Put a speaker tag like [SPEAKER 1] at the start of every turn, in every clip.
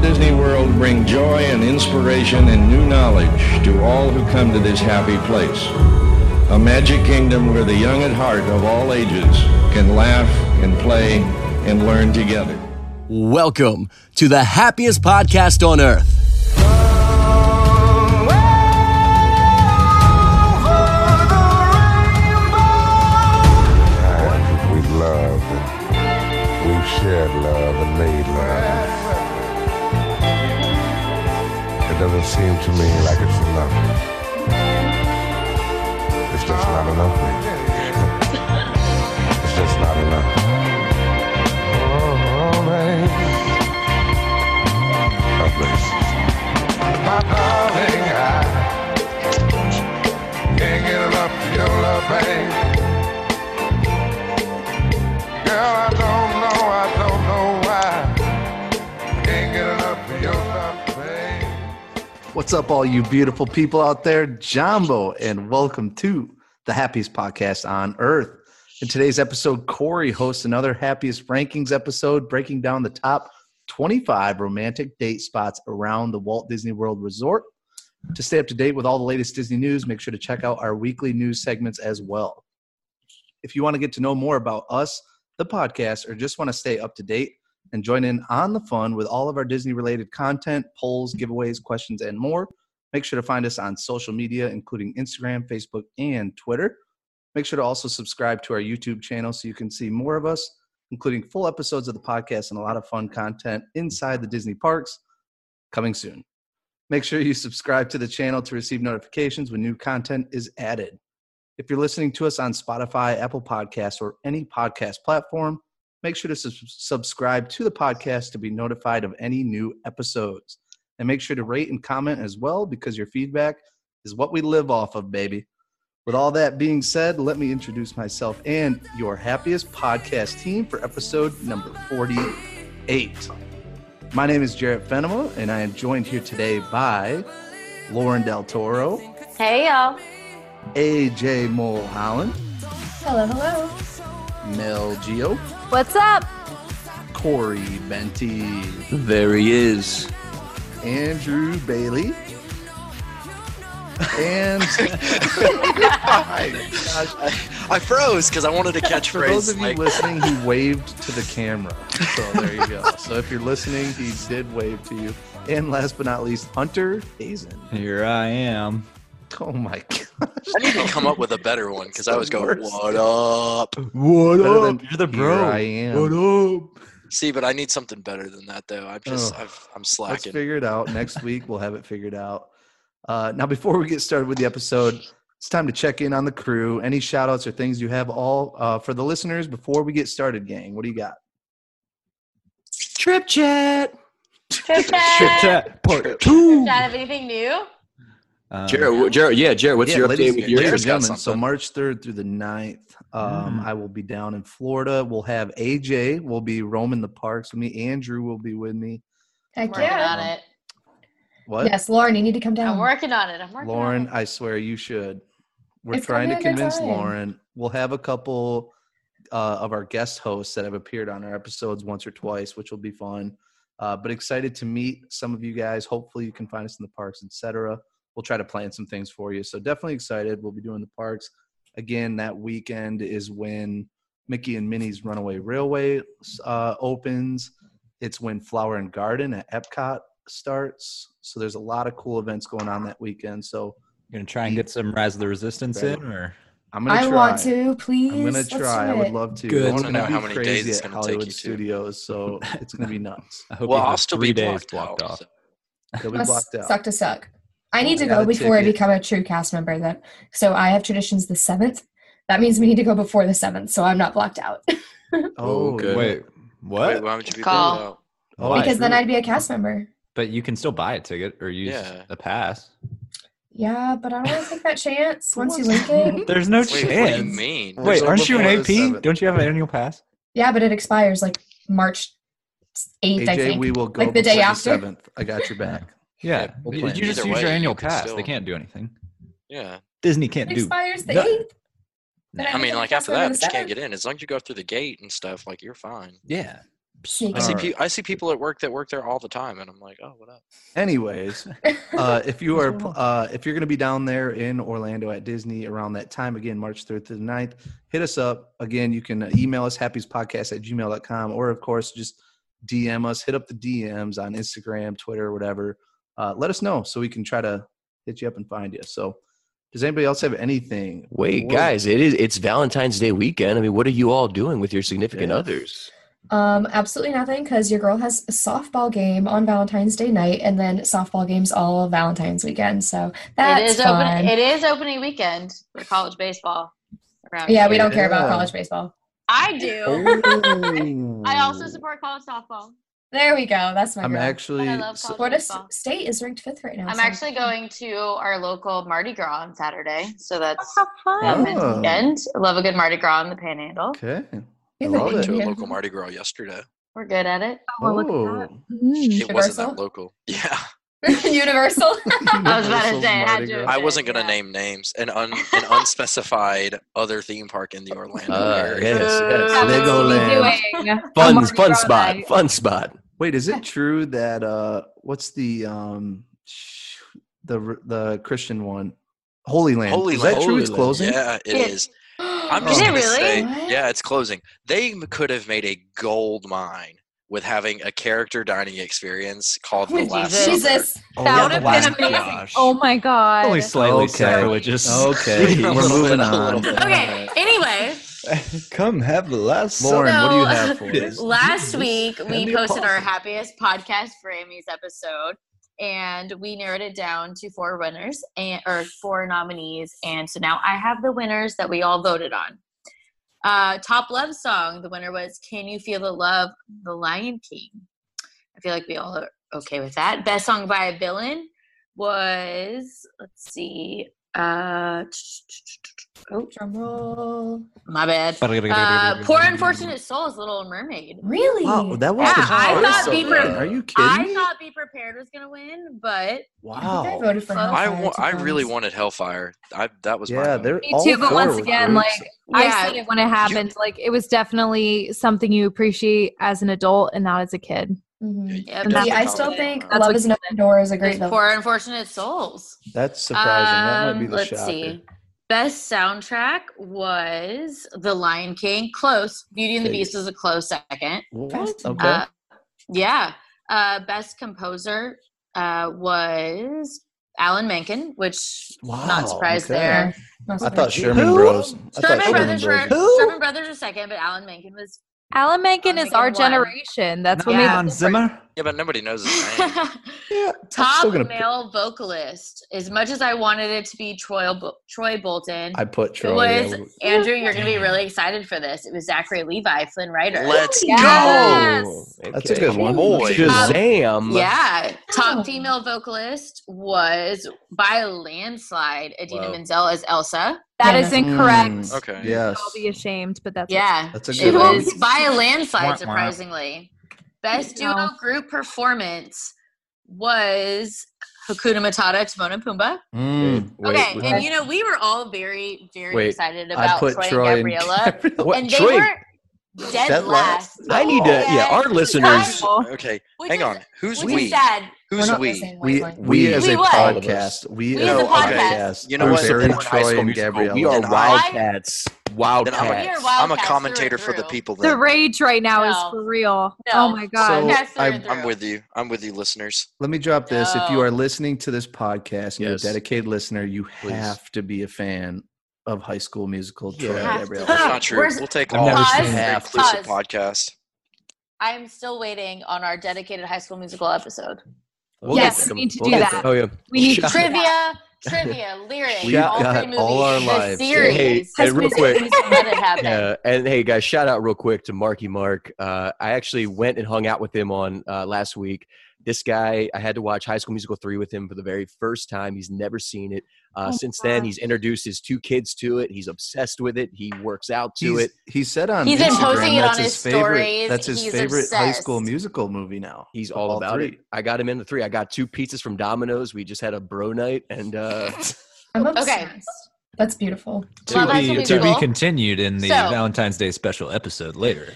[SPEAKER 1] Disney World bring joy and inspiration and new knowledge to all who come to this happy place. A magic kingdom where the young at heart of all ages can laugh and play and learn together.
[SPEAKER 2] Welcome to the happiest podcast on earth.
[SPEAKER 3] We loved and we've shared love and made love. It doesn't seem to me like it's enough. It's just not enough, baby. It's just not enough. Oh, oh, baby. Oh, baby. My darling, I can't get enough of your love, baby. Girl, I don't know, I don't know why. Can't get enough of your love, babe.
[SPEAKER 4] What's up, all you beautiful people out there? Jumbo, and welcome to the happiest podcast on earth. In today's episode, Corey hosts another happiest rankings episode, breaking down the top 25 romantic date spots around the Walt Disney World Resort. To stay up to date with all the latest Disney news, make sure to check out our weekly news segments as well. If you want to get to know more about us, the podcast, or just want to stay up to date, and join in on the fun with all of our Disney related content, polls, giveaways, questions, and more. Make sure to find us on social media, including Instagram, Facebook, and Twitter. Make sure to also subscribe to our YouTube channel so you can see more of us, including full episodes of the podcast and a lot of fun content inside the Disney parks coming soon. Make sure you subscribe to the channel to receive notifications when new content is added. If you're listening to us on Spotify, Apple Podcasts, or any podcast platform, make sure to sub- subscribe to the podcast to be notified of any new episodes. And make sure to rate and comment as well because your feedback is what we live off of, baby. With all that being said, let me introduce myself and your happiest podcast team for episode number 48. My name is Jarrett Fenema, and I am joined here today by Lauren Del Toro,
[SPEAKER 5] Hey y'all.
[SPEAKER 4] AJ Mulholland,
[SPEAKER 5] Hello, hello.
[SPEAKER 4] Mel Geo,
[SPEAKER 5] What's up?
[SPEAKER 4] Corey Benty,
[SPEAKER 2] There he is.
[SPEAKER 4] Andrew Bailey. And
[SPEAKER 6] I froze because I wanted a
[SPEAKER 4] for those
[SPEAKER 6] catchphrase.
[SPEAKER 4] of you
[SPEAKER 6] like,
[SPEAKER 4] listening, he waved to the camera. So there you go. So if you're listening, he did wave to you. And last but not least, Hunter Hazen.
[SPEAKER 7] Here I am.
[SPEAKER 4] Oh my
[SPEAKER 6] I need to come up with a better one because I was going,
[SPEAKER 4] Worst.
[SPEAKER 6] "What up?"
[SPEAKER 7] What
[SPEAKER 4] Better
[SPEAKER 7] up?
[SPEAKER 4] than- Here
[SPEAKER 7] You're the bro.
[SPEAKER 4] I am.
[SPEAKER 7] What up?
[SPEAKER 6] See, but I need something better than that, though. I'm just,
[SPEAKER 4] Oh.
[SPEAKER 6] I've, I'm
[SPEAKER 4] Let's
[SPEAKER 6] slacking.
[SPEAKER 4] figure it out. Next week, we'll have it figured out. Uh, now, before we get started with the episode, it's time to check in on the crew. Any shout outs or things you have all uh, for the listeners before we get started, gang? What do you got?
[SPEAKER 7] Trip chat.
[SPEAKER 5] Trip
[SPEAKER 7] Trip
[SPEAKER 5] chat.
[SPEAKER 7] chat part two.
[SPEAKER 5] have anything new?
[SPEAKER 7] Um,
[SPEAKER 8] Jared, wh- Jared, yeah, Jared, what's
[SPEAKER 4] yeah,
[SPEAKER 8] your
[SPEAKER 4] ladies,
[SPEAKER 8] update with
[SPEAKER 4] ladies
[SPEAKER 8] your?
[SPEAKER 4] and
[SPEAKER 6] Jared's got
[SPEAKER 4] gentlemen, so
[SPEAKER 6] something.
[SPEAKER 4] March 3rd through the 9th, um,
[SPEAKER 7] Mm.
[SPEAKER 4] I will be down in Florida. We'll have AJ, will be roaming the parks with me. Andrew will be with me.
[SPEAKER 9] Heck
[SPEAKER 5] working
[SPEAKER 9] yeah.
[SPEAKER 5] on it.
[SPEAKER 4] What?
[SPEAKER 9] Yes, Lauren, you need to come down.
[SPEAKER 5] I'm working on it. I'm working
[SPEAKER 4] Lauren,
[SPEAKER 5] on
[SPEAKER 4] I swear you should. We're
[SPEAKER 9] It's
[SPEAKER 4] trying to
[SPEAKER 9] gonna be a good
[SPEAKER 4] convince
[SPEAKER 9] time.
[SPEAKER 4] Lauren. We'll have a couple uh, of our guest hosts that have appeared on our episodes once or twice, which will be fun. Uh, but excited to meet some of you guys. Hopefully, you can find us in the parks, etc. We'll try to plan some things for you. So definitely excited. We'll be doing the parks again. That weekend is when Mickey and Minnie's Runaway Railway uh, opens. It's when Flower and Garden at Epcot starts. So there's a lot of cool events going on that weekend. So
[SPEAKER 7] Gonna try and get some Rise of the Resistance in, or
[SPEAKER 4] I'm gonna
[SPEAKER 9] I
[SPEAKER 4] try.
[SPEAKER 9] want to, please.
[SPEAKER 4] I'm gonna
[SPEAKER 9] Let's do
[SPEAKER 4] try. I would
[SPEAKER 9] it.
[SPEAKER 4] love to. It's
[SPEAKER 7] Good. I
[SPEAKER 6] don't
[SPEAKER 4] gonna
[SPEAKER 6] know
[SPEAKER 4] be
[SPEAKER 6] how many days
[SPEAKER 4] crazy
[SPEAKER 6] it's
[SPEAKER 4] at
[SPEAKER 6] gonna take you
[SPEAKER 4] Hollywood
[SPEAKER 6] to.
[SPEAKER 4] Studios, so it's gonna be nuts.
[SPEAKER 7] I hope
[SPEAKER 6] Well,
[SPEAKER 7] you
[SPEAKER 6] I'll
[SPEAKER 7] have
[SPEAKER 6] still
[SPEAKER 7] three
[SPEAKER 6] be
[SPEAKER 7] days
[SPEAKER 6] blocked,
[SPEAKER 7] blocked
[SPEAKER 6] out,
[SPEAKER 7] off.
[SPEAKER 6] so-
[SPEAKER 4] You'll be
[SPEAKER 9] Us
[SPEAKER 4] blocked out.
[SPEAKER 9] Suck to suck. I need
[SPEAKER 4] I
[SPEAKER 9] to
[SPEAKER 4] got
[SPEAKER 9] go
[SPEAKER 4] a
[SPEAKER 9] before I
[SPEAKER 4] ticket.
[SPEAKER 9] become a true cast member. Then, so I have traditions the seventh. That means we need to go before the seventh, so I'm not blocked out.
[SPEAKER 4] Oh,
[SPEAKER 8] Oh, good.
[SPEAKER 7] Wait, what?
[SPEAKER 6] Wait, why would you be
[SPEAKER 5] Call.
[SPEAKER 6] blocked out?
[SPEAKER 4] Oh,
[SPEAKER 9] because then
[SPEAKER 4] true.
[SPEAKER 9] I'd be a cast member.
[SPEAKER 7] But you can still buy a ticket or use
[SPEAKER 6] Yeah.
[SPEAKER 7] a pass.
[SPEAKER 9] Yeah, but I don't want to take that chance. Once you link it,
[SPEAKER 7] There's no
[SPEAKER 6] Wait, what do you mean?
[SPEAKER 4] Wait,
[SPEAKER 7] Wait,
[SPEAKER 4] so
[SPEAKER 7] aren't you an
[SPEAKER 4] before the
[SPEAKER 7] AP?
[SPEAKER 4] seventh.
[SPEAKER 7] Don't you have an annual pass?
[SPEAKER 9] yeah, but it expires like March eighth,
[SPEAKER 4] AJ,
[SPEAKER 9] I think.
[SPEAKER 4] we will go
[SPEAKER 9] Like the day
[SPEAKER 4] before
[SPEAKER 9] after.
[SPEAKER 4] Seventh, I got your back.
[SPEAKER 7] Yeah.
[SPEAKER 4] we'll
[SPEAKER 7] you,
[SPEAKER 4] plan.
[SPEAKER 7] you just
[SPEAKER 6] Either
[SPEAKER 7] use
[SPEAKER 6] way,
[SPEAKER 7] your
[SPEAKER 6] you
[SPEAKER 7] annual
[SPEAKER 6] can
[SPEAKER 7] pass.
[SPEAKER 6] still-
[SPEAKER 7] They can't do anything.
[SPEAKER 6] Yeah,
[SPEAKER 7] Disney can't
[SPEAKER 9] it
[SPEAKER 7] do.
[SPEAKER 9] expires the
[SPEAKER 7] no-
[SPEAKER 9] eighth.
[SPEAKER 7] I
[SPEAKER 6] I mean, like after that, but you can't get in as long as you go through the gate and stuff. Like you're fine.
[SPEAKER 7] Yeah.
[SPEAKER 9] Sneak
[SPEAKER 6] I see,
[SPEAKER 9] in.
[SPEAKER 4] Alright.
[SPEAKER 6] pe- I see people at work that work there all the time, and I'm like, oh, what up?
[SPEAKER 4] Anyways, uh, if you are uh, if you're going to be down there in Orlando at Disney around that time again, March 3rd through the 9th, hit us up. Again, you can uh, email us happyspodcast at gmail.com or, of course, just DM us, hit up the DMs on Instagram, Twitter, whatever. Uh, let us know so we can try to hit you up and find you. So, does anybody else have anything?
[SPEAKER 8] Wait,
[SPEAKER 4] Whoa.
[SPEAKER 8] guys, it is it's Valentine's Day weekend. I mean, what are you all doing with your significant
[SPEAKER 4] Yeah.
[SPEAKER 8] others?
[SPEAKER 9] Um, absolutely nothing because your girl has a softball game on Valentine's Day night and then softball games all Valentine's weekend. So
[SPEAKER 5] It
[SPEAKER 9] that's
[SPEAKER 5] is open.
[SPEAKER 9] fun.
[SPEAKER 5] It is opening weekend for college baseball. Around
[SPEAKER 9] yeah,
[SPEAKER 5] here.
[SPEAKER 9] we don't care
[SPEAKER 4] Yeah.
[SPEAKER 9] about college baseball.
[SPEAKER 5] I do.
[SPEAKER 4] Oh.
[SPEAKER 5] I also support college softball.
[SPEAKER 9] There we go. That's my
[SPEAKER 4] I'm
[SPEAKER 9] girl.
[SPEAKER 4] actually.
[SPEAKER 5] I love
[SPEAKER 4] so-
[SPEAKER 9] Florida S-
[SPEAKER 5] baseball.
[SPEAKER 9] State is ranked fifth right now.
[SPEAKER 5] I'm
[SPEAKER 9] so-
[SPEAKER 5] actually going to our local Mardi Gras on Saturday, so that's
[SPEAKER 4] Oh.
[SPEAKER 5] fun. weekend. I love a good Mardi Gras in the Panhandle.
[SPEAKER 4] Okay.
[SPEAKER 9] You
[SPEAKER 4] I
[SPEAKER 9] could
[SPEAKER 6] I
[SPEAKER 4] love
[SPEAKER 9] be
[SPEAKER 6] went to a
[SPEAKER 9] here.
[SPEAKER 6] local Mardi Gras yesterday.
[SPEAKER 5] We're good at it.
[SPEAKER 4] Oh,
[SPEAKER 9] Mm,
[SPEAKER 6] It wasn't that
[SPEAKER 9] Universal?
[SPEAKER 6] local. Yeah.
[SPEAKER 9] Universal.
[SPEAKER 5] I was about to
[SPEAKER 4] Universal's
[SPEAKER 5] say, I had
[SPEAKER 4] Mardi
[SPEAKER 5] to-
[SPEAKER 4] Gras.
[SPEAKER 6] I wasn't going to
[SPEAKER 5] yeah.
[SPEAKER 6] name names. An, un, an unspecified other theme park in the Orlando
[SPEAKER 8] Uh,
[SPEAKER 6] area.
[SPEAKER 8] yes, yes.
[SPEAKER 5] That's
[SPEAKER 8] Lego
[SPEAKER 4] Lego what we
[SPEAKER 8] Land.
[SPEAKER 4] Legoland.
[SPEAKER 8] Fun,
[SPEAKER 9] Mardi
[SPEAKER 8] fun
[SPEAKER 9] Gras
[SPEAKER 8] spot.
[SPEAKER 9] night.
[SPEAKER 8] Fun spot.
[SPEAKER 4] Wait, is it true that uh what's the um sh- the r- the Christian one? Holy Land.
[SPEAKER 6] Holy
[SPEAKER 4] is
[SPEAKER 6] Land.
[SPEAKER 4] that true? it's
[SPEAKER 8] Holy Land.
[SPEAKER 4] closing.
[SPEAKER 6] Yeah,
[SPEAKER 5] It-
[SPEAKER 6] it is. I'm
[SPEAKER 4] Oh. Is
[SPEAKER 6] just
[SPEAKER 4] it
[SPEAKER 6] gonna
[SPEAKER 5] really?
[SPEAKER 6] say,
[SPEAKER 9] What?
[SPEAKER 6] yeah, it's closing. They m- could have made a gold mine with having a character dining experience called The Last Supper.
[SPEAKER 9] Jesus.
[SPEAKER 4] Oh,
[SPEAKER 10] That
[SPEAKER 4] yeah,
[SPEAKER 10] would
[SPEAKER 4] the
[SPEAKER 10] have been
[SPEAKER 4] last
[SPEAKER 10] amazing.
[SPEAKER 4] gosh.
[SPEAKER 10] Oh my god.
[SPEAKER 7] Only slightly
[SPEAKER 4] Okay.
[SPEAKER 7] sacrilegious.
[SPEAKER 4] Okay,
[SPEAKER 6] A
[SPEAKER 4] we're
[SPEAKER 6] little
[SPEAKER 4] moving
[SPEAKER 6] bit, a
[SPEAKER 4] on.
[SPEAKER 6] little bit.
[SPEAKER 5] Okay. Anyway,
[SPEAKER 7] Come have the last
[SPEAKER 4] Lauren, what do you have for
[SPEAKER 7] Yes.
[SPEAKER 4] us?
[SPEAKER 5] last week
[SPEAKER 7] Hand me
[SPEAKER 5] we
[SPEAKER 7] a
[SPEAKER 5] posted our
[SPEAKER 7] possum.
[SPEAKER 5] happiest podcast Grammys episode, and we narrowed it down to four winners and or four nominees, and so now I have the winners that we all voted on. Uh, top love song. The winner was "Can You Feel the Love?" The Lion King. I feel like we all are okay with that. Best song by a villain was let's see. Uh, oh,
[SPEAKER 9] Drum roll.
[SPEAKER 5] my bad. Uh, Poor Unfortunate Souls, Little Mermaid.
[SPEAKER 9] Really?
[SPEAKER 4] Wow, that was
[SPEAKER 5] Yeah,
[SPEAKER 4] the
[SPEAKER 5] I
[SPEAKER 4] choice
[SPEAKER 5] thought
[SPEAKER 4] of
[SPEAKER 5] Bieber-
[SPEAKER 4] that. Are you kidding
[SPEAKER 5] I
[SPEAKER 4] me?
[SPEAKER 5] thought Be Prepared was going to win, but
[SPEAKER 9] I think I
[SPEAKER 4] Wow.
[SPEAKER 9] voted
[SPEAKER 5] I
[SPEAKER 9] for
[SPEAKER 6] I,
[SPEAKER 9] Hellfire,
[SPEAKER 6] wa-
[SPEAKER 9] to be
[SPEAKER 6] I really
[SPEAKER 9] honest.
[SPEAKER 6] wanted Hellfire. I, that was my
[SPEAKER 4] Yeah,
[SPEAKER 6] vote.
[SPEAKER 4] they're
[SPEAKER 10] Me
[SPEAKER 4] all
[SPEAKER 10] too, but
[SPEAKER 4] four
[SPEAKER 10] once
[SPEAKER 4] were
[SPEAKER 10] again,
[SPEAKER 4] groups.
[SPEAKER 10] like I
[SPEAKER 5] Yeah.
[SPEAKER 10] seen it when it happened. like it was definitely something you appreciate as an adult and not as a kid.
[SPEAKER 9] Mhm.
[SPEAKER 5] Yeah,
[SPEAKER 6] Yeah, you
[SPEAKER 5] but-
[SPEAKER 9] See,
[SPEAKER 6] definitely
[SPEAKER 9] I still
[SPEAKER 6] nominated
[SPEAKER 9] think
[SPEAKER 6] her.
[SPEAKER 10] That's
[SPEAKER 9] Love
[SPEAKER 10] what
[SPEAKER 9] Is
[SPEAKER 10] you
[SPEAKER 9] an Open Door is a
[SPEAKER 5] there's
[SPEAKER 9] great
[SPEAKER 5] Poor
[SPEAKER 9] film.
[SPEAKER 5] Unfortunate Souls.
[SPEAKER 4] that's surprising. that might be
[SPEAKER 5] Um,
[SPEAKER 4] the
[SPEAKER 5] let's
[SPEAKER 4] shocker.
[SPEAKER 5] see. Best soundtrack was The Lion King. Close. Beauty and the
[SPEAKER 4] Okay.
[SPEAKER 5] Beast was a close second.
[SPEAKER 4] What? Okay.
[SPEAKER 5] Uh, yeah. Uh, best composer uh, was Alan Menken, which
[SPEAKER 4] Wow,
[SPEAKER 5] not surprised
[SPEAKER 4] okay.
[SPEAKER 5] there.
[SPEAKER 4] I thought Sherman
[SPEAKER 8] Who?
[SPEAKER 4] Bros. I thought
[SPEAKER 5] Sherman Brothers were
[SPEAKER 4] Bros.
[SPEAKER 5] Sherman Brothers were second, but Alan Menken was
[SPEAKER 10] Alan Menken
[SPEAKER 5] Alan
[SPEAKER 10] is our
[SPEAKER 5] Menken won.
[SPEAKER 10] generation. That's what
[SPEAKER 5] Yeah.
[SPEAKER 10] made
[SPEAKER 5] Hans
[SPEAKER 7] Zimmer.
[SPEAKER 6] Yeah, but nobody knows his name.
[SPEAKER 4] Yeah, I'm
[SPEAKER 5] top
[SPEAKER 4] still gonna pick-
[SPEAKER 5] male vocalist. As much as I wanted it to be Troy Bo- Troy Bolton,
[SPEAKER 4] I put
[SPEAKER 5] it
[SPEAKER 4] Troy.
[SPEAKER 5] was
[SPEAKER 4] yeah.
[SPEAKER 5] Andrew. You're going to be really excited for this. It was Zachary Levi, Flynn Rider.
[SPEAKER 6] Let's
[SPEAKER 5] Yes.
[SPEAKER 4] That's a good one.
[SPEAKER 8] Boy,
[SPEAKER 4] That's a good one.
[SPEAKER 8] Shazam.
[SPEAKER 5] Yeah,
[SPEAKER 9] Oh.
[SPEAKER 5] top female vocalist was by a landslide Adina
[SPEAKER 6] Wow.
[SPEAKER 5] Menzel as Elsa.
[SPEAKER 10] that
[SPEAKER 9] Yeah.
[SPEAKER 10] is incorrect.
[SPEAKER 4] Mm,
[SPEAKER 6] Okay.
[SPEAKER 4] Yes.
[SPEAKER 10] I'll be ashamed, but that's
[SPEAKER 5] Yeah,
[SPEAKER 4] That's a
[SPEAKER 5] it
[SPEAKER 4] good one.
[SPEAKER 5] was by a landslide,
[SPEAKER 7] Wah, wah.
[SPEAKER 5] surprisingly. Best
[SPEAKER 10] No.
[SPEAKER 5] duo group performance was Hakuna Matata, Timon and Pumbaa.
[SPEAKER 4] Mm.
[SPEAKER 5] okay,
[SPEAKER 8] wait.
[SPEAKER 5] and you know we were all very, very
[SPEAKER 8] Wait,
[SPEAKER 5] excited
[SPEAKER 4] I
[SPEAKER 5] about
[SPEAKER 4] put
[SPEAKER 5] Troy,
[SPEAKER 4] Troy
[SPEAKER 5] and Gabriella,
[SPEAKER 8] What,
[SPEAKER 5] and they
[SPEAKER 8] Troy,
[SPEAKER 5] were dead
[SPEAKER 4] Dead
[SPEAKER 5] last.
[SPEAKER 8] I need to. Yeah, our
[SPEAKER 5] Yes.
[SPEAKER 8] listeners.
[SPEAKER 6] Okay,
[SPEAKER 5] Which
[SPEAKER 6] hang
[SPEAKER 5] is-
[SPEAKER 6] on. Who's
[SPEAKER 5] which
[SPEAKER 6] we?
[SPEAKER 5] is sad.
[SPEAKER 9] We're
[SPEAKER 6] Who's
[SPEAKER 9] not the
[SPEAKER 6] we?
[SPEAKER 9] same
[SPEAKER 4] We, we,
[SPEAKER 9] wavelength.
[SPEAKER 4] as
[SPEAKER 5] We
[SPEAKER 4] a
[SPEAKER 5] what?
[SPEAKER 4] podcast. We,
[SPEAKER 5] We
[SPEAKER 4] as
[SPEAKER 5] as
[SPEAKER 4] a
[SPEAKER 5] a
[SPEAKER 4] podcast.
[SPEAKER 5] podcast.
[SPEAKER 6] You know
[SPEAKER 4] We're
[SPEAKER 6] what?
[SPEAKER 4] very
[SPEAKER 6] Then high
[SPEAKER 4] Troy
[SPEAKER 6] school
[SPEAKER 4] and
[SPEAKER 6] musical,
[SPEAKER 4] Gabrielle.
[SPEAKER 8] We are
[SPEAKER 6] Then I-
[SPEAKER 8] wildcats.
[SPEAKER 6] Then I'm a-
[SPEAKER 8] Wildcats.
[SPEAKER 6] I'm a
[SPEAKER 5] Wildcats through and
[SPEAKER 6] commentator for the
[SPEAKER 5] through.
[SPEAKER 6] people.
[SPEAKER 10] the
[SPEAKER 6] Then.
[SPEAKER 10] rage right now
[SPEAKER 5] No.
[SPEAKER 10] is for real.
[SPEAKER 5] No.
[SPEAKER 10] Oh my god.
[SPEAKER 4] So-
[SPEAKER 5] Yes, through
[SPEAKER 4] I'm-
[SPEAKER 5] and
[SPEAKER 6] I'm
[SPEAKER 5] through.
[SPEAKER 6] with you. I'm with you, listeners.
[SPEAKER 4] Let me drop this. If you
[SPEAKER 5] No.
[SPEAKER 4] are listening to this podcast and you're a
[SPEAKER 8] Yes.
[SPEAKER 4] dedicated listener, you
[SPEAKER 8] Please.
[SPEAKER 4] have to be a fan of High School Musical. Troy
[SPEAKER 8] Yeah.
[SPEAKER 4] and
[SPEAKER 5] Have to.
[SPEAKER 4] Gabrielle.
[SPEAKER 6] That's
[SPEAKER 5] Ah,
[SPEAKER 6] not true.
[SPEAKER 5] where's-
[SPEAKER 6] We'll take
[SPEAKER 7] I've
[SPEAKER 6] all
[SPEAKER 7] never
[SPEAKER 6] this
[SPEAKER 4] seen
[SPEAKER 6] for
[SPEAKER 4] that.
[SPEAKER 6] an inclusive
[SPEAKER 5] Pause.
[SPEAKER 6] podcast.
[SPEAKER 5] I'm still waiting on our dedicated High School Musical episode.
[SPEAKER 8] We'll get
[SPEAKER 10] Yes, we
[SPEAKER 8] them.
[SPEAKER 10] need to
[SPEAKER 8] We'll
[SPEAKER 10] do
[SPEAKER 8] get
[SPEAKER 10] that.
[SPEAKER 8] them. Oh yeah.
[SPEAKER 10] we need to
[SPEAKER 5] Trivia, trivia, lyrics,
[SPEAKER 4] We've
[SPEAKER 5] all
[SPEAKER 4] got
[SPEAKER 5] three movies,
[SPEAKER 4] all our
[SPEAKER 5] the
[SPEAKER 4] lives.
[SPEAKER 5] series.
[SPEAKER 8] Hey,
[SPEAKER 5] High
[SPEAKER 8] hey,
[SPEAKER 5] School
[SPEAKER 8] real
[SPEAKER 5] Musical,
[SPEAKER 8] quick.
[SPEAKER 5] Musical, Let it happen.
[SPEAKER 8] Yeah, and hey guys, shout out real quick to Marky Mark. Uh, I actually went and hung out with him on uh, last week. This guy, I had to watch High School Musical three with him for the very first time. He's never seen it. Uh,
[SPEAKER 4] Oh,
[SPEAKER 8] since then, he's introduced his two kids to it. He's obsessed with it. He works out to
[SPEAKER 4] He's-
[SPEAKER 8] it.
[SPEAKER 4] He said on
[SPEAKER 5] He's
[SPEAKER 4] Instagram,
[SPEAKER 5] been posting it
[SPEAKER 4] that's
[SPEAKER 5] on
[SPEAKER 4] his,
[SPEAKER 5] his
[SPEAKER 4] favorite.
[SPEAKER 5] stories.
[SPEAKER 4] That's his
[SPEAKER 5] He's
[SPEAKER 4] favorite High School
[SPEAKER 5] obsessed.
[SPEAKER 4] Musical movie now.
[SPEAKER 8] He's all,
[SPEAKER 4] All
[SPEAKER 8] about it.
[SPEAKER 4] three.
[SPEAKER 8] I got him into three. I got two pizzas from Domino's. We just had a bro night, and uh,
[SPEAKER 9] I'm
[SPEAKER 5] Okay.
[SPEAKER 9] obsessed. That's beautiful.
[SPEAKER 7] To
[SPEAKER 5] Love High School
[SPEAKER 7] be, to be
[SPEAKER 5] Musical.
[SPEAKER 7] continued in the
[SPEAKER 5] So-
[SPEAKER 7] Valentine's Day special episode later.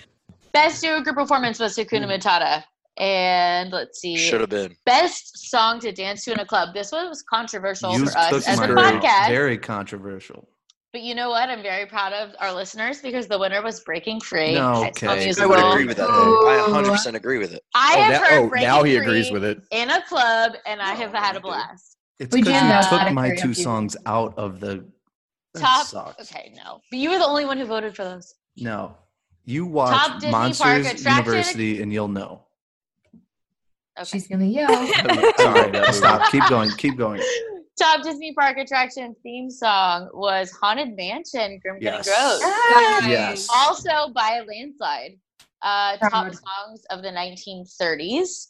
[SPEAKER 5] Best duo group performance was Hakuna Matata. And let's see.
[SPEAKER 6] Should have been.
[SPEAKER 5] Best song to dance to in a club. This one was controversial
[SPEAKER 4] You
[SPEAKER 5] for us
[SPEAKER 4] took
[SPEAKER 5] as a
[SPEAKER 4] my girl.
[SPEAKER 5] podcast.
[SPEAKER 4] Very controversial.
[SPEAKER 5] But you know what? I'm very proud of our listeners because the winner was Breaking Free.
[SPEAKER 4] No,
[SPEAKER 5] High
[SPEAKER 4] okay.
[SPEAKER 5] School
[SPEAKER 6] I would
[SPEAKER 5] Musical.
[SPEAKER 6] agree with that. I 100% agree with it.
[SPEAKER 5] I
[SPEAKER 8] oh,
[SPEAKER 5] have
[SPEAKER 8] now,
[SPEAKER 5] heard
[SPEAKER 8] oh,
[SPEAKER 5] Breaking
[SPEAKER 8] now he
[SPEAKER 5] Free
[SPEAKER 8] agrees with it.
[SPEAKER 5] in a club, and I have had a blast.
[SPEAKER 4] It's
[SPEAKER 9] We
[SPEAKER 4] because you
[SPEAKER 9] do not
[SPEAKER 4] took my
[SPEAKER 9] agree
[SPEAKER 4] two
[SPEAKER 9] on you.
[SPEAKER 4] songs out of the. That
[SPEAKER 5] Top.
[SPEAKER 4] sucks.
[SPEAKER 5] Okay, no, but you were the only one who voted for those.
[SPEAKER 4] No, you watch
[SPEAKER 5] Top Disney Park
[SPEAKER 4] Monsters
[SPEAKER 5] attraction?
[SPEAKER 4] University and you'll know.
[SPEAKER 5] Okay.
[SPEAKER 9] She's gonna yell.
[SPEAKER 4] Sorry, stop. Keep going. Keep going.
[SPEAKER 5] Top Disney Park attraction theme song was Haunted Mansion, Grim Grinning
[SPEAKER 4] Yes.
[SPEAKER 5] Gross.
[SPEAKER 4] Yes.
[SPEAKER 5] Also by a landslide. Uh, top
[SPEAKER 9] Proud.
[SPEAKER 5] songs of the 1930s.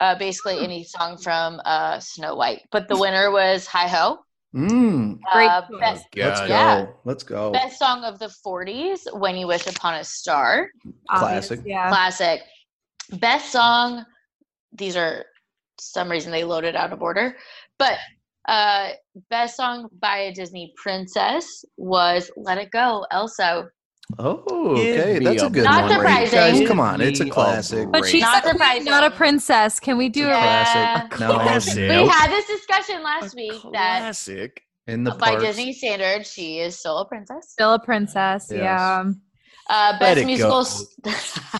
[SPEAKER 5] Uh, basically
[SPEAKER 10] Hmm.
[SPEAKER 5] any song from uh, Snow White. But the winner was Hi Ho.
[SPEAKER 4] Mm,
[SPEAKER 10] Great
[SPEAKER 5] Uh,
[SPEAKER 10] choice.
[SPEAKER 5] best,
[SPEAKER 4] let's
[SPEAKER 8] God.
[SPEAKER 4] go.
[SPEAKER 5] Yeah.
[SPEAKER 4] Let's go.
[SPEAKER 5] best song of the 40s, When You Wish Upon a Star.
[SPEAKER 10] Obvious,
[SPEAKER 4] Classic.
[SPEAKER 10] Yeah.
[SPEAKER 5] Classic. Best song. These are some reason they loaded out of order, but uh best song by a Disney princess was "Let It Go," Elsa.
[SPEAKER 4] Oh, okay.
[SPEAKER 8] Give
[SPEAKER 4] That's
[SPEAKER 8] me
[SPEAKER 4] a
[SPEAKER 8] a
[SPEAKER 4] good
[SPEAKER 5] Not
[SPEAKER 4] one. right?
[SPEAKER 5] surprising.
[SPEAKER 4] Guys, come on. It's a
[SPEAKER 8] Give me a uh,
[SPEAKER 4] classic.
[SPEAKER 8] break.
[SPEAKER 10] But she's
[SPEAKER 5] Not
[SPEAKER 10] not,
[SPEAKER 5] surprising.
[SPEAKER 10] not a princess. Can we do
[SPEAKER 4] It's a
[SPEAKER 10] it?
[SPEAKER 4] classic.
[SPEAKER 5] Yeah.
[SPEAKER 4] No,
[SPEAKER 5] We had this discussion last week that
[SPEAKER 8] Classic.
[SPEAKER 4] in the
[SPEAKER 5] by
[SPEAKER 4] parks.
[SPEAKER 5] Disney standards, she is still a princess.
[SPEAKER 10] Still a princess.
[SPEAKER 4] Yes.
[SPEAKER 10] Yeah.
[SPEAKER 5] Uh,
[SPEAKER 8] Let
[SPEAKER 5] best
[SPEAKER 8] It
[SPEAKER 5] musical,
[SPEAKER 8] Go.
[SPEAKER 5] s-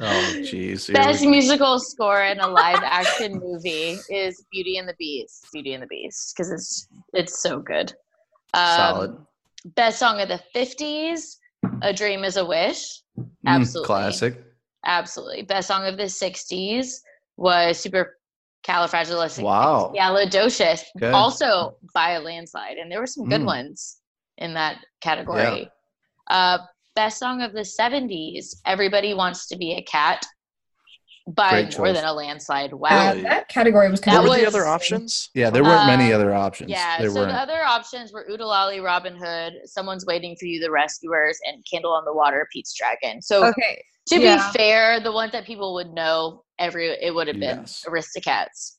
[SPEAKER 4] Oh, jeez. here
[SPEAKER 5] best
[SPEAKER 4] we-
[SPEAKER 5] musical score in a live action movie is Beauty and the Beast. Beauty and the Beast because it's it's so good. Um,
[SPEAKER 4] Solid. Mm,
[SPEAKER 5] best song of the 50s a dream is a wish absolutely.
[SPEAKER 4] Mm, classic.
[SPEAKER 5] absolutely best song of the 60s was super califragilistic
[SPEAKER 4] Wow.
[SPEAKER 5] Yalodocious,
[SPEAKER 4] Okay.
[SPEAKER 5] also by a landslide and there were some good
[SPEAKER 4] Mm.
[SPEAKER 5] ones in that category uh, best song of the 70s everybody wants to be a cat by
[SPEAKER 4] Great
[SPEAKER 5] more
[SPEAKER 4] choice.
[SPEAKER 5] than a landslide wow
[SPEAKER 9] Uh, that category was kind
[SPEAKER 5] That
[SPEAKER 6] What
[SPEAKER 9] of
[SPEAKER 6] were the
[SPEAKER 5] was-
[SPEAKER 6] other options?
[SPEAKER 4] Yeah, there weren't many
[SPEAKER 5] Uh,
[SPEAKER 4] other options.
[SPEAKER 5] Yeah,
[SPEAKER 4] there
[SPEAKER 5] so uh,
[SPEAKER 4] weren't.
[SPEAKER 5] the other options were Oodalali, Robin Hood, Someone's Waiting for You, The Rescuers, and Candle on the Water, Pete's Dragon. So
[SPEAKER 10] Okay.
[SPEAKER 5] to
[SPEAKER 10] Oh, yeah.
[SPEAKER 5] be fair, the ones that people would know, every it would have been
[SPEAKER 4] Yes.
[SPEAKER 5] Aristocats.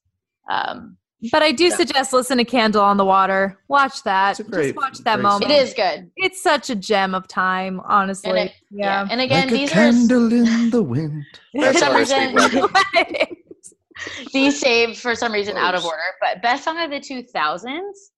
[SPEAKER 5] Um,
[SPEAKER 10] But I do suggest listen to Candle on the Water. Watch that.
[SPEAKER 4] It's a great-
[SPEAKER 10] Just watch that
[SPEAKER 4] great
[SPEAKER 10] moment.
[SPEAKER 5] it is good.
[SPEAKER 10] It's such a gem of time, honestly.
[SPEAKER 5] And it-
[SPEAKER 10] yeah.
[SPEAKER 5] And again,
[SPEAKER 4] like a
[SPEAKER 5] these are
[SPEAKER 4] candle in the wind.
[SPEAKER 5] for
[SPEAKER 6] That's
[SPEAKER 5] some
[SPEAKER 6] not a state
[SPEAKER 5] reason
[SPEAKER 6] record.
[SPEAKER 5] these saved for some reason out of
[SPEAKER 6] Close.
[SPEAKER 5] order. But best song of the two thousands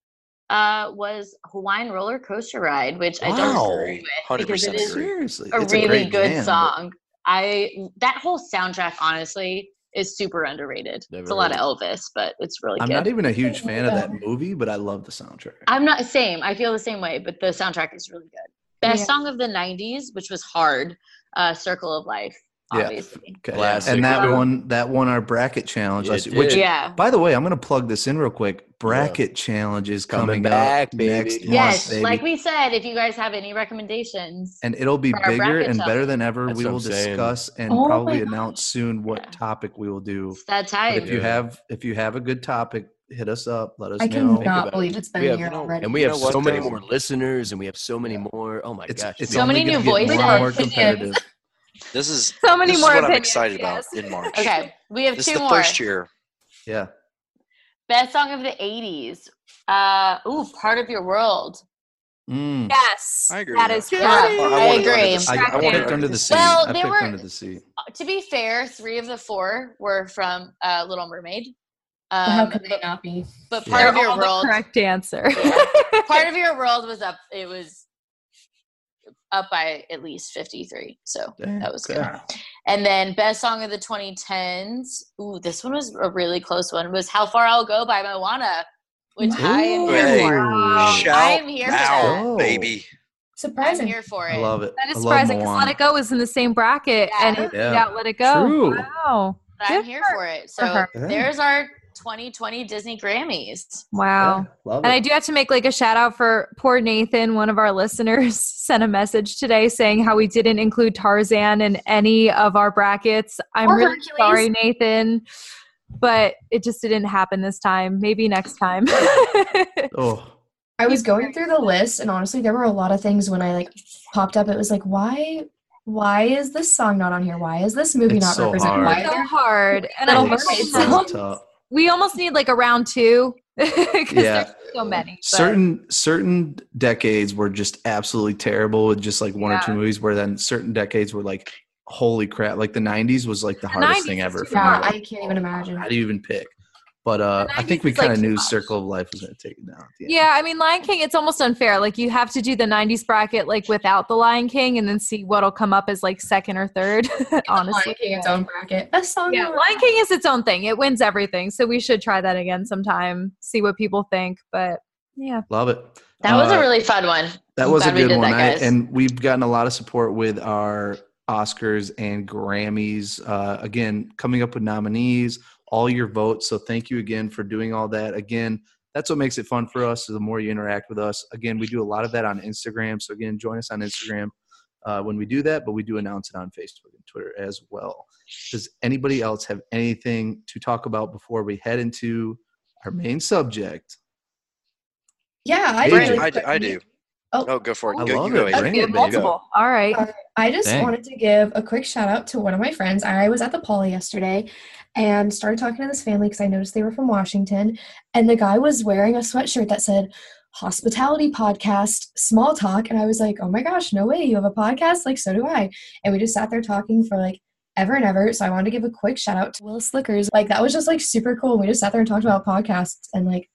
[SPEAKER 5] uh, was Hawaiian Roller Coaster Ride, which I
[SPEAKER 4] Wow.
[SPEAKER 5] don't agree with because
[SPEAKER 6] 100%
[SPEAKER 5] it is
[SPEAKER 6] agree.
[SPEAKER 4] Seriously,
[SPEAKER 5] a
[SPEAKER 4] it's
[SPEAKER 5] really
[SPEAKER 4] great
[SPEAKER 5] good
[SPEAKER 4] jam, but-
[SPEAKER 5] song. I that whole soundtrack honestly is super underrated.
[SPEAKER 8] Never
[SPEAKER 5] it's a lot
[SPEAKER 8] heard
[SPEAKER 5] of Elvis, but it's really
[SPEAKER 4] I'm
[SPEAKER 5] good.
[SPEAKER 4] not even a huge fan of that movie, but I love the soundtrack.
[SPEAKER 5] I'm not same. I feel the same way, but the soundtrack is really good. Best
[SPEAKER 10] Yeah.
[SPEAKER 5] song of the '90s, which was hard, uh, "Circle of Life,"
[SPEAKER 4] Yeah.
[SPEAKER 5] obviously.
[SPEAKER 4] Okay.
[SPEAKER 8] Classic.
[SPEAKER 4] And that
[SPEAKER 5] Um,
[SPEAKER 4] one, that one, our bracket challenge,
[SPEAKER 8] You
[SPEAKER 4] last-
[SPEAKER 8] did.
[SPEAKER 4] which,
[SPEAKER 8] Yeah.
[SPEAKER 5] Yeah.
[SPEAKER 4] by the way, I'm going to plug this in real quick. Bracket challenge is coming,
[SPEAKER 8] Coming back,
[SPEAKER 4] up
[SPEAKER 8] baby.
[SPEAKER 4] next
[SPEAKER 5] Yes,
[SPEAKER 4] month, baby.
[SPEAKER 5] like we said, if you guys have any recommendations,
[SPEAKER 4] and it'll be
[SPEAKER 5] for our
[SPEAKER 4] bigger
[SPEAKER 5] bracket
[SPEAKER 4] and better
[SPEAKER 5] challenge.
[SPEAKER 4] than ever.
[SPEAKER 8] That's
[SPEAKER 4] we
[SPEAKER 8] what
[SPEAKER 4] will
[SPEAKER 8] I'm saying.
[SPEAKER 4] discuss and
[SPEAKER 9] Oh my
[SPEAKER 4] probably
[SPEAKER 9] gosh.
[SPEAKER 4] announce soon what
[SPEAKER 5] Yeah.
[SPEAKER 4] topic we will do.
[SPEAKER 5] it's that
[SPEAKER 4] But
[SPEAKER 5] time.
[SPEAKER 4] if you
[SPEAKER 8] Yeah.
[SPEAKER 4] have, if you have a good topic, hit us up. Let us
[SPEAKER 9] I
[SPEAKER 4] know.
[SPEAKER 8] about
[SPEAKER 9] cannot
[SPEAKER 8] it.
[SPEAKER 9] believe it's been
[SPEAKER 8] We
[SPEAKER 9] a
[SPEAKER 8] have-
[SPEAKER 9] year
[SPEAKER 6] you know,
[SPEAKER 9] already.
[SPEAKER 8] And we
[SPEAKER 6] You
[SPEAKER 8] have
[SPEAKER 6] know what,
[SPEAKER 8] so many
[SPEAKER 6] though?
[SPEAKER 8] more listeners, and we have so many more. Oh my gosh!
[SPEAKER 4] it's
[SPEAKER 8] we-
[SPEAKER 5] So many
[SPEAKER 4] only gonna
[SPEAKER 5] new
[SPEAKER 4] get More and more
[SPEAKER 5] voices.
[SPEAKER 4] competitive.
[SPEAKER 6] This is
[SPEAKER 10] so many
[SPEAKER 6] this
[SPEAKER 10] more
[SPEAKER 6] is what I'm
[SPEAKER 10] opinions,
[SPEAKER 6] excited about
[SPEAKER 10] yes.
[SPEAKER 6] in March.
[SPEAKER 5] okay, we have
[SPEAKER 6] This is
[SPEAKER 5] two
[SPEAKER 6] the
[SPEAKER 5] more.
[SPEAKER 6] first year.
[SPEAKER 4] yeah.
[SPEAKER 5] Best song of the '80s. Uh, ooh, part of your world.
[SPEAKER 4] Mm.
[SPEAKER 10] Yes.
[SPEAKER 6] I agree
[SPEAKER 10] That
[SPEAKER 6] with
[SPEAKER 10] is
[SPEAKER 5] that.
[SPEAKER 10] correct.
[SPEAKER 5] Yeah. I agree.
[SPEAKER 4] I, I
[SPEAKER 10] Distracting.
[SPEAKER 4] picked under the sea.
[SPEAKER 5] Well,
[SPEAKER 4] I
[SPEAKER 5] they
[SPEAKER 4] picked
[SPEAKER 5] were-
[SPEAKER 4] under the sea.
[SPEAKER 5] Uh, To be fair, three of the four were from uh, Little Mermaid.
[SPEAKER 9] But How
[SPEAKER 5] Um,
[SPEAKER 9] could they not be?
[SPEAKER 5] but part
[SPEAKER 10] They're
[SPEAKER 5] of your
[SPEAKER 10] all the
[SPEAKER 5] world,
[SPEAKER 10] correct answer.
[SPEAKER 5] part of your world was up. It was up by at least fifty-three. So that was good.
[SPEAKER 4] Yeah.
[SPEAKER 5] And then best song of the 2010s. Ooh, this one was a really close one. Was "How Far I'll Go" by Moana, which I am here
[SPEAKER 6] Hey,
[SPEAKER 5] for.
[SPEAKER 10] Wow.
[SPEAKER 6] Shout
[SPEAKER 5] I am here for that.
[SPEAKER 6] out, baby.
[SPEAKER 5] I'm
[SPEAKER 9] Surprising.
[SPEAKER 5] here for it.
[SPEAKER 4] I love it.
[SPEAKER 10] That is
[SPEAKER 4] I love
[SPEAKER 10] surprising because
[SPEAKER 4] Moana.
[SPEAKER 10] Let It Go is in the same bracket
[SPEAKER 5] Yeah.
[SPEAKER 10] and it beat
[SPEAKER 4] Yeah.
[SPEAKER 10] out Let It Go.
[SPEAKER 4] True.
[SPEAKER 10] Wow.
[SPEAKER 5] But I'm
[SPEAKER 10] Good
[SPEAKER 5] here
[SPEAKER 10] for
[SPEAKER 5] for it.
[SPEAKER 10] for
[SPEAKER 5] So
[SPEAKER 10] her.
[SPEAKER 4] Yeah.
[SPEAKER 5] there's our 2020 Disney Grammys.
[SPEAKER 10] Wow.
[SPEAKER 4] Yeah, love
[SPEAKER 10] And I
[SPEAKER 4] it.
[SPEAKER 10] do have to make like a shout out for poor Nathan. One of our listeners sent a message today saying how we didn't include Tarzan in any of our brackets. I'm
[SPEAKER 9] Or
[SPEAKER 10] really
[SPEAKER 9] Hercules.
[SPEAKER 10] sorry, Nathan, but it just didn't happen this time. Maybe next time.
[SPEAKER 4] oh,
[SPEAKER 9] I was going through the list, and honestly, there were a lot of things when I like popped up. It was like, why, why is this song not on here? Why is this movie
[SPEAKER 4] It's
[SPEAKER 9] not
[SPEAKER 4] so hard.
[SPEAKER 9] represented? Why
[SPEAKER 10] It's
[SPEAKER 9] are
[SPEAKER 10] so
[SPEAKER 9] there
[SPEAKER 10] hard. And I
[SPEAKER 9] Little
[SPEAKER 10] hope
[SPEAKER 9] Mermaid
[SPEAKER 10] it's-
[SPEAKER 9] song.
[SPEAKER 4] Oh, so tough.
[SPEAKER 10] we almost need like a round two because
[SPEAKER 4] Yeah.
[SPEAKER 10] there's so many. but-
[SPEAKER 4] certain certain decades were just absolutely terrible with just like one or two
[SPEAKER 10] Yeah.
[SPEAKER 4] movies where then certain decades were like holy crap, like the '90s was like the,
[SPEAKER 9] The
[SPEAKER 4] hardest
[SPEAKER 9] 90s
[SPEAKER 4] thing
[SPEAKER 9] is
[SPEAKER 4] ever
[SPEAKER 9] too
[SPEAKER 4] for
[SPEAKER 9] hard.
[SPEAKER 4] me.
[SPEAKER 9] I can't even imagine.
[SPEAKER 4] Oh How do you even pick? But uh,
[SPEAKER 10] The
[SPEAKER 4] I think we
[SPEAKER 10] 90s is, like,
[SPEAKER 4] kind of
[SPEAKER 10] too
[SPEAKER 4] knew
[SPEAKER 10] much.
[SPEAKER 4] Circle of Life was going to take it down. at the end.
[SPEAKER 10] Yeah, I mean, Lion King, it's almost unfair. Like, you have to do the 90s bracket, like, without the Lion King and then see what'll come up as, like, second or third, honestly.
[SPEAKER 9] Lion King its own bracket. A song.
[SPEAKER 10] Yeah, Lion King is its own thing. It wins everything. So we should try that again sometime, see what people think. But yeah.
[SPEAKER 4] Love it.
[SPEAKER 5] That was
[SPEAKER 4] Uh,
[SPEAKER 5] a really fun one.
[SPEAKER 4] That
[SPEAKER 5] I'm
[SPEAKER 4] was a
[SPEAKER 5] glad we
[SPEAKER 4] good
[SPEAKER 5] did
[SPEAKER 4] one.
[SPEAKER 5] that,
[SPEAKER 4] I-
[SPEAKER 5] guys.
[SPEAKER 4] and we've gotten a lot of support with our Oscars and Grammys. Uh, again, coming up with nominees, all your votes. So thank you again for doing all that. Again, that's what makes it fun for us. The more you interact with us, again, we do a lot of that on Instagram. So again, join us on Instagram uh, when we do that. But we do announce it on Facebook and Twitter as well. Does anybody else have anything to talk about before we head into our main subject?
[SPEAKER 9] Yeah, I,
[SPEAKER 4] Hey,
[SPEAKER 9] did
[SPEAKER 6] Brandon,
[SPEAKER 9] really
[SPEAKER 6] I, d-
[SPEAKER 9] quick.
[SPEAKER 6] I do.
[SPEAKER 9] Oh.
[SPEAKER 6] Oh, go for it.
[SPEAKER 4] I
[SPEAKER 6] Go,
[SPEAKER 4] love
[SPEAKER 6] you go,
[SPEAKER 4] it,
[SPEAKER 6] Adrian.
[SPEAKER 4] Brandon.
[SPEAKER 6] You go.
[SPEAKER 10] multiple. All right.
[SPEAKER 9] All right, I just
[SPEAKER 4] Dang.
[SPEAKER 9] wanted to give a quick shout out to one of my friends. I was at the Poly yesterday and started talking to this family because I noticed they were from Washington. And the guy was wearing a sweatshirt that said hospitality podcast small talk. And I was like, oh my gosh, no way, you have a podcast? Like, so do I. And we just sat there talking for like ever and ever. So I wanted to give a quick shout out to Will Slickers. Like, that was just like super cool. We just sat there and talked about podcasts and like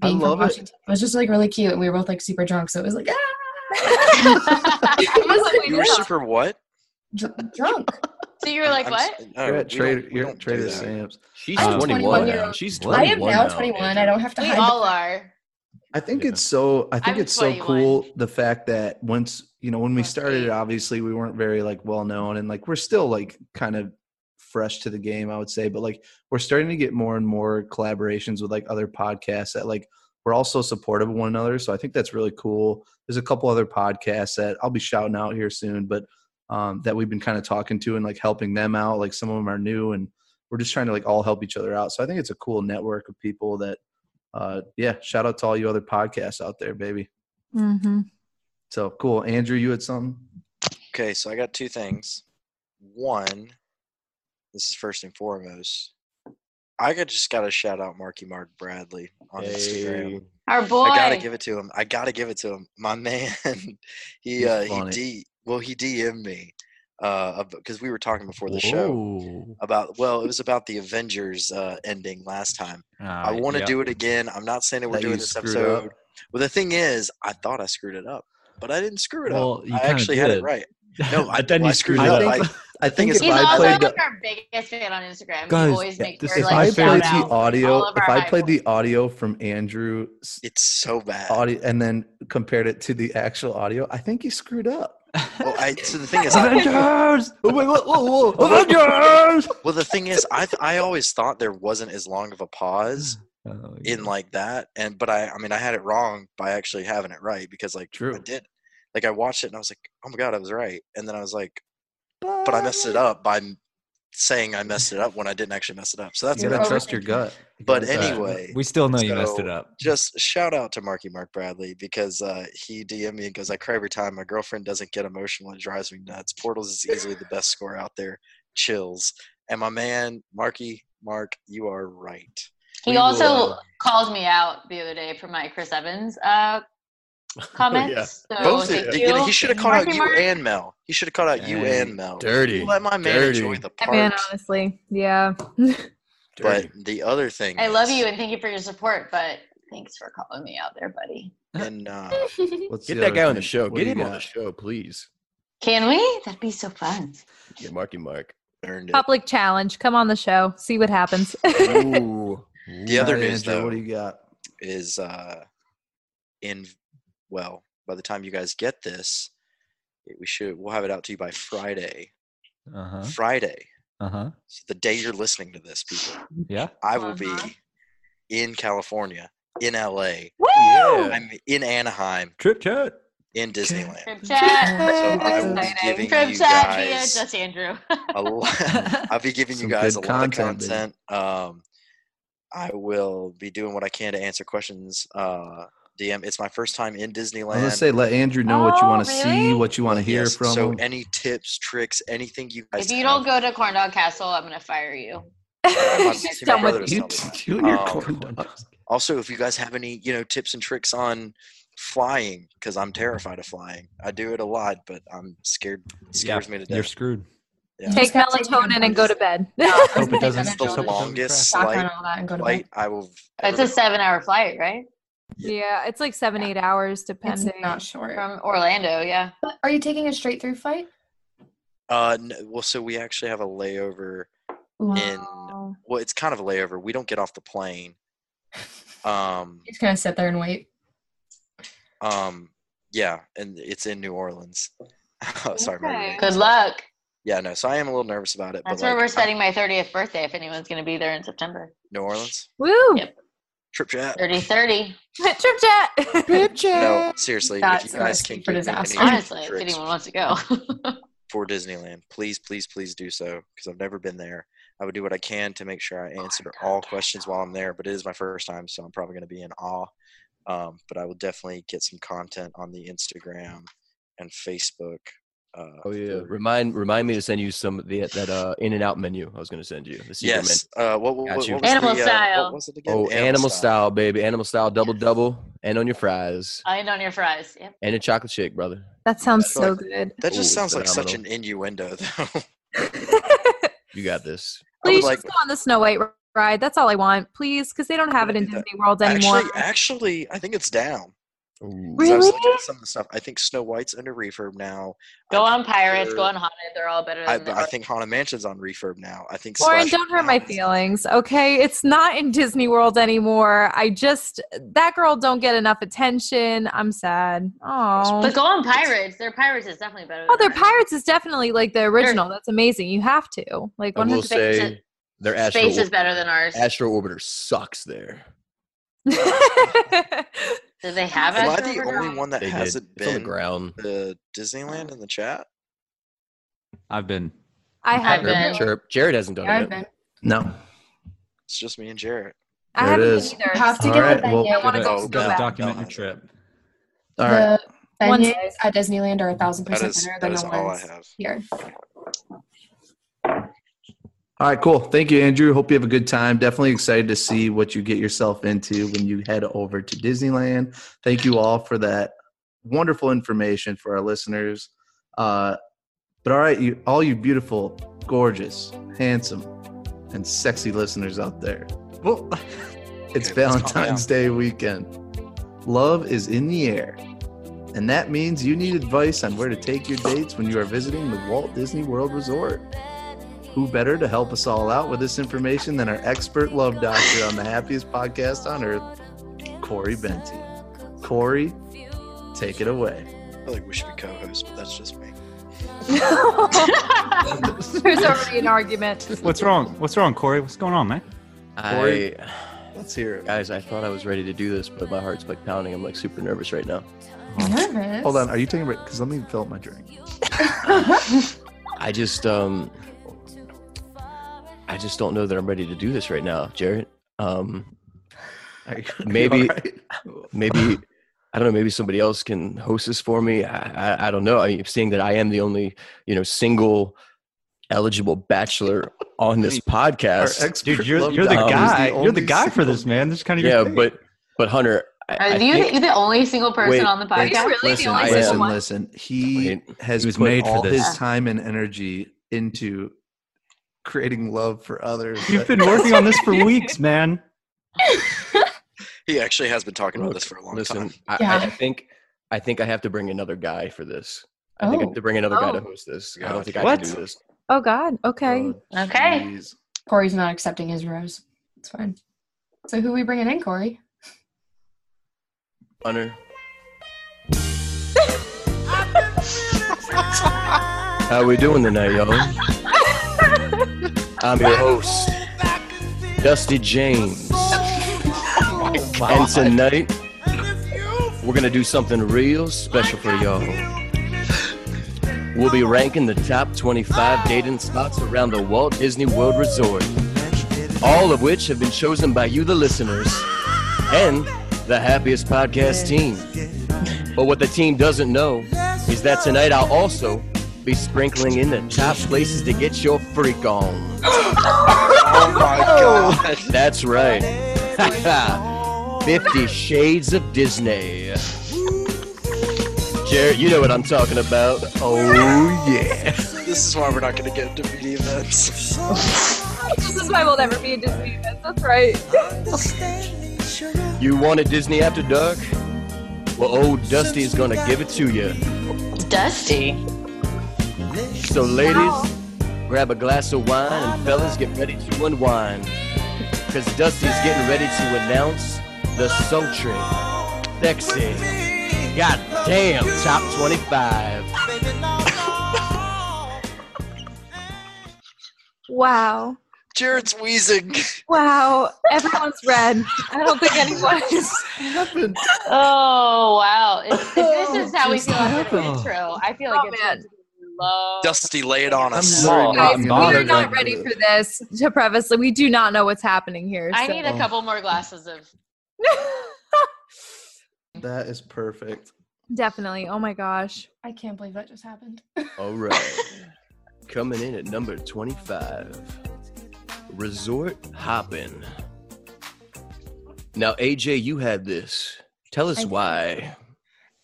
[SPEAKER 9] being
[SPEAKER 4] love
[SPEAKER 9] from
[SPEAKER 4] it.
[SPEAKER 9] Washington. It. was just like really cute. And we were both like super drunk. So it was like, ah!
[SPEAKER 10] I was like,
[SPEAKER 6] You were super what?
[SPEAKER 9] Dr- drunk.
[SPEAKER 5] so you were like,
[SPEAKER 6] I'm
[SPEAKER 5] what?
[SPEAKER 6] s- no,
[SPEAKER 4] You're
[SPEAKER 6] we
[SPEAKER 4] at
[SPEAKER 6] don't-
[SPEAKER 4] Trader,
[SPEAKER 6] we
[SPEAKER 4] you're
[SPEAKER 6] don't
[SPEAKER 4] at
[SPEAKER 6] do
[SPEAKER 4] Trader
[SPEAKER 6] that.
[SPEAKER 4] Sam's.
[SPEAKER 8] She's
[SPEAKER 9] I'm
[SPEAKER 8] 21,
[SPEAKER 9] 21 year
[SPEAKER 8] now.
[SPEAKER 9] old.
[SPEAKER 8] She's
[SPEAKER 9] I am
[SPEAKER 8] 21
[SPEAKER 9] now 21. I don't have to
[SPEAKER 5] We
[SPEAKER 9] hide.
[SPEAKER 5] all are.
[SPEAKER 4] I think
[SPEAKER 8] Yeah.
[SPEAKER 4] it's so. I think
[SPEAKER 5] I'm
[SPEAKER 4] it's
[SPEAKER 5] 21.
[SPEAKER 4] so cool the fact that once you know when we
[SPEAKER 5] Must
[SPEAKER 4] started,
[SPEAKER 5] be.
[SPEAKER 4] it, obviously we weren't very like well known, and like we're still like kind of fresh to the game, I would say. But like we're starting to get more and more collaborations with like other podcasts that like we're also supportive of one another. So I think that's really cool. There's a couple other podcasts that I'll be shouting out here soon, but um, that we've been kind of talking to and like helping them out. Like some of them are new, and we're just trying to like all help each other out. So I think it's a cool network of people that uh, yeah, shout out to all you other podcasts out there, baby.
[SPEAKER 10] mm-hmm.
[SPEAKER 4] So cool. Andrew, you had something?
[SPEAKER 6] Okay, so I got two things. One, this is first and foremost. I got just got to shout out Marky Mark Bradley on Instagram.
[SPEAKER 5] Our boy.
[SPEAKER 6] I gotta give it to him. I gotta give it to him. My man, he
[SPEAKER 4] He's
[SPEAKER 6] uh, he
[SPEAKER 4] funny.
[SPEAKER 6] d well he DM'd me uh because we were talking before the show
[SPEAKER 7] Whoa.
[SPEAKER 6] about well it was about the Avengers uh ending last time.
[SPEAKER 7] Ah,
[SPEAKER 6] I want to
[SPEAKER 7] yep.
[SPEAKER 6] do it again. I'm not saying that we're
[SPEAKER 4] That you
[SPEAKER 6] doing this
[SPEAKER 4] screwed
[SPEAKER 6] episode.
[SPEAKER 4] up?
[SPEAKER 6] Well, the thing is, I thought I screwed it up, but I didn't screw it
[SPEAKER 7] Well,
[SPEAKER 6] up.
[SPEAKER 7] you
[SPEAKER 6] I
[SPEAKER 7] kinda
[SPEAKER 6] actually had
[SPEAKER 7] did.
[SPEAKER 6] it right. No, I-
[SPEAKER 7] But then
[SPEAKER 6] well, I
[SPEAKER 7] you screwed
[SPEAKER 6] screwed
[SPEAKER 7] it
[SPEAKER 6] it
[SPEAKER 7] up.
[SPEAKER 6] up. I-
[SPEAKER 4] I think
[SPEAKER 6] He's
[SPEAKER 4] if
[SPEAKER 5] He's
[SPEAKER 4] I
[SPEAKER 5] also
[SPEAKER 4] played the
[SPEAKER 5] like our biggest fan on Instagram.
[SPEAKER 7] Guys,
[SPEAKER 5] he always
[SPEAKER 7] yeah,
[SPEAKER 5] makes
[SPEAKER 7] this
[SPEAKER 5] her
[SPEAKER 7] is
[SPEAKER 4] if I
[SPEAKER 5] like shout
[SPEAKER 4] played
[SPEAKER 5] out
[SPEAKER 4] the
[SPEAKER 5] with all
[SPEAKER 4] audio,
[SPEAKER 5] of
[SPEAKER 4] if
[SPEAKER 5] our
[SPEAKER 4] I
[SPEAKER 5] high
[SPEAKER 4] played
[SPEAKER 5] points.
[SPEAKER 4] the audio from Andrew's
[SPEAKER 6] It's so bad.
[SPEAKER 4] audio and then compared it to the actual audio, I think he screwed up.
[SPEAKER 6] Well, I, so the thing is, I,
[SPEAKER 7] Avengers! Oh, wait, whoa, whoa, whoa. Avengers!
[SPEAKER 6] well, the thing is, I th- I always thought there wasn't as long of a pause
[SPEAKER 7] Oh, yeah.
[SPEAKER 6] in like that, and but I I mean I had it wrong by actually having it right because like I
[SPEAKER 4] True.
[SPEAKER 6] did, like I watched it and I was like, oh my god, I was right, and then I was like, but I messed it up by m- saying I messed it up when I didn't actually mess it up. So that's
[SPEAKER 4] You
[SPEAKER 6] about
[SPEAKER 4] gotta
[SPEAKER 6] it.
[SPEAKER 4] trust your gut. You
[SPEAKER 6] But
[SPEAKER 4] gotta trust your gut.
[SPEAKER 6] anyway,
[SPEAKER 7] we still know you messed
[SPEAKER 6] so-
[SPEAKER 7] it up.
[SPEAKER 6] just shout out to Marky Mark Bradley because uh, he DM'd me and goes, I cry every time my girlfriend doesn't get emotional. It drives me nuts. Portals is easily the best score out there. Chills. And my man, Marky Mark, you are right.
[SPEAKER 5] He
[SPEAKER 6] We will,
[SPEAKER 5] also
[SPEAKER 6] uh,
[SPEAKER 5] called me out the other day for my Chris Evans uh, comments. So
[SPEAKER 6] Oh, Both,
[SPEAKER 5] Oh, thank
[SPEAKER 6] you
[SPEAKER 5] you.
[SPEAKER 6] know, he should have called out
[SPEAKER 5] Marky
[SPEAKER 6] you
[SPEAKER 5] Mark.
[SPEAKER 6] and Mel. He should have called out you
[SPEAKER 7] Dang,
[SPEAKER 6] and Mel.
[SPEAKER 8] Dirty.
[SPEAKER 6] Let my man
[SPEAKER 8] Dirty.
[SPEAKER 6] enjoy the
[SPEAKER 10] I mean,
[SPEAKER 6] part.
[SPEAKER 10] honestly, yeah.
[SPEAKER 6] But the other thing,
[SPEAKER 5] I love
[SPEAKER 6] is-
[SPEAKER 5] you and thank you for your support, but thanks for calling me out there, buddy.
[SPEAKER 6] And uh,
[SPEAKER 4] What's
[SPEAKER 8] Get
[SPEAKER 4] the
[SPEAKER 8] that
[SPEAKER 4] other
[SPEAKER 8] guy on the
[SPEAKER 4] thing?
[SPEAKER 8] show.
[SPEAKER 4] What
[SPEAKER 8] Get
[SPEAKER 4] do you
[SPEAKER 8] him on the
[SPEAKER 4] got?
[SPEAKER 8] show, please.
[SPEAKER 5] Can we? That'd be so fun.
[SPEAKER 8] Yeah, Marky Mark.
[SPEAKER 6] earned it.
[SPEAKER 10] Public challenge. Come on the show. See what happens.
[SPEAKER 8] Ooh.
[SPEAKER 6] The other
[SPEAKER 4] All right, Andrew,
[SPEAKER 6] news, though,
[SPEAKER 4] what do you got?
[SPEAKER 6] is uh in well by the time you guys get this it, we should we'll have it out to you by friday
[SPEAKER 7] Uh huh.
[SPEAKER 6] friday
[SPEAKER 7] Uh huh.
[SPEAKER 6] so the day you're listening to this people
[SPEAKER 7] Yeah.
[SPEAKER 6] i will be
[SPEAKER 5] Uh-huh.
[SPEAKER 6] in california in la
[SPEAKER 10] Woo!
[SPEAKER 6] i'm in anaheim
[SPEAKER 7] Trip chat.
[SPEAKER 6] in disneyland
[SPEAKER 5] Trip chat.
[SPEAKER 6] so i will be
[SPEAKER 10] Exciting.
[SPEAKER 6] giving
[SPEAKER 5] Trip
[SPEAKER 6] you
[SPEAKER 5] chat via
[SPEAKER 6] guys
[SPEAKER 5] Just Andrew.
[SPEAKER 6] a lot. I'll be giving
[SPEAKER 4] Some
[SPEAKER 6] you guys a
[SPEAKER 4] good
[SPEAKER 6] lot of
[SPEAKER 4] content, baby.
[SPEAKER 6] content. Um, I will be doing what I can to answer questions. Uh, DM, it's my first time in Disneyland.
[SPEAKER 4] I was gonna say let Andrew know what you
[SPEAKER 10] Oh,
[SPEAKER 4] want to see,
[SPEAKER 10] really?
[SPEAKER 4] what you want to hear
[SPEAKER 6] Yes,
[SPEAKER 4] from
[SPEAKER 6] So,
[SPEAKER 4] him.
[SPEAKER 6] any tips, tricks, anything you guys?
[SPEAKER 5] if you don't
[SPEAKER 6] have-
[SPEAKER 5] go to Corndog Castle, I'm gonna fire you.
[SPEAKER 10] She's
[SPEAKER 6] to
[SPEAKER 10] done
[SPEAKER 6] my
[SPEAKER 10] with
[SPEAKER 6] brother's
[SPEAKER 10] you.
[SPEAKER 6] not with
[SPEAKER 8] Junior
[SPEAKER 6] Um, Also, if you guys have any, you know, tips and tricks on flying, because I'm terrified of flying. I do it a lot, but I'm scared. It scares me to
[SPEAKER 7] You're
[SPEAKER 6] death.
[SPEAKER 7] screwed.
[SPEAKER 6] Yeah.
[SPEAKER 10] Take
[SPEAKER 9] Just gotta take
[SPEAKER 10] melatonin and go to bed.
[SPEAKER 4] Hope it doesn't
[SPEAKER 6] That's
[SPEAKER 4] still
[SPEAKER 6] the
[SPEAKER 9] Hope it doesn't
[SPEAKER 6] longest
[SPEAKER 9] Stock on
[SPEAKER 6] flight,
[SPEAKER 9] all that and go to bed.
[SPEAKER 6] flight I will.
[SPEAKER 5] That's a
[SPEAKER 6] ever-
[SPEAKER 5] seven hour flight, right?
[SPEAKER 10] yeah, it's like seven, eight hours
[SPEAKER 9] It's
[SPEAKER 10] depending.
[SPEAKER 9] not short.
[SPEAKER 5] From Orlando, yeah.
[SPEAKER 9] But are you taking a straight through flight?
[SPEAKER 6] Uh, n- well, so we actually have a layover. in
[SPEAKER 9] Wow.
[SPEAKER 6] well it's kind of a layover we don't get off the plane um
[SPEAKER 9] You're just gonna sit there and wait.
[SPEAKER 6] um yeah and it's in new orleans sorry Marty,
[SPEAKER 10] Okay.
[SPEAKER 5] Good luck.
[SPEAKER 6] yeah no so i am a little nervous about it
[SPEAKER 5] That's
[SPEAKER 6] but
[SPEAKER 5] where
[SPEAKER 6] like,
[SPEAKER 5] we're
[SPEAKER 6] I'm-
[SPEAKER 5] setting my 30th birthday if anyone's going to be there in September.
[SPEAKER 6] new orleans
[SPEAKER 10] Woo!
[SPEAKER 5] Yep.
[SPEAKER 6] trip chat
[SPEAKER 5] 30 30.
[SPEAKER 10] Trip chat.
[SPEAKER 6] no seriously
[SPEAKER 9] That's
[SPEAKER 6] if
[SPEAKER 9] the
[SPEAKER 6] you guys
[SPEAKER 9] recipe
[SPEAKER 6] can
[SPEAKER 9] for
[SPEAKER 6] give me any
[SPEAKER 9] disaster.
[SPEAKER 5] Honestly, if
[SPEAKER 6] tricks
[SPEAKER 5] anyone wants to go.
[SPEAKER 6] for disneyland please please please do so because i've never been there i would do what i can to make
[SPEAKER 5] Oh
[SPEAKER 6] sure i answer all questions while i'm there but it is my first time so i'm probably going to be in awe um, but i will definitely get some content on the instagram and facebook uh,
[SPEAKER 8] Oh yeah. Remind remind me to send you some of the that uh in and out menu I was gonna send you. The secret
[SPEAKER 6] Yes. Uh, what, what,
[SPEAKER 8] Got
[SPEAKER 6] what,
[SPEAKER 8] you.
[SPEAKER 6] what was
[SPEAKER 5] Animal
[SPEAKER 6] the, uh,
[SPEAKER 5] style.
[SPEAKER 6] what was it again?
[SPEAKER 8] menu. Oh, animal, style. baby. Animal style double double and on your fries.
[SPEAKER 5] and on your fries. Yep.
[SPEAKER 8] And a chocolate shake, brother.
[SPEAKER 10] That sounds
[SPEAKER 6] That's
[SPEAKER 10] so
[SPEAKER 6] like-
[SPEAKER 10] good.
[SPEAKER 6] That just
[SPEAKER 8] Ooh,
[SPEAKER 6] sounds like such an
[SPEAKER 8] Oh, phenomenal.
[SPEAKER 6] innuendo, though.
[SPEAKER 8] You got this.
[SPEAKER 6] I would
[SPEAKER 10] Please
[SPEAKER 6] like-
[SPEAKER 10] just go on the Snow White r- ride. That's all I want, please, because they don't have it in
[SPEAKER 6] do that.
[SPEAKER 10] Disney World anymore.
[SPEAKER 6] Actually, actually, I think it's down.
[SPEAKER 8] Ooh.
[SPEAKER 6] 'Cause I was
[SPEAKER 10] Really?
[SPEAKER 6] looking at some of the stuff. I think Snow White's under refurb now.
[SPEAKER 5] Go
[SPEAKER 6] I'm
[SPEAKER 5] on Pirates, go
[SPEAKER 6] sure-
[SPEAKER 5] on Haunted. They're all better
[SPEAKER 6] I,
[SPEAKER 5] than they
[SPEAKER 6] I
[SPEAKER 5] are.
[SPEAKER 6] think Haunted Mansion's on refurb now. I think.
[SPEAKER 10] Lauren,
[SPEAKER 6] Slash
[SPEAKER 10] don't hurt my
[SPEAKER 6] Mountains-
[SPEAKER 10] feelings, okay? It's not in Disney World anymore. I just that girl don't get enough attention. I'm sad.
[SPEAKER 5] But
[SPEAKER 10] Oh,
[SPEAKER 5] go on Pirates. Their Pirates is definitely better.
[SPEAKER 10] oh, their
[SPEAKER 5] than ours.
[SPEAKER 10] Pirates is definitely like the original. That's amazing. You have to like
[SPEAKER 8] I
[SPEAKER 10] one
[SPEAKER 8] will
[SPEAKER 10] hundred.
[SPEAKER 5] space
[SPEAKER 8] say
[SPEAKER 5] is-
[SPEAKER 8] their astro
[SPEAKER 5] Space is
[SPEAKER 8] Orbiter-
[SPEAKER 5] better than ours.
[SPEAKER 8] Astro Orbiter sucks there.
[SPEAKER 5] Do they have
[SPEAKER 6] Am I
[SPEAKER 5] Astro
[SPEAKER 6] the
[SPEAKER 5] Orbiter?
[SPEAKER 6] only one that
[SPEAKER 8] They did.
[SPEAKER 6] hasn't
[SPEAKER 8] It's on the
[SPEAKER 6] been
[SPEAKER 8] ground.
[SPEAKER 6] to
[SPEAKER 10] Oh.
[SPEAKER 6] Disneyland in the chat?
[SPEAKER 7] I've been.
[SPEAKER 10] I have
[SPEAKER 5] I've
[SPEAKER 10] been.
[SPEAKER 5] been.
[SPEAKER 8] Chirp, chirp. Jared hasn't done
[SPEAKER 9] Yeah,
[SPEAKER 8] it.
[SPEAKER 9] I've
[SPEAKER 8] Yet.
[SPEAKER 9] been.
[SPEAKER 4] No.
[SPEAKER 6] It's just me and Jarrett.
[SPEAKER 8] There
[SPEAKER 10] I
[SPEAKER 8] it
[SPEAKER 10] haven't been
[SPEAKER 8] is.
[SPEAKER 10] either.
[SPEAKER 9] You have to
[SPEAKER 4] All
[SPEAKER 9] go
[SPEAKER 4] right,
[SPEAKER 9] to the
[SPEAKER 4] well,
[SPEAKER 10] I
[SPEAKER 9] venue.
[SPEAKER 10] want to
[SPEAKER 6] Good
[SPEAKER 10] go,
[SPEAKER 6] old
[SPEAKER 10] go
[SPEAKER 6] God.
[SPEAKER 10] back.
[SPEAKER 7] document your
[SPEAKER 6] God.
[SPEAKER 7] trip.
[SPEAKER 4] All right.
[SPEAKER 9] The
[SPEAKER 10] One
[SPEAKER 9] venues
[SPEAKER 10] day.
[SPEAKER 9] at Disneyland are a thousand
[SPEAKER 6] That
[SPEAKER 9] percent
[SPEAKER 6] is
[SPEAKER 9] better
[SPEAKER 6] that
[SPEAKER 9] than
[SPEAKER 6] is
[SPEAKER 9] the
[SPEAKER 6] all I
[SPEAKER 9] ones
[SPEAKER 6] have.
[SPEAKER 9] here.
[SPEAKER 4] All right, cool. Thank you, Andrew. Hope you have a good time. Definitely excited to see what you get yourself into when you head over to Disneyland. Thank you all for that wonderful information for our listeners. Uh, but all right, you, all you beautiful, gorgeous, handsome, and sexy listeners out there. Well, it's
[SPEAKER 6] Okay, let's calm
[SPEAKER 4] Valentine's Day weekend. Love is in the air. And that means you need advice on where to take your dates when you are visiting the Walt Disney World Resort. Who better to help us all out with this information than our expert love doctor on the happiest podcast on earth, Corey Benty? Corey, take it away.
[SPEAKER 6] I feel like we should be co-hosts, but that's just me.
[SPEAKER 10] There's already an argument.
[SPEAKER 7] What's wrong? What's wrong, Corey? What's going on, man?
[SPEAKER 8] I,
[SPEAKER 4] Let's hear it.
[SPEAKER 8] guys, I thought I was ready to do this, but my heart's like pounding. I'm like super nervous right now.
[SPEAKER 9] Nervous.
[SPEAKER 4] Hold on, are you taking a break? Because let me fill up my drink.
[SPEAKER 8] I just um I just don't know that I'm ready to do this right now, Jarrett. Um
[SPEAKER 4] Are you gonna be
[SPEAKER 8] Maybe-
[SPEAKER 4] all right?
[SPEAKER 8] maybe I don't know, maybe somebody else can host this for me. I I, I don't know. I mean, seeing that I am the only, you know, single eligible bachelor on this
[SPEAKER 4] Our
[SPEAKER 8] podcast.
[SPEAKER 4] expert
[SPEAKER 7] Dude, you're,
[SPEAKER 4] love
[SPEAKER 7] you're the
[SPEAKER 4] doctor is
[SPEAKER 7] guy. you're the
[SPEAKER 4] only
[SPEAKER 7] guy for
[SPEAKER 4] single-
[SPEAKER 7] this, man. This is kind of
[SPEAKER 8] yeah,
[SPEAKER 7] your thing.
[SPEAKER 8] but but Hunter, I,
[SPEAKER 5] Are
[SPEAKER 8] I
[SPEAKER 5] you
[SPEAKER 8] think-
[SPEAKER 5] the, the only single person
[SPEAKER 8] Wait,
[SPEAKER 5] on the
[SPEAKER 10] Are you
[SPEAKER 5] podcast?
[SPEAKER 10] really
[SPEAKER 4] Listen,
[SPEAKER 10] the only
[SPEAKER 8] I
[SPEAKER 10] single
[SPEAKER 4] listen,
[SPEAKER 10] one?
[SPEAKER 4] listen. He
[SPEAKER 8] Wait,
[SPEAKER 4] has
[SPEAKER 7] he was
[SPEAKER 4] put
[SPEAKER 7] made for
[SPEAKER 4] all
[SPEAKER 7] this.
[SPEAKER 4] his time and energy into creating love for others.
[SPEAKER 7] You've been working on this for weeks, man.
[SPEAKER 6] He actually has been talking about
[SPEAKER 8] Look,
[SPEAKER 6] this for a long
[SPEAKER 8] listen,
[SPEAKER 6] time.
[SPEAKER 8] I, I-
[SPEAKER 9] Yeah.
[SPEAKER 8] I think I think I have to bring another guy for this. I think I
[SPEAKER 9] Oh.
[SPEAKER 8] have to bring another guy to
[SPEAKER 10] Oh.
[SPEAKER 8] host this. I
[SPEAKER 6] God.
[SPEAKER 8] don't think I
[SPEAKER 7] What?
[SPEAKER 8] can do this.
[SPEAKER 10] Oh God. Okay.
[SPEAKER 4] Oh,
[SPEAKER 5] Okay.
[SPEAKER 4] jeez.
[SPEAKER 9] Corey's not accepting his rose. It's fine. So who we bringing in, Corey?
[SPEAKER 8] Hunter. How we doing tonight, y'all? I'm your host, Dusty James. And tonight, we're gonna do something real special for y'all. We'll be ranking the top 25 dating spots around the Walt Disney World Resort, all of which have been chosen by you, the listeners, and the happiest podcast team. But what the team doesn't know is that tonight I'll also be sprinkling in the top places to get your freak on.
[SPEAKER 6] Oh my god!
[SPEAKER 8] That's right. 50 Shades of Disney. Jared, you know what I'm talking about. Oh, yeah.
[SPEAKER 6] This is why we're not going to get into media events.
[SPEAKER 10] this is why we'll never be a Disney event. That's right.
[SPEAKER 8] You want a Disney after dark? Well, old Dusty is gonna give it to you.
[SPEAKER 5] Dusty.
[SPEAKER 8] So, ladies, grab a glass of wine, and fellas, get ready to unwind. Because Dusty's getting ready to announce the sultry, sexy, goddamn top 25.
[SPEAKER 10] Wow.
[SPEAKER 6] Jared's wheezing.
[SPEAKER 10] Wow. Everyone's red. I don't think anyone is.
[SPEAKER 4] happened?
[SPEAKER 5] Oh wow! If, if this is how we
[SPEAKER 4] Just
[SPEAKER 5] feel after the
[SPEAKER 4] happened.
[SPEAKER 5] intro, I feel like
[SPEAKER 10] Oh,
[SPEAKER 5] it's
[SPEAKER 10] man.
[SPEAKER 5] going to be low.
[SPEAKER 6] Dusty, lay it on
[SPEAKER 4] I'm
[SPEAKER 6] us.
[SPEAKER 4] sorry,
[SPEAKER 10] Guys,
[SPEAKER 4] Mom.
[SPEAKER 10] we are
[SPEAKER 4] Bothered
[SPEAKER 10] not
[SPEAKER 4] by
[SPEAKER 10] ready
[SPEAKER 4] this.
[SPEAKER 10] for this. To preface, we do not know what's happening here.
[SPEAKER 5] I
[SPEAKER 10] so-
[SPEAKER 5] need a couple more glasses of.
[SPEAKER 4] That is perfect.
[SPEAKER 10] Definitely. Oh my gosh.
[SPEAKER 9] I can't believe that just happened.
[SPEAKER 8] All right. Coming in at number 25, Resort Hoppin'. Now, AJ, you had this. Tell
[SPEAKER 9] I
[SPEAKER 8] us
[SPEAKER 9] did.
[SPEAKER 8] why.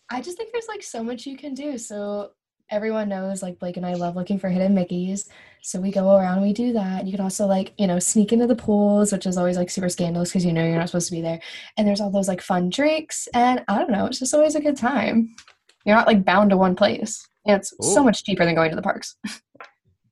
[SPEAKER 9] I just think there's like so much you can do. So everyone knows like Blake and I love looking for hidden Mickeys. So we go around, we do that. You can also like, you know, sneak into the pools, which is always like super scandalous because you know you're not supposed to be there. And there's all those like fun drinks and I don't know, it's just always a good time. You're not like bound to one place. And it's so
[SPEAKER 8] Ooh.
[SPEAKER 9] much cheaper than going to the parks.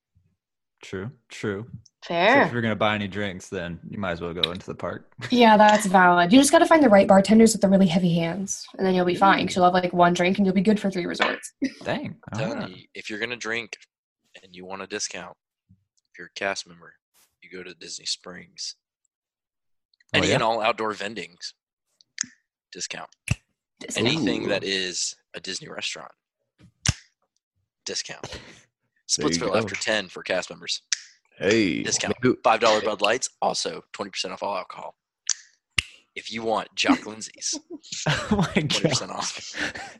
[SPEAKER 7] True. True. So if
[SPEAKER 5] Fair.
[SPEAKER 7] you're gonna buy any drinks, then you might as well go into the park.
[SPEAKER 9] yeah, that's valid. You just got to find the right bartenders with the really heavy hands and then you'll be fine because you'll have like one drink and you'll be good for three resorts.
[SPEAKER 7] Dang.
[SPEAKER 6] I'm
[SPEAKER 7] all
[SPEAKER 6] telling
[SPEAKER 8] Ah.
[SPEAKER 7] right.
[SPEAKER 6] you, if you're gonna drink and you want a discount, if you're a cast member, you go to Disney Springs.
[SPEAKER 7] Oh,
[SPEAKER 6] Any
[SPEAKER 7] yeah?
[SPEAKER 6] and all outdoor vendings discount. Anything that is a Disney restaurant discount.
[SPEAKER 8] There you
[SPEAKER 6] Splitsville
[SPEAKER 8] go.
[SPEAKER 6] after ten for cast members.
[SPEAKER 8] Hey,
[SPEAKER 6] Discount.
[SPEAKER 8] maybe-
[SPEAKER 6] Five dollar Bud Lights, also twenty percent off all alcohol. If you want Jock Lindsay's,
[SPEAKER 7] oh my
[SPEAKER 6] twenty
[SPEAKER 7] god.
[SPEAKER 6] percent off.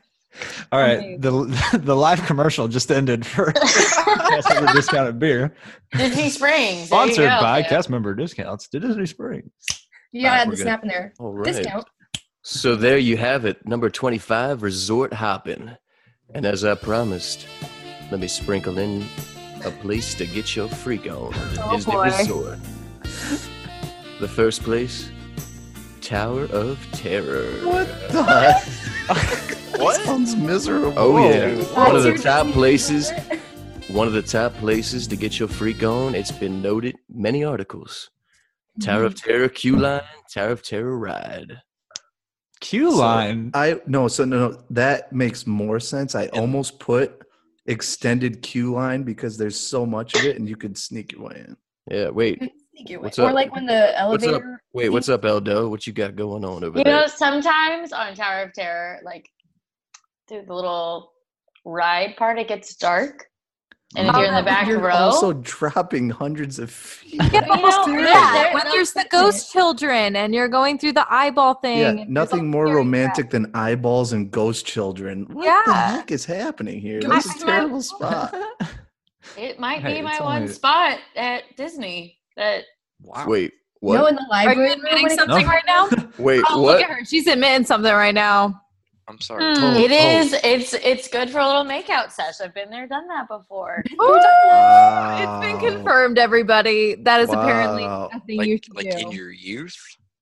[SPEAKER 7] All
[SPEAKER 10] Amazing.
[SPEAKER 7] right. The the live commercial just ended for cast member discounted beer.
[SPEAKER 5] Disney Springs. there you
[SPEAKER 7] Sponsored
[SPEAKER 5] go,
[SPEAKER 7] by
[SPEAKER 5] fam.
[SPEAKER 7] cast member discounts to Disney Springs.
[SPEAKER 9] You got
[SPEAKER 7] Alright,
[SPEAKER 9] to add
[SPEAKER 7] we're
[SPEAKER 9] the
[SPEAKER 7] good.
[SPEAKER 9] snap in there.
[SPEAKER 8] All right.
[SPEAKER 9] Discount.
[SPEAKER 8] So there you have it, number 25, Resort Hoppin'. And as I promised, let me sprinkle in a place to get your freak on the
[SPEAKER 10] Oh,
[SPEAKER 8] Disney
[SPEAKER 10] boy.
[SPEAKER 8] Resort. The first place, Tower of Terror.
[SPEAKER 4] What the?
[SPEAKER 6] What?
[SPEAKER 4] Sounds miserable.
[SPEAKER 8] Oh, yeah. One of the
[SPEAKER 9] That's your
[SPEAKER 8] top
[SPEAKER 9] Disney
[SPEAKER 8] places.
[SPEAKER 9] resort?
[SPEAKER 8] One of the top places to get your freak on. It's been noted many articles. Tower of Terror Q line, Tower of Terror ride.
[SPEAKER 7] Q
[SPEAKER 8] So-
[SPEAKER 7] line.
[SPEAKER 4] I no, so no, no, that makes more sense. I almost put extended queue line because there's so much of it, and you could sneak your way in.
[SPEAKER 8] Yeah, wait,
[SPEAKER 9] Sneak your way.
[SPEAKER 8] What's
[SPEAKER 9] Or
[SPEAKER 8] up?
[SPEAKER 9] like when the
[SPEAKER 8] up?
[SPEAKER 9] elevator.
[SPEAKER 8] wait. What's up, Eldo? What you got going on over
[SPEAKER 5] You
[SPEAKER 8] there?
[SPEAKER 5] know, sometimes on Tower of Terror, like through the little ride part, it gets dark, and if
[SPEAKER 10] Oh,
[SPEAKER 5] you're in the
[SPEAKER 10] but
[SPEAKER 5] back
[SPEAKER 4] You're
[SPEAKER 5] row,
[SPEAKER 4] also dropping hundreds of feet.
[SPEAKER 5] you know,
[SPEAKER 10] Yeah,
[SPEAKER 5] there-
[SPEAKER 10] when
[SPEAKER 5] no-
[SPEAKER 10] there's the ghost children and you're going through the eyeball thing. and
[SPEAKER 4] Yeah,
[SPEAKER 10] there's all
[SPEAKER 4] nothing more
[SPEAKER 10] scary
[SPEAKER 4] romantic than eyeballs and ghost children. What the
[SPEAKER 10] Yeah.
[SPEAKER 4] heck is happening here?
[SPEAKER 10] Can I
[SPEAKER 4] This is
[SPEAKER 10] ask
[SPEAKER 4] a
[SPEAKER 10] my-
[SPEAKER 4] terrible spot.
[SPEAKER 5] it might
[SPEAKER 7] Hey,
[SPEAKER 5] be my
[SPEAKER 7] it's
[SPEAKER 5] one
[SPEAKER 7] only-
[SPEAKER 5] spot at Disney that
[SPEAKER 7] Wow.
[SPEAKER 8] Wait, what?
[SPEAKER 9] No, in the
[SPEAKER 10] crap. Are you
[SPEAKER 9] library. room
[SPEAKER 10] admitting
[SPEAKER 9] when it-
[SPEAKER 10] something
[SPEAKER 7] No.
[SPEAKER 10] right now?
[SPEAKER 8] Wait,
[SPEAKER 10] Oh, look at
[SPEAKER 8] what?
[SPEAKER 10] her. She's admitting something right now.
[SPEAKER 6] I'm sorry.
[SPEAKER 10] Hmm.
[SPEAKER 5] It
[SPEAKER 4] oh.
[SPEAKER 5] is. It's it's good for a little makeout sesh. I've been there, done that before.
[SPEAKER 10] Woo!
[SPEAKER 4] Wow.
[SPEAKER 10] It's been confirmed, everybody. That is apparently
[SPEAKER 4] Wow.
[SPEAKER 10] nothing Hmm, you
[SPEAKER 6] Like,
[SPEAKER 10] should
[SPEAKER 6] like
[SPEAKER 10] do.
[SPEAKER 6] in your youth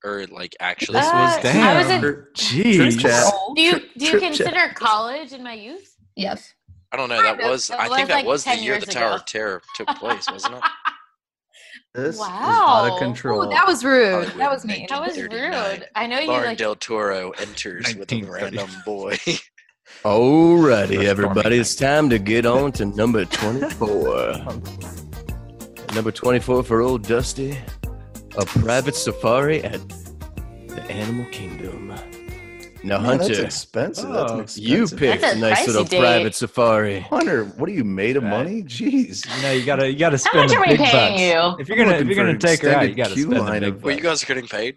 [SPEAKER 6] or like actually
[SPEAKER 7] This
[SPEAKER 5] Uh,
[SPEAKER 7] was damn.
[SPEAKER 5] I was in-
[SPEAKER 4] Trip
[SPEAKER 7] Jeez.
[SPEAKER 4] chat.
[SPEAKER 5] Do you
[SPEAKER 4] Trip-
[SPEAKER 5] do you
[SPEAKER 4] trip chat.
[SPEAKER 5] consider college in my youth?
[SPEAKER 9] Yes.
[SPEAKER 6] I don't know. That
[SPEAKER 5] Kind of.
[SPEAKER 6] was.
[SPEAKER 5] It
[SPEAKER 6] I
[SPEAKER 5] was
[SPEAKER 6] think that
[SPEAKER 5] like
[SPEAKER 6] was the
[SPEAKER 5] 10
[SPEAKER 6] year the
[SPEAKER 5] years
[SPEAKER 6] Tower
[SPEAKER 5] ago.
[SPEAKER 6] of Terror took place, wasn't it?
[SPEAKER 4] This is
[SPEAKER 5] Wow.
[SPEAKER 4] out of
[SPEAKER 5] Ooh,
[SPEAKER 4] control.
[SPEAKER 10] Oh, that was rude.
[SPEAKER 6] Hollywood
[SPEAKER 10] That was mean.
[SPEAKER 5] That was
[SPEAKER 6] 1939.
[SPEAKER 5] rude. I know you
[SPEAKER 6] Lauren
[SPEAKER 5] like.
[SPEAKER 6] Del Toro enters with a
[SPEAKER 7] 1930.
[SPEAKER 6] random boy.
[SPEAKER 8] Alrighty,
[SPEAKER 7] That's
[SPEAKER 8] everybody,
[SPEAKER 7] Barney
[SPEAKER 8] it's time to get on to number 24. number 24 for old Dusty, a private safari at the Animal Kingdom. Now,
[SPEAKER 4] Man, that's
[SPEAKER 8] Hunter,
[SPEAKER 4] expensive. That's an
[SPEAKER 7] Oh,
[SPEAKER 4] expensive.
[SPEAKER 8] you picked
[SPEAKER 5] That's
[SPEAKER 8] a
[SPEAKER 5] a
[SPEAKER 8] nice
[SPEAKER 5] pricey
[SPEAKER 8] little
[SPEAKER 5] date.
[SPEAKER 8] private safari.
[SPEAKER 4] Hunter, what are you made of
[SPEAKER 7] Right.
[SPEAKER 4] money? Jeez.
[SPEAKER 7] You know, you gotta you
[SPEAKER 5] How
[SPEAKER 7] gotta spend.
[SPEAKER 5] much
[SPEAKER 7] the
[SPEAKER 5] are we
[SPEAKER 7] big
[SPEAKER 5] paying
[SPEAKER 7] bucks.
[SPEAKER 5] you?
[SPEAKER 7] If you're
[SPEAKER 4] I'm
[SPEAKER 7] gonna
[SPEAKER 4] looking
[SPEAKER 7] if you're gonna
[SPEAKER 4] for
[SPEAKER 7] take her out, you
[SPEAKER 4] extended
[SPEAKER 7] gotta
[SPEAKER 4] queue
[SPEAKER 7] spend the
[SPEAKER 4] line
[SPEAKER 7] big
[SPEAKER 4] of-
[SPEAKER 6] well, you guys are getting paid.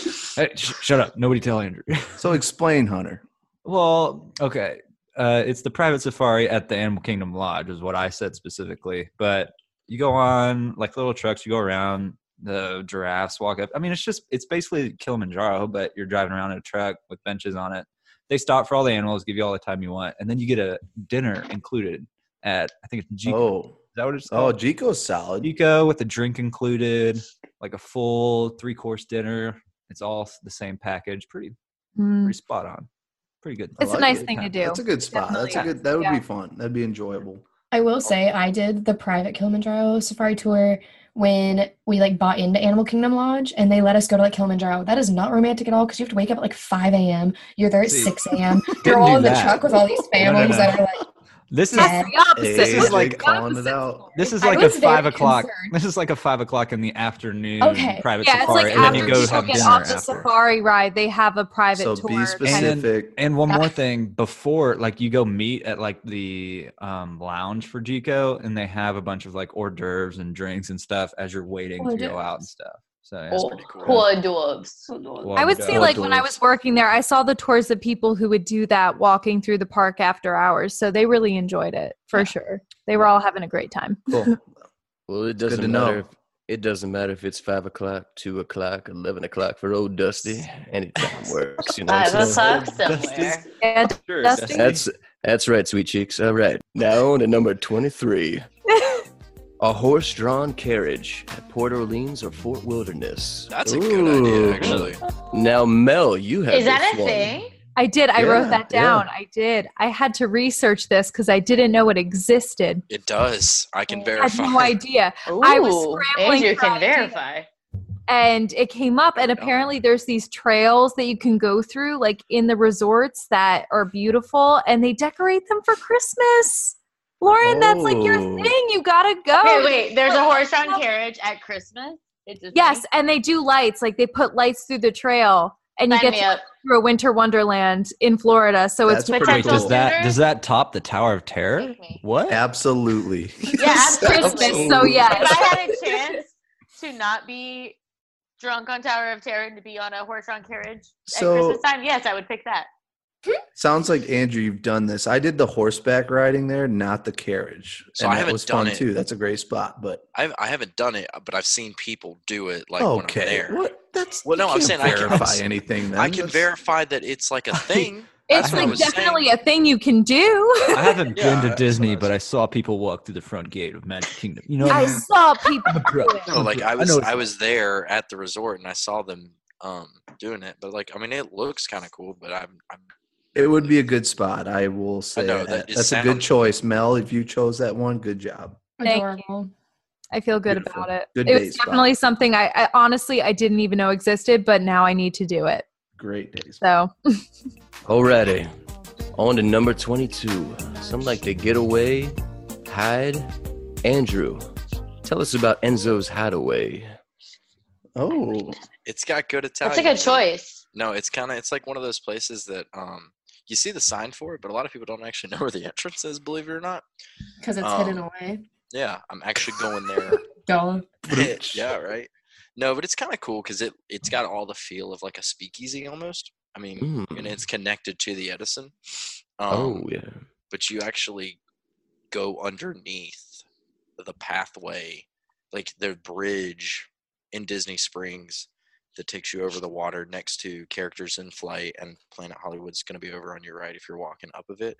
[SPEAKER 7] Hey, sh- shut up! Nobody tell Andrew.
[SPEAKER 4] So explain, Hunter.
[SPEAKER 7] Well, okay. Uh, it's the private safari at the Animal Kingdom Lodge, is what I said specifically. But you go on like little trucks, you go around, the giraffes walk up. I mean, it's just, it's basically Kilimanjaro, but you're driving around in a truck with benches on it. They stop for all the animals, give you all the time you want, and then you get a dinner included at I think it's Gico.
[SPEAKER 4] Oh,
[SPEAKER 7] Is that what it's
[SPEAKER 4] oh,
[SPEAKER 7] called?
[SPEAKER 4] Jico's solid.
[SPEAKER 7] Gico with a drink included, like a full three course dinner. It's all the same package. Pretty
[SPEAKER 10] Mm.
[SPEAKER 7] pretty spot on. Pretty good.
[SPEAKER 10] It's a
[SPEAKER 4] like
[SPEAKER 10] nice
[SPEAKER 4] it.
[SPEAKER 10] thing to do.
[SPEAKER 4] That's a good spot. That's a
[SPEAKER 10] Definitely.
[SPEAKER 4] good. That would
[SPEAKER 10] Yeah.
[SPEAKER 4] be fun. That'd be enjoyable.
[SPEAKER 9] I will say I did the private Kilimanjaro safari tour when we like bought into Animal Kingdom Lodge and they let us go to like Kilimanjaro. That is not romantic at all because you have to wake up at like 5 a.m. You're there at
[SPEAKER 7] See,
[SPEAKER 9] 6 a.m. You're
[SPEAKER 7] didn't
[SPEAKER 9] all
[SPEAKER 7] do
[SPEAKER 9] in the
[SPEAKER 7] that.
[SPEAKER 9] truck with all these families
[SPEAKER 7] no.
[SPEAKER 9] that are like,
[SPEAKER 7] This is
[SPEAKER 9] Yeah.
[SPEAKER 10] That's the opposite.
[SPEAKER 4] Hey,
[SPEAKER 7] is
[SPEAKER 10] Look,
[SPEAKER 7] like
[SPEAKER 10] the
[SPEAKER 4] calling it
[SPEAKER 10] opposite's
[SPEAKER 4] out.
[SPEAKER 10] cool.
[SPEAKER 7] This is
[SPEAKER 9] I
[SPEAKER 7] like a
[SPEAKER 9] was very
[SPEAKER 7] five o'clock.
[SPEAKER 9] concerned.
[SPEAKER 7] This is like a five o'clock in the afternoon
[SPEAKER 9] Okay.
[SPEAKER 7] private
[SPEAKER 10] Yeah, it's
[SPEAKER 7] safari,
[SPEAKER 10] like
[SPEAKER 7] and then you
[SPEAKER 10] after
[SPEAKER 7] go
[SPEAKER 10] people
[SPEAKER 7] have
[SPEAKER 10] get
[SPEAKER 7] dinner
[SPEAKER 10] off the
[SPEAKER 7] after.
[SPEAKER 10] safari ride, they have a private
[SPEAKER 4] So
[SPEAKER 10] tour.
[SPEAKER 4] be
[SPEAKER 10] kind of-
[SPEAKER 4] specific.
[SPEAKER 7] And one
[SPEAKER 10] Yeah.
[SPEAKER 7] more thing, before like you go meet at like the um, lounge for Jico, and they have a bunch of like hors d'oeuvres and drinks and stuff as you're waiting
[SPEAKER 9] Hors
[SPEAKER 7] to go out and
[SPEAKER 9] d'oeuvres.
[SPEAKER 7] stuff. So yeah, it's
[SPEAKER 5] Oh,
[SPEAKER 7] pretty cool.
[SPEAKER 5] hors d'oeuvres.
[SPEAKER 7] Well,
[SPEAKER 10] I would
[SPEAKER 7] yeah.
[SPEAKER 10] say, like,
[SPEAKER 4] Oh,
[SPEAKER 10] when I was working there, I saw the tours of people who would do that walking through the park after hours. So they really enjoyed it for sure. They were all having a great time.
[SPEAKER 4] Cool.
[SPEAKER 8] Well, it
[SPEAKER 4] to
[SPEAKER 8] doesn't
[SPEAKER 4] know.
[SPEAKER 8] matter. If, it doesn't matter if it's five o'clock, two o'clock, eleven o'clock for old Dusty. Anytime works. You know. what
[SPEAKER 5] Five
[SPEAKER 8] I'm saying?
[SPEAKER 5] o'clock
[SPEAKER 7] Dust is-
[SPEAKER 5] somewhere.
[SPEAKER 10] Yeah,
[SPEAKER 7] Sure,
[SPEAKER 10] Dusty.
[SPEAKER 8] That's that's right, sweet cheeks. All right, now on to number twenty-three. A horse-drawn carriage at Port Orleans or Fort Wilderness.
[SPEAKER 6] That's a good
[SPEAKER 4] Ooh.
[SPEAKER 6] idea, actually.
[SPEAKER 8] Now, Mel, you have
[SPEAKER 5] Is that
[SPEAKER 8] this
[SPEAKER 5] a
[SPEAKER 8] one.
[SPEAKER 5] thing?
[SPEAKER 10] I did. I
[SPEAKER 4] Yeah,
[SPEAKER 10] wrote that
[SPEAKER 4] yeah.
[SPEAKER 10] down. I did. I had to research this because I didn't know it existed.
[SPEAKER 6] It does. I can
[SPEAKER 10] I had
[SPEAKER 6] verify.
[SPEAKER 10] no idea. I was
[SPEAKER 5] Ooh,
[SPEAKER 10] scrambling
[SPEAKER 5] and you
[SPEAKER 10] for
[SPEAKER 5] can
[SPEAKER 10] ideas.
[SPEAKER 5] verify.
[SPEAKER 10] And it came up, and
[SPEAKER 6] There we go.
[SPEAKER 10] apparently, there's these trails that you can go through, like in the resorts that are beautiful, and they decorate them for Christmas. Lauren, that's like your
[SPEAKER 4] Oh.
[SPEAKER 10] thing. You gotta go.
[SPEAKER 5] Wait, wait. There's a
[SPEAKER 10] Oh,
[SPEAKER 5] horse drawn
[SPEAKER 10] no.
[SPEAKER 5] carriage at Christmas. It's a thing?
[SPEAKER 10] Yes, and they do lights. Like they put lights through the trail, and you
[SPEAKER 5] Sign
[SPEAKER 10] get
[SPEAKER 5] me
[SPEAKER 10] to
[SPEAKER 5] up.
[SPEAKER 10] through a winter wonderland in Florida. So it's
[SPEAKER 4] That's pretty
[SPEAKER 7] Wait,
[SPEAKER 5] Potential
[SPEAKER 7] does
[SPEAKER 4] cool.
[SPEAKER 7] that
[SPEAKER 5] Scissors?
[SPEAKER 7] does that top the Tower of Terror?
[SPEAKER 5] Take me.
[SPEAKER 7] What?
[SPEAKER 4] Absolutely.
[SPEAKER 5] Yeah, absolutely.
[SPEAKER 10] Christmas. So
[SPEAKER 5] If
[SPEAKER 10] yes,
[SPEAKER 5] I had a chance to not be drunk on Tower of Terror and to be on a horse drawn carriage
[SPEAKER 4] So-
[SPEAKER 5] at Christmas time, yes, I would pick that.
[SPEAKER 4] Sounds like Andrew, you've done this. I did the horseback riding there, not the carriage.
[SPEAKER 6] So
[SPEAKER 4] and
[SPEAKER 6] I
[SPEAKER 4] that
[SPEAKER 6] haven't
[SPEAKER 4] was
[SPEAKER 6] done
[SPEAKER 4] fun
[SPEAKER 6] it.
[SPEAKER 4] too. That's a great spot, but
[SPEAKER 6] I've, I haven't done it, but I've seen people do it like when I'm
[SPEAKER 4] okay.
[SPEAKER 6] there.
[SPEAKER 4] What? That's
[SPEAKER 6] Well,
[SPEAKER 4] you
[SPEAKER 6] no, I'm
[SPEAKER 4] can't
[SPEAKER 6] saying I can- I'm
[SPEAKER 4] verify
[SPEAKER 6] saying-
[SPEAKER 4] anything. Then.
[SPEAKER 6] I can
[SPEAKER 4] That's-
[SPEAKER 6] verify that it's like a thing.
[SPEAKER 10] it's
[SPEAKER 6] what I
[SPEAKER 10] like
[SPEAKER 6] was saying.
[SPEAKER 10] definitely a thing you can do.
[SPEAKER 7] I haven't
[SPEAKER 6] Yeah,
[SPEAKER 7] been
[SPEAKER 6] I-
[SPEAKER 7] to Disney, but I saw people walk through the front gate of Magic Kingdom. You know, what I
[SPEAKER 10] I
[SPEAKER 7] mean?
[SPEAKER 10] saw people. do it.
[SPEAKER 6] No, like I
[SPEAKER 7] I
[SPEAKER 6] was
[SPEAKER 7] know
[SPEAKER 6] I,
[SPEAKER 7] it's-
[SPEAKER 6] was there at the resort and I saw them um doing it. But like I mean it looks kinda cool, but I'm I'm
[SPEAKER 4] It would be a good spot. I will say
[SPEAKER 6] know,
[SPEAKER 4] that.
[SPEAKER 6] that it
[SPEAKER 4] that's a good
[SPEAKER 6] sounds-
[SPEAKER 4] choice, Mel. If you chose that one, good job.
[SPEAKER 10] Thank you.
[SPEAKER 9] adorable.
[SPEAKER 10] I feel good
[SPEAKER 4] Beautiful.
[SPEAKER 10] about it.
[SPEAKER 4] Good
[SPEAKER 10] it
[SPEAKER 4] date
[SPEAKER 10] was
[SPEAKER 4] spot.
[SPEAKER 10] definitely something I, I honestly I didn't even know existed, but now I need to do it.
[SPEAKER 4] Great days.
[SPEAKER 10] So
[SPEAKER 8] Alrighty, on to number twenty-two. Some like to get away, hide. Andrew, tell us about Enzo's Hideaway.
[SPEAKER 4] Oh,
[SPEAKER 6] it's got good Italian.
[SPEAKER 5] That's a good
[SPEAKER 6] food.
[SPEAKER 5] choice.
[SPEAKER 6] No, it's kinda it's like one of those places that um you see the sign for it, but a lot of people don't actually know where the entrance is, believe it or not.
[SPEAKER 9] Because it's
[SPEAKER 6] Um,
[SPEAKER 9] hidden away.
[SPEAKER 6] Yeah, I'm actually going there
[SPEAKER 9] Go.
[SPEAKER 6] yeah, right. No, but it's kind of cool because it it's got all the feel of like a speakeasy almost. I mean,
[SPEAKER 8] Mm.
[SPEAKER 6] and it's connected to the Edison. Um,
[SPEAKER 8] Oh yeah.
[SPEAKER 6] but you actually go underneath the pathway, like the bridge in Disney Springs that takes you over the water next to Characters in Flight, and Planet Hollywood's going to be over on your right if you're walking up of it.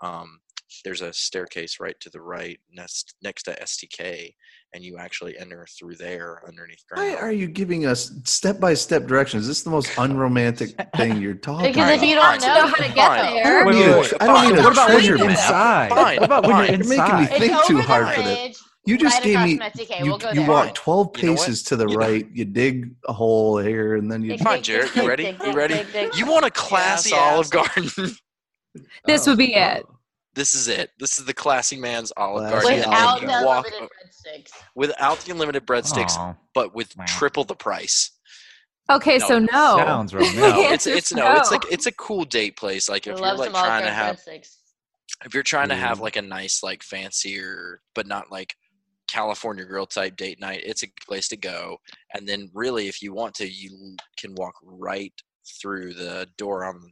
[SPEAKER 6] Um, there's a staircase right to the right next next to STK, and you actually enter through there underneath ground.
[SPEAKER 4] Why are you giving us step by step directions? This is the most unromantic thing you're talking
[SPEAKER 5] Because if
[SPEAKER 4] about.
[SPEAKER 5] you
[SPEAKER 6] All
[SPEAKER 5] don't
[SPEAKER 6] right, so
[SPEAKER 5] know
[SPEAKER 10] know
[SPEAKER 5] how
[SPEAKER 10] how to get
[SPEAKER 6] Fine.
[SPEAKER 10] there.
[SPEAKER 4] Wait,
[SPEAKER 7] Wait,
[SPEAKER 4] wait,
[SPEAKER 7] wait,
[SPEAKER 4] wait.
[SPEAKER 7] wait.
[SPEAKER 4] I don't need a
[SPEAKER 7] What about when
[SPEAKER 4] treasure
[SPEAKER 7] you're
[SPEAKER 4] map.
[SPEAKER 7] inside?
[SPEAKER 6] Fine.
[SPEAKER 7] What about when you're
[SPEAKER 6] Fine.
[SPEAKER 4] You're making me
[SPEAKER 7] inside?
[SPEAKER 5] it's
[SPEAKER 4] think
[SPEAKER 5] over
[SPEAKER 4] too
[SPEAKER 5] the
[SPEAKER 4] hard for this.
[SPEAKER 5] bridge,
[SPEAKER 4] You just
[SPEAKER 5] right
[SPEAKER 4] gave
[SPEAKER 5] across
[SPEAKER 4] me.
[SPEAKER 5] Mexique.
[SPEAKER 4] You,
[SPEAKER 5] we'll go
[SPEAKER 4] you
[SPEAKER 5] there.
[SPEAKER 4] walk 12
[SPEAKER 6] You know what?
[SPEAKER 4] paces to the
[SPEAKER 6] You know-
[SPEAKER 4] right, you dig a hole here, and then you.
[SPEAKER 5] Dig,
[SPEAKER 6] Fine,
[SPEAKER 5] dig,
[SPEAKER 6] Jared,
[SPEAKER 5] dig,
[SPEAKER 6] you
[SPEAKER 5] dig,
[SPEAKER 6] ready?
[SPEAKER 5] dig,
[SPEAKER 6] You
[SPEAKER 5] dig,
[SPEAKER 6] ready?
[SPEAKER 5] dig, dig.
[SPEAKER 6] You want a classy
[SPEAKER 5] Yes,
[SPEAKER 6] Olive
[SPEAKER 5] yes.
[SPEAKER 6] Garden?
[SPEAKER 10] This would
[SPEAKER 4] Oh,
[SPEAKER 10] be it.
[SPEAKER 6] this is it. This is the classy man's Olive
[SPEAKER 4] Classy
[SPEAKER 6] Garden.
[SPEAKER 4] Garden.
[SPEAKER 5] Without
[SPEAKER 6] You
[SPEAKER 5] the
[SPEAKER 6] walk-
[SPEAKER 5] limited breadsticks.
[SPEAKER 6] without the unlimited breadsticks,
[SPEAKER 7] Aw,
[SPEAKER 6] but with
[SPEAKER 7] Wow.
[SPEAKER 6] triple the price.
[SPEAKER 10] Okay,
[SPEAKER 6] No,
[SPEAKER 10] so no.
[SPEAKER 7] sounds wrong.
[SPEAKER 10] No.
[SPEAKER 6] No, it's
[SPEAKER 10] Yes,
[SPEAKER 6] it's no, it's
[SPEAKER 10] no.
[SPEAKER 6] like it's a cool date place. Like
[SPEAKER 5] I
[SPEAKER 6] if you're
[SPEAKER 5] love
[SPEAKER 6] like
[SPEAKER 5] some Olive
[SPEAKER 6] trying to
[SPEAKER 5] Garden
[SPEAKER 6] have
[SPEAKER 5] breadsticks.
[SPEAKER 6] if you're trying to have
[SPEAKER 4] Mm.
[SPEAKER 6] like a nice like fancier but not like California grill type date night, it's a good place to go. And then really if you want to, you can walk right through the door on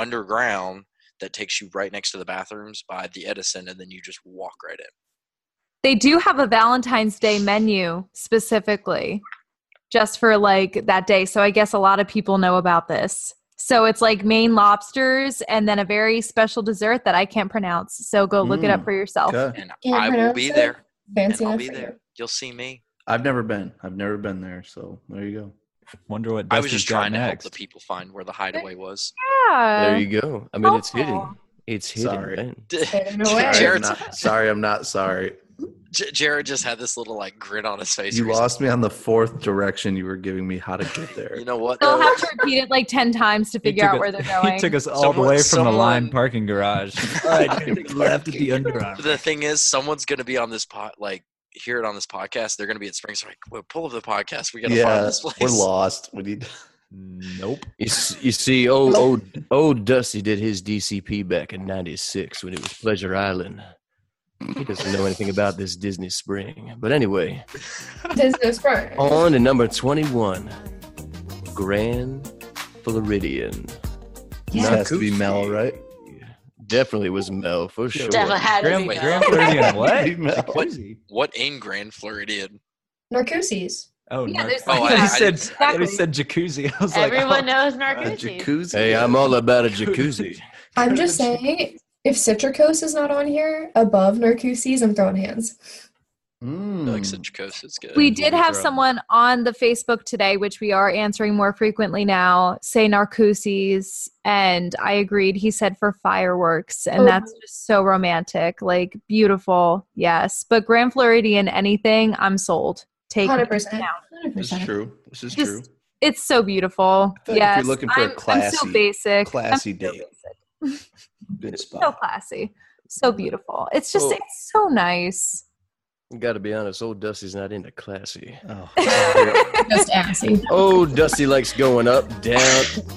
[SPEAKER 6] underground that takes you right next to the bathrooms by the Edison and then you just walk right in.
[SPEAKER 10] They do have a Valentine's Day menu specifically just for like that day. So I guess a lot of people know about this. So it's like Maine lobsters and then a very special dessert that I can't pronounce. So go look it up
[SPEAKER 4] Mm,
[SPEAKER 10] for yourself.
[SPEAKER 4] Okay.
[SPEAKER 6] and
[SPEAKER 9] Can't
[SPEAKER 6] I will
[SPEAKER 9] pronounce
[SPEAKER 6] be
[SPEAKER 9] it.
[SPEAKER 6] there. And
[SPEAKER 9] Fancy
[SPEAKER 6] I'll
[SPEAKER 9] enough
[SPEAKER 6] be
[SPEAKER 9] for
[SPEAKER 6] there.
[SPEAKER 9] you.
[SPEAKER 6] You'll see me.
[SPEAKER 4] I've never been. I've never been there. So there you go.
[SPEAKER 7] Wonder what
[SPEAKER 6] I was
[SPEAKER 7] Dusty's
[SPEAKER 6] just
[SPEAKER 7] got
[SPEAKER 6] trying to help
[SPEAKER 7] next.
[SPEAKER 6] the people find where the hideaway was.
[SPEAKER 10] Yeah.
[SPEAKER 4] Uh,
[SPEAKER 8] there you go. I mean, it's hidden.
[SPEAKER 4] oh.
[SPEAKER 10] helpful.
[SPEAKER 8] It's hidden.
[SPEAKER 4] Sorry.
[SPEAKER 8] man.
[SPEAKER 6] Sorry, I'm
[SPEAKER 9] Hidden away.
[SPEAKER 4] Sorry, I'm
[SPEAKER 6] Jared's-
[SPEAKER 4] not, sorry, I'm not sorry.
[SPEAKER 6] J- Jared just had this little like grin on his face.
[SPEAKER 4] You
[SPEAKER 6] where he's like,
[SPEAKER 4] lost me on the fourth direction you were giving me how to get there.
[SPEAKER 6] You know what?
[SPEAKER 10] They'll
[SPEAKER 6] though?
[SPEAKER 10] have to repeat it like 10 times to
[SPEAKER 7] He
[SPEAKER 10] figure
[SPEAKER 7] took
[SPEAKER 10] out
[SPEAKER 7] us-
[SPEAKER 10] where they're going.
[SPEAKER 7] He took us all the
[SPEAKER 6] Someone-
[SPEAKER 7] way from the line
[SPEAKER 6] someone-
[SPEAKER 7] parking garage. all right, you take left at the underground.
[SPEAKER 6] the thing is, someone's gonna be on this pot, like hear it on this podcast. They're gonna be at Springs. Like, well, pull up the podcast. We gotta find
[SPEAKER 4] yeah,
[SPEAKER 6] this place.
[SPEAKER 4] we're lost. We need.
[SPEAKER 7] Nope.
[SPEAKER 8] You, s- you see, old, old, old Dusty did his DCP back in 96 when it was Pleasure Island. He doesn't know anything about this Disney spring. But anyway,
[SPEAKER 9] Disney Springs.
[SPEAKER 6] Oh.
[SPEAKER 8] on to number 21 Grand Floridian.
[SPEAKER 4] This
[SPEAKER 8] Yeah.
[SPEAKER 4] has to be Mel, right?
[SPEAKER 8] Definitely was Mel for sure.
[SPEAKER 5] Definitely had to
[SPEAKER 7] Grand,
[SPEAKER 5] be
[SPEAKER 6] wait,
[SPEAKER 5] done.
[SPEAKER 7] Grand Floridian, what?
[SPEAKER 4] Mel.
[SPEAKER 7] Crazy.
[SPEAKER 6] What in Grand Floridian?
[SPEAKER 9] Narcooses.
[SPEAKER 7] Oh,
[SPEAKER 10] Yeah,
[SPEAKER 7] no.
[SPEAKER 10] there's
[SPEAKER 7] oh,
[SPEAKER 10] like-
[SPEAKER 7] I,
[SPEAKER 6] yeah,
[SPEAKER 7] I
[SPEAKER 6] I
[SPEAKER 7] said,
[SPEAKER 6] didn't-
[SPEAKER 7] I thought he said jacuzzi. I was
[SPEAKER 5] Everyone
[SPEAKER 7] like,
[SPEAKER 5] knows
[SPEAKER 4] A
[SPEAKER 5] narcosis.
[SPEAKER 4] jacuzzi.
[SPEAKER 8] Hey, I'm all about a jacuzzi.
[SPEAKER 9] I'm just saying, if Citricose is not on here, above Narcooses, I'm throwing hands.
[SPEAKER 4] Mm.
[SPEAKER 6] Like said, Jocose is good.
[SPEAKER 10] We
[SPEAKER 7] That's what
[SPEAKER 10] did
[SPEAKER 7] hmm. we
[SPEAKER 10] have
[SPEAKER 7] throw.
[SPEAKER 10] someone on the Facebook today, which we are answering more frequently now, say narcooses. And I agreed. He said for fireworks. And
[SPEAKER 9] Oh.
[SPEAKER 10] that's just so romantic, like beautiful. Yes. But Grand Floridian, anything, I'm sold. Take it.
[SPEAKER 9] 100%. 100%.
[SPEAKER 4] This is true. This is
[SPEAKER 10] Just-
[SPEAKER 4] true.
[SPEAKER 10] It's so beautiful.
[SPEAKER 4] feel like if
[SPEAKER 10] yes.
[SPEAKER 4] you're looking for a
[SPEAKER 10] I'm, I'm so
[SPEAKER 4] classy-
[SPEAKER 10] basic. I'm
[SPEAKER 4] Classy
[SPEAKER 10] so
[SPEAKER 4] date.
[SPEAKER 10] basic.
[SPEAKER 4] Good
[SPEAKER 10] So
[SPEAKER 4] spot.
[SPEAKER 10] classy. So beautiful. It's just,
[SPEAKER 8] Well-
[SPEAKER 10] it's so nice.
[SPEAKER 8] Got to be honest, old Dusty's not into classy.
[SPEAKER 4] Oh.
[SPEAKER 9] Just assy.
[SPEAKER 8] Old Oh, Dusty likes going up, down,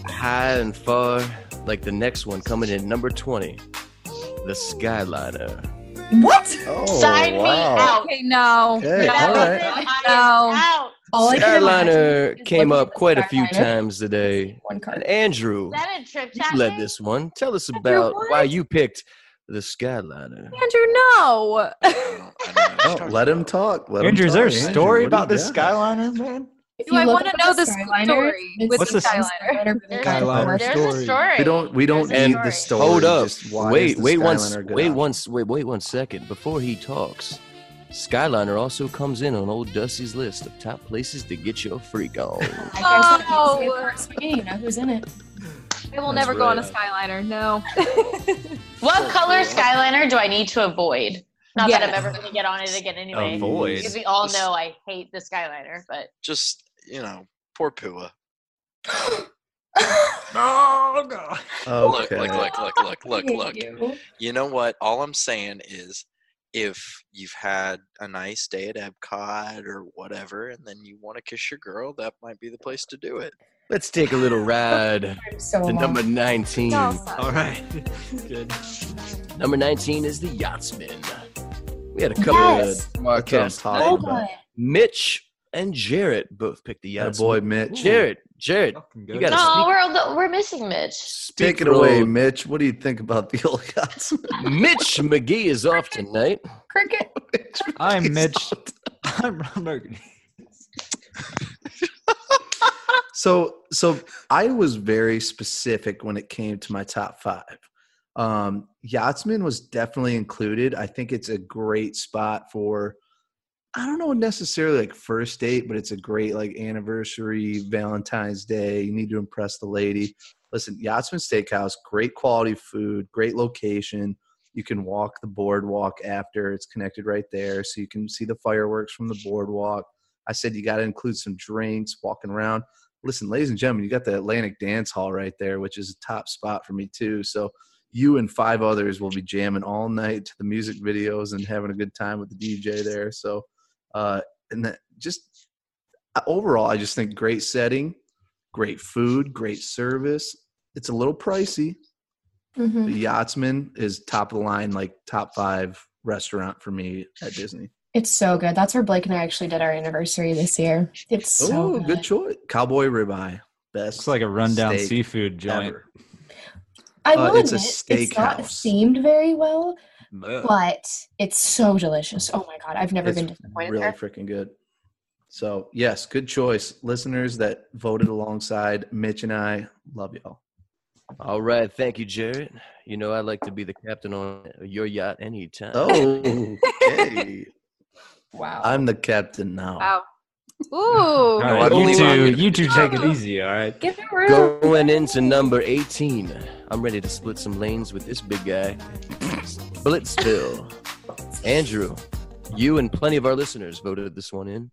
[SPEAKER 8] high, and far. Like the next one coming in number 20, the Skyliner.
[SPEAKER 9] What?
[SPEAKER 4] Oh,
[SPEAKER 5] Sign
[SPEAKER 4] wow.
[SPEAKER 5] me out.
[SPEAKER 10] Okay, no.
[SPEAKER 4] Okay,
[SPEAKER 10] no.
[SPEAKER 5] That
[SPEAKER 4] all right.
[SPEAKER 5] was it. I
[SPEAKER 10] No.
[SPEAKER 5] am out.
[SPEAKER 9] All I can imagine
[SPEAKER 8] Skyliner
[SPEAKER 9] is
[SPEAKER 8] came
[SPEAKER 9] looking
[SPEAKER 8] up
[SPEAKER 9] at the
[SPEAKER 8] quite a few
[SPEAKER 9] Skyliner.
[SPEAKER 8] times today.
[SPEAKER 9] One
[SPEAKER 8] And
[SPEAKER 9] card.
[SPEAKER 8] Andrew,
[SPEAKER 5] Is that a trip
[SPEAKER 8] you
[SPEAKER 5] chat
[SPEAKER 8] led
[SPEAKER 5] thing?
[SPEAKER 8] this one. Tell us
[SPEAKER 10] Andrew,
[SPEAKER 8] about
[SPEAKER 10] what?
[SPEAKER 8] why you picked the Skyliner.
[SPEAKER 10] Andrew, no.
[SPEAKER 6] don't- I don't know.
[SPEAKER 4] Oh, let him talk. Let him
[SPEAKER 7] Andrew, is there a
[SPEAKER 4] talk. Andrew,
[SPEAKER 7] story
[SPEAKER 4] what do
[SPEAKER 7] about
[SPEAKER 4] you
[SPEAKER 7] this
[SPEAKER 4] got?
[SPEAKER 7] Skyliner, man?
[SPEAKER 9] If
[SPEAKER 10] Do
[SPEAKER 9] you
[SPEAKER 10] I
[SPEAKER 9] look
[SPEAKER 10] wanna
[SPEAKER 9] up
[SPEAKER 10] know the story
[SPEAKER 9] it's
[SPEAKER 10] with
[SPEAKER 7] the
[SPEAKER 9] Skyliner
[SPEAKER 10] Skyliner?
[SPEAKER 9] with a
[SPEAKER 5] There's,
[SPEAKER 7] Skyliner
[SPEAKER 5] a,
[SPEAKER 9] Skyliner.
[SPEAKER 5] there's a
[SPEAKER 7] story.
[SPEAKER 5] story.
[SPEAKER 4] We don't. We don't
[SPEAKER 5] There's a
[SPEAKER 4] need
[SPEAKER 5] story.
[SPEAKER 4] the story.
[SPEAKER 8] Hold up.
[SPEAKER 4] Just why is
[SPEAKER 8] Wait,
[SPEAKER 4] the
[SPEAKER 8] wait one, s-
[SPEAKER 4] Skyliner a good
[SPEAKER 8] wait
[SPEAKER 4] option?
[SPEAKER 8] one, s- wait, wait one second. Before he talks, Skyliner also comes in on old Dusty's list of top places to get your freak on.
[SPEAKER 9] I guess
[SPEAKER 10] Oh.
[SPEAKER 9] that means we have first beginning, You know who's in it?
[SPEAKER 10] I will
[SPEAKER 8] That's
[SPEAKER 10] never go on a
[SPEAKER 8] right.
[SPEAKER 10] Skyliner. No.
[SPEAKER 5] What color Skyliner do I need to avoid? Not that I'm
[SPEAKER 10] Yes.
[SPEAKER 5] ever going to get on it again anyway.
[SPEAKER 7] Avoid.
[SPEAKER 5] Because we all know I hate the Skyliner, but
[SPEAKER 6] Just you know, poor Pua.
[SPEAKER 7] Oh, God.
[SPEAKER 6] Look,
[SPEAKER 4] Okay.
[SPEAKER 6] look, look, look, look, look,
[SPEAKER 9] Thank
[SPEAKER 6] look.
[SPEAKER 9] you.
[SPEAKER 6] You know what? All I'm saying is if you've had a nice day at Epcot or whatever, and then you want to kiss your girl, that might be the place to do it.
[SPEAKER 8] Let's take a little ride
[SPEAKER 9] I'm so
[SPEAKER 8] to
[SPEAKER 9] alone.
[SPEAKER 8] number 19.
[SPEAKER 7] All right. Good.
[SPEAKER 8] Number 19 is the Yachtsman. We had a couple
[SPEAKER 9] Yes.
[SPEAKER 8] of
[SPEAKER 4] That's what I'm
[SPEAKER 8] podcasts.
[SPEAKER 4] talking
[SPEAKER 9] Hold
[SPEAKER 4] about.
[SPEAKER 9] on.
[SPEAKER 8] Mitch and Jarrett both picked the
[SPEAKER 4] That
[SPEAKER 8] Yachtsman.
[SPEAKER 4] boy, Mitch.
[SPEAKER 8] Jared, Jared,
[SPEAKER 7] Fucking
[SPEAKER 8] You
[SPEAKER 7] good.
[SPEAKER 8] gotta-
[SPEAKER 5] no,
[SPEAKER 8] speak-
[SPEAKER 5] we're all- we're missing Mitch.
[SPEAKER 8] speak
[SPEAKER 4] Take it away,
[SPEAKER 8] roll.
[SPEAKER 4] Mitch. What do you think about the old gods?
[SPEAKER 8] Mitch McGee is off tonight.
[SPEAKER 9] Cricket.
[SPEAKER 7] I'm Mitch. I'm Ron Burgundy.
[SPEAKER 4] so so I was very specific when it came to my top five. Um, Yachtsman was definitely included. I think it's a great spot for I don't know necessarily like first date, but it's a great like anniversary, Valentine's Day. You need to impress the lady. Listen, Yachtsman Steakhouse, great quality food, great location. You can walk the boardwalk after. It's connected right there, so you can see the fireworks from the boardwalk. I said you got to include some drinks, walking around. Listen, ladies and gentlemen, you got the Atlantic Dance Hall right there, which is a top spot for me too. So you and five others will be jamming all night to the music videos and having a good time with the DJ there. So, uh, and that just uh, overall, I just think great setting, great food, great service. It's a little pricey.
[SPEAKER 9] Mhm.
[SPEAKER 4] but Yachtsman is top of the line, like top five restaurant for me at Disney.
[SPEAKER 9] It's so good. That's where Blake and I actually did our anniversary this year. It's so
[SPEAKER 4] oh, good. choice. Cowboy ribeye. Best.
[SPEAKER 7] Looks like a rundown
[SPEAKER 4] steak
[SPEAKER 7] seafood joint.
[SPEAKER 4] ever.
[SPEAKER 9] I
[SPEAKER 4] Uh,
[SPEAKER 9] will
[SPEAKER 4] it's a
[SPEAKER 9] admit, it's not
[SPEAKER 4] steakhouse.
[SPEAKER 9] themed very well,
[SPEAKER 8] Uh.
[SPEAKER 7] Ugh.
[SPEAKER 9] but it's so delicious. Oh my god, I've never been
[SPEAKER 4] It's
[SPEAKER 9] disappointed
[SPEAKER 4] really
[SPEAKER 9] there.
[SPEAKER 4] freaking good. So, yes, good choice. Listeners that voted alongside Mitch and I, love y'all.
[SPEAKER 8] All right. Thank you, Jarrett. You know, I'd like to be the captain on your yacht anytime.
[SPEAKER 4] Oh, okay.
[SPEAKER 9] Wow.
[SPEAKER 4] I'm the captain now.
[SPEAKER 10] Wow. Ooh.
[SPEAKER 7] All right,
[SPEAKER 8] I
[SPEAKER 7] you
[SPEAKER 8] believe
[SPEAKER 7] two,
[SPEAKER 8] I'm-
[SPEAKER 7] you two take it easy. All right.
[SPEAKER 9] Give it room.
[SPEAKER 8] Going into number 18. I'm ready to split some lanes with this big guy. Blitzville. Andrew, you and plenty of our listeners voted this one in.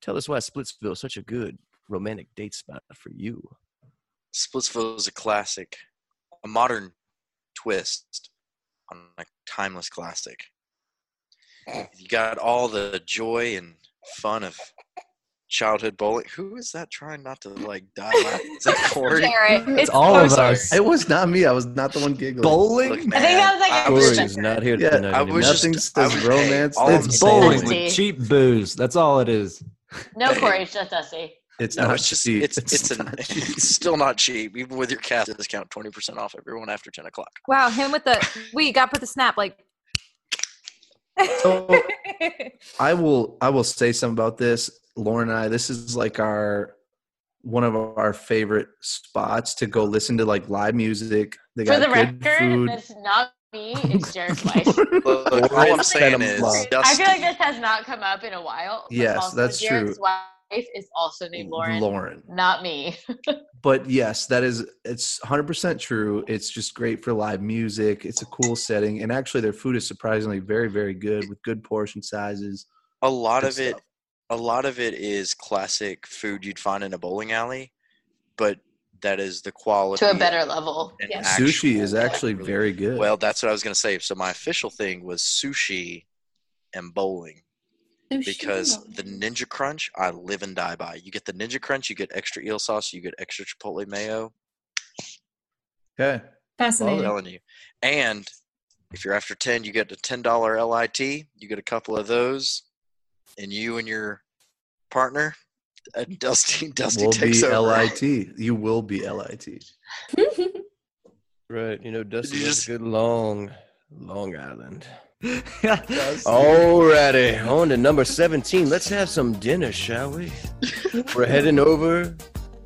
[SPEAKER 8] Tell us why Splitsville is such a good romantic date spot for you.
[SPEAKER 6] Splitsville is a classic, a modern twist on a timeless classic. You got all the joy and fun of childhood bowling. Who is that trying not to like die? laughing? Is that Corey?
[SPEAKER 10] Jarrett, it's
[SPEAKER 7] all of
[SPEAKER 10] closer.
[SPEAKER 7] us.
[SPEAKER 4] It was not me. I was not the one giggling.
[SPEAKER 6] Look,
[SPEAKER 8] Bowling?
[SPEAKER 6] man,
[SPEAKER 5] think that was like
[SPEAKER 6] I
[SPEAKER 5] a
[SPEAKER 8] Corey
[SPEAKER 5] Christian.
[SPEAKER 8] is not here
[SPEAKER 4] Yeah,
[SPEAKER 8] tonight.
[SPEAKER 6] I
[SPEAKER 8] anymore.
[SPEAKER 6] was just-
[SPEAKER 4] Nothing says
[SPEAKER 6] I was-
[SPEAKER 4] romance.
[SPEAKER 6] hey, all I'm
[SPEAKER 4] it's
[SPEAKER 6] saying
[SPEAKER 4] bowling.
[SPEAKER 5] is-
[SPEAKER 7] with cheap booze. That's all it is.
[SPEAKER 5] No, Corey, it's just Dusty.
[SPEAKER 4] It's
[SPEAKER 6] No,
[SPEAKER 4] not
[SPEAKER 6] it's just
[SPEAKER 4] cheap.
[SPEAKER 6] it's it's, an,
[SPEAKER 4] not cheap.
[SPEAKER 6] it's still not cheap, even with your cash discount, twenty percent off everyone after ten o'clock.
[SPEAKER 10] Wow, him with the we got with the snap like.
[SPEAKER 4] So- I will I will say something about this. Lauren and I, this is like our one of our favorite spots to go listen to like live music. They
[SPEAKER 5] For
[SPEAKER 4] got
[SPEAKER 5] the
[SPEAKER 4] good
[SPEAKER 5] record,
[SPEAKER 4] food.
[SPEAKER 5] that's not me. It's Jared's wife.
[SPEAKER 6] Look,
[SPEAKER 4] Lauren
[SPEAKER 6] all I'm
[SPEAKER 4] spent
[SPEAKER 6] saying
[SPEAKER 4] a
[SPEAKER 6] is,
[SPEAKER 4] lot.
[SPEAKER 5] I
[SPEAKER 6] Dusty,
[SPEAKER 5] feel like this has not come up in a while. but
[SPEAKER 4] Yes,
[SPEAKER 5] also
[SPEAKER 4] that's true. Mm,
[SPEAKER 5] Jared's wife is also named Lauren. Not me.
[SPEAKER 4] But yes, that is it's 100% true. It's just great for live music. It's a cool setting and actually their food is surprisingly very very good with good portion sizes.
[SPEAKER 6] a lot
[SPEAKER 4] Good
[SPEAKER 6] of it
[SPEAKER 4] stuff.
[SPEAKER 6] a lot of it is classic food you'd find in a bowling alley, but that is the quality
[SPEAKER 5] to a better level.
[SPEAKER 6] and
[SPEAKER 5] Yes.
[SPEAKER 4] Sushi
[SPEAKER 6] actual,
[SPEAKER 4] is
[SPEAKER 6] like,
[SPEAKER 4] actually
[SPEAKER 6] really-
[SPEAKER 4] very good.
[SPEAKER 6] Well, that's what I was gonna say. So my official thing was sushi and bowling because the ninja crunch I live and die by. You get the ninja crunch, you get extra eel sauce, you get extra chipotle mayo.
[SPEAKER 4] okay.
[SPEAKER 6] I'm
[SPEAKER 9] Fascinating.
[SPEAKER 6] telling you. And if you're after ten, you get a ten dollar LIT. You get a couple of those, and you and your partner, uh, Dusty, Dusty
[SPEAKER 4] Will
[SPEAKER 6] takes
[SPEAKER 4] be
[SPEAKER 6] over.
[SPEAKER 4] LIT. You will be LIT.
[SPEAKER 8] Right, you know, Dusty
[SPEAKER 6] you
[SPEAKER 8] loves
[SPEAKER 6] just-
[SPEAKER 8] a good long, Long Island.
[SPEAKER 7] oh,
[SPEAKER 8] Alrighty, on to number 17. Let's have some dinner, shall we? We're heading over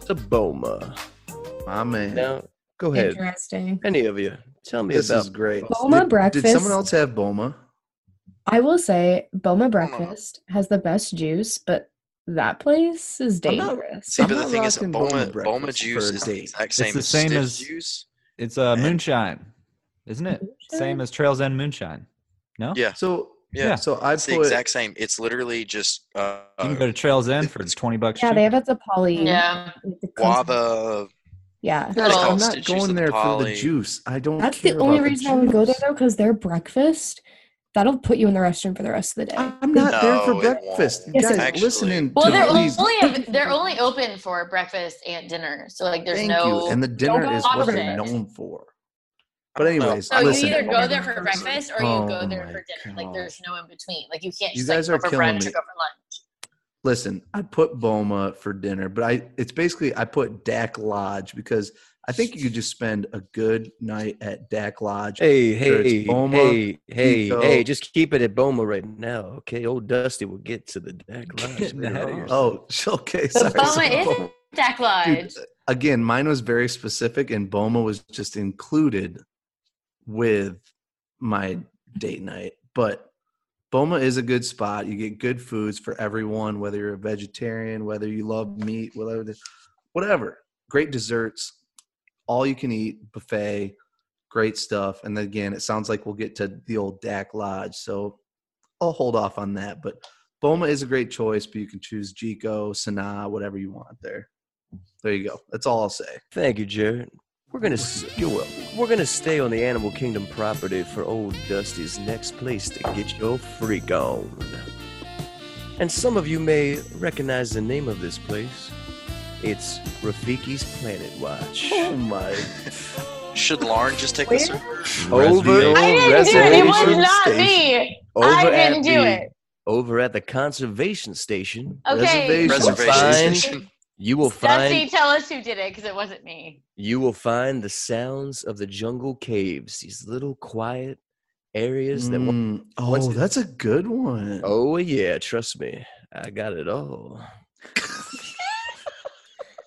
[SPEAKER 8] to Boma.
[SPEAKER 4] My man.
[SPEAKER 8] Now, go ahead.
[SPEAKER 9] Interesting.
[SPEAKER 8] Any of you, tell me
[SPEAKER 4] This
[SPEAKER 8] about
[SPEAKER 4] is great.
[SPEAKER 9] Boma
[SPEAKER 4] did, Did
[SPEAKER 9] breakfast.
[SPEAKER 4] someone else have Boma?
[SPEAKER 9] I will say Boma
[SPEAKER 6] on.
[SPEAKER 9] breakfast has the best juice, but that place is
[SPEAKER 4] I'm not-
[SPEAKER 9] dangerous.
[SPEAKER 6] See,
[SPEAKER 4] I'm
[SPEAKER 6] but the
[SPEAKER 4] not
[SPEAKER 6] thing is,
[SPEAKER 4] rocking
[SPEAKER 6] Boma,
[SPEAKER 4] Bowman
[SPEAKER 6] Boma
[SPEAKER 4] breakfast
[SPEAKER 6] juice
[SPEAKER 4] for a
[SPEAKER 6] is the
[SPEAKER 4] date.
[SPEAKER 6] exact
[SPEAKER 7] It's
[SPEAKER 6] same
[SPEAKER 7] the
[SPEAKER 6] as
[SPEAKER 7] same
[SPEAKER 6] Stiff
[SPEAKER 7] as-
[SPEAKER 6] juice.
[SPEAKER 7] it's uh,
[SPEAKER 6] Man.
[SPEAKER 7] moonshine, isn't it? Same as Trails End Moonshine. No.
[SPEAKER 6] Yeah,
[SPEAKER 4] So
[SPEAKER 6] Yeah.
[SPEAKER 7] Yeah.
[SPEAKER 4] so I
[SPEAKER 6] it's the
[SPEAKER 4] put
[SPEAKER 6] exact same. It's literally just uh,
[SPEAKER 7] You can go to Trails End for
[SPEAKER 6] it's-
[SPEAKER 7] twenty bucks.
[SPEAKER 9] Yeah,
[SPEAKER 7] cheaper.
[SPEAKER 9] they have it at the poly.
[SPEAKER 5] Yeah.
[SPEAKER 9] like the constant-
[SPEAKER 6] guava.
[SPEAKER 9] Yeah.
[SPEAKER 6] They call
[SPEAKER 4] I'm
[SPEAKER 6] it
[SPEAKER 5] Little.
[SPEAKER 4] not
[SPEAKER 6] Stitch juice
[SPEAKER 4] going
[SPEAKER 6] with
[SPEAKER 4] there for the
[SPEAKER 6] poly.
[SPEAKER 4] juice. I don't.
[SPEAKER 9] That's
[SPEAKER 4] care
[SPEAKER 9] the only
[SPEAKER 4] about
[SPEAKER 9] reason I would go there
[SPEAKER 4] juice.
[SPEAKER 9] though, because their breakfast that'll put you in the restroom for the rest of the day.
[SPEAKER 4] I'm not there for
[SPEAKER 6] No, it
[SPEAKER 4] breakfast,
[SPEAKER 6] won't.
[SPEAKER 4] You
[SPEAKER 9] Yes, it
[SPEAKER 4] guys.
[SPEAKER 6] will.
[SPEAKER 4] listening.
[SPEAKER 5] Well,
[SPEAKER 4] to
[SPEAKER 5] they're
[SPEAKER 4] these-
[SPEAKER 5] only they're only open for breakfast and dinner. So like, there's
[SPEAKER 4] Thank
[SPEAKER 5] no.
[SPEAKER 4] you. And the dinner
[SPEAKER 9] go
[SPEAKER 4] is what they're
[SPEAKER 5] opposite.
[SPEAKER 4] known for. But anyways,
[SPEAKER 5] so
[SPEAKER 4] listen.
[SPEAKER 5] you either go there for
[SPEAKER 9] Listen.
[SPEAKER 5] breakfast or you
[SPEAKER 4] Oh
[SPEAKER 5] go there
[SPEAKER 4] my
[SPEAKER 5] for dinner. Like,
[SPEAKER 4] gosh.
[SPEAKER 5] there's no in between. Like, you can't
[SPEAKER 4] You
[SPEAKER 5] just
[SPEAKER 4] guys
[SPEAKER 5] like
[SPEAKER 4] are
[SPEAKER 5] go for
[SPEAKER 4] killing
[SPEAKER 5] brunch
[SPEAKER 4] me.
[SPEAKER 5] or go for lunch.
[SPEAKER 4] Listen, I put Boma for dinner, but I it's basically I put Dak Lodge because I think you could just spend a good night at Dak Lodge.
[SPEAKER 8] Hey,
[SPEAKER 4] Sure, it's
[SPEAKER 8] hey,
[SPEAKER 4] Boma,
[SPEAKER 8] hey, hey,
[SPEAKER 4] Pico.
[SPEAKER 8] hey, just keep it at Boma right now, okay? Old Dusty will get to the deck lodge.
[SPEAKER 7] Getting ahead of
[SPEAKER 8] later. Oh,
[SPEAKER 4] Oh, okay.
[SPEAKER 5] The
[SPEAKER 4] Sorry.
[SPEAKER 5] Boma
[SPEAKER 4] sorry.
[SPEAKER 5] is in Stack Lodge.
[SPEAKER 4] Dude, oh, again, mine was very specific, and Boma was just included with my date night. But Boma is a good spot. You get good foods for everyone, whether you're a vegetarian, whether you love meat, whatever. the- Whatever. Great desserts, all you can eat buffet, great stuff. And then again, it sounds like we'll get to the old Dak Lodge, so I'll hold off on that. But Boma is a great choice, but you can choose Jico, Sanaa, whatever you want there. There you go. That's all I'll say.
[SPEAKER 8] thank you, Jared. We're gonna s- you're welcome. We're gonna stay on the Animal Kingdom property for old Dusty's next place to get your freak on. And some of you may recognize the name of this place. It's Rafiki's Planet Watch.
[SPEAKER 4] Oh my!
[SPEAKER 6] Should Lauren just take this over?
[SPEAKER 8] Over
[SPEAKER 5] I
[SPEAKER 7] Reservation.
[SPEAKER 5] didn't do it. It
[SPEAKER 8] reservation
[SPEAKER 5] was not
[SPEAKER 8] station.
[SPEAKER 5] me.
[SPEAKER 8] Over
[SPEAKER 5] I
[SPEAKER 8] at
[SPEAKER 5] didn't do
[SPEAKER 8] the-
[SPEAKER 5] it.
[SPEAKER 8] Over at the conservation station,
[SPEAKER 5] Okay.
[SPEAKER 4] Reservation.
[SPEAKER 6] Reservation
[SPEAKER 8] Fine.
[SPEAKER 6] station.
[SPEAKER 8] you will
[SPEAKER 5] Dusty,
[SPEAKER 8] find
[SPEAKER 5] tell us who did it because it wasn't me.
[SPEAKER 8] you will find the sounds of the jungle caves. These little quiet areas that. Oh, One-
[SPEAKER 4] Mm.
[SPEAKER 8] once
[SPEAKER 4] Oh,
[SPEAKER 8] it-
[SPEAKER 4] that's a good one.
[SPEAKER 8] oh yeah, trust me, I got it all.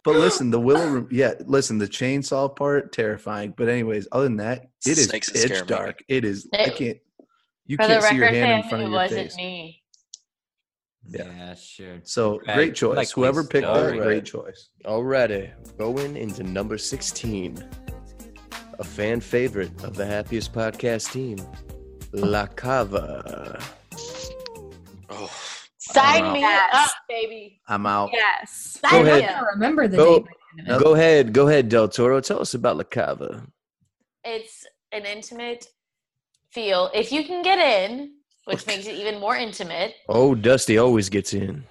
[SPEAKER 4] But listen, the willow room. Yeah, listen, the chainsaw part terrifying. But anyways, other than that, it is
[SPEAKER 6] Snakes
[SPEAKER 4] pitch
[SPEAKER 6] scare me.
[SPEAKER 4] dark. It is. I
[SPEAKER 5] It-
[SPEAKER 4] can't. You
[SPEAKER 5] For the
[SPEAKER 4] can't see your
[SPEAKER 5] record,
[SPEAKER 4] hand in
[SPEAKER 5] fam,
[SPEAKER 4] front
[SPEAKER 5] it
[SPEAKER 4] of your
[SPEAKER 5] wasn't
[SPEAKER 4] face.
[SPEAKER 5] me.
[SPEAKER 4] Yeah.
[SPEAKER 7] sure.
[SPEAKER 4] So
[SPEAKER 7] Right.
[SPEAKER 4] great choice.
[SPEAKER 7] Like
[SPEAKER 4] Whoever
[SPEAKER 7] these
[SPEAKER 4] picked that,
[SPEAKER 8] dark-
[SPEAKER 4] great choice.
[SPEAKER 8] Alrighty, going into number 16, a fan favorite of the happiest podcast team, La Cava.
[SPEAKER 6] Oh,
[SPEAKER 5] Sign me
[SPEAKER 10] Yes.
[SPEAKER 5] up, baby.
[SPEAKER 4] I'm out.
[SPEAKER 10] Yes.
[SPEAKER 8] ahead.
[SPEAKER 5] Sign me
[SPEAKER 9] I
[SPEAKER 5] up.
[SPEAKER 9] don't remember the
[SPEAKER 8] Go-
[SPEAKER 9] name.
[SPEAKER 8] Go ahead, go ahead, Del Toro. Tell us about La Cava.
[SPEAKER 5] It's an intimate feel. If you can get in, which makes it even more intimate.
[SPEAKER 8] Oh, Dusty always gets in.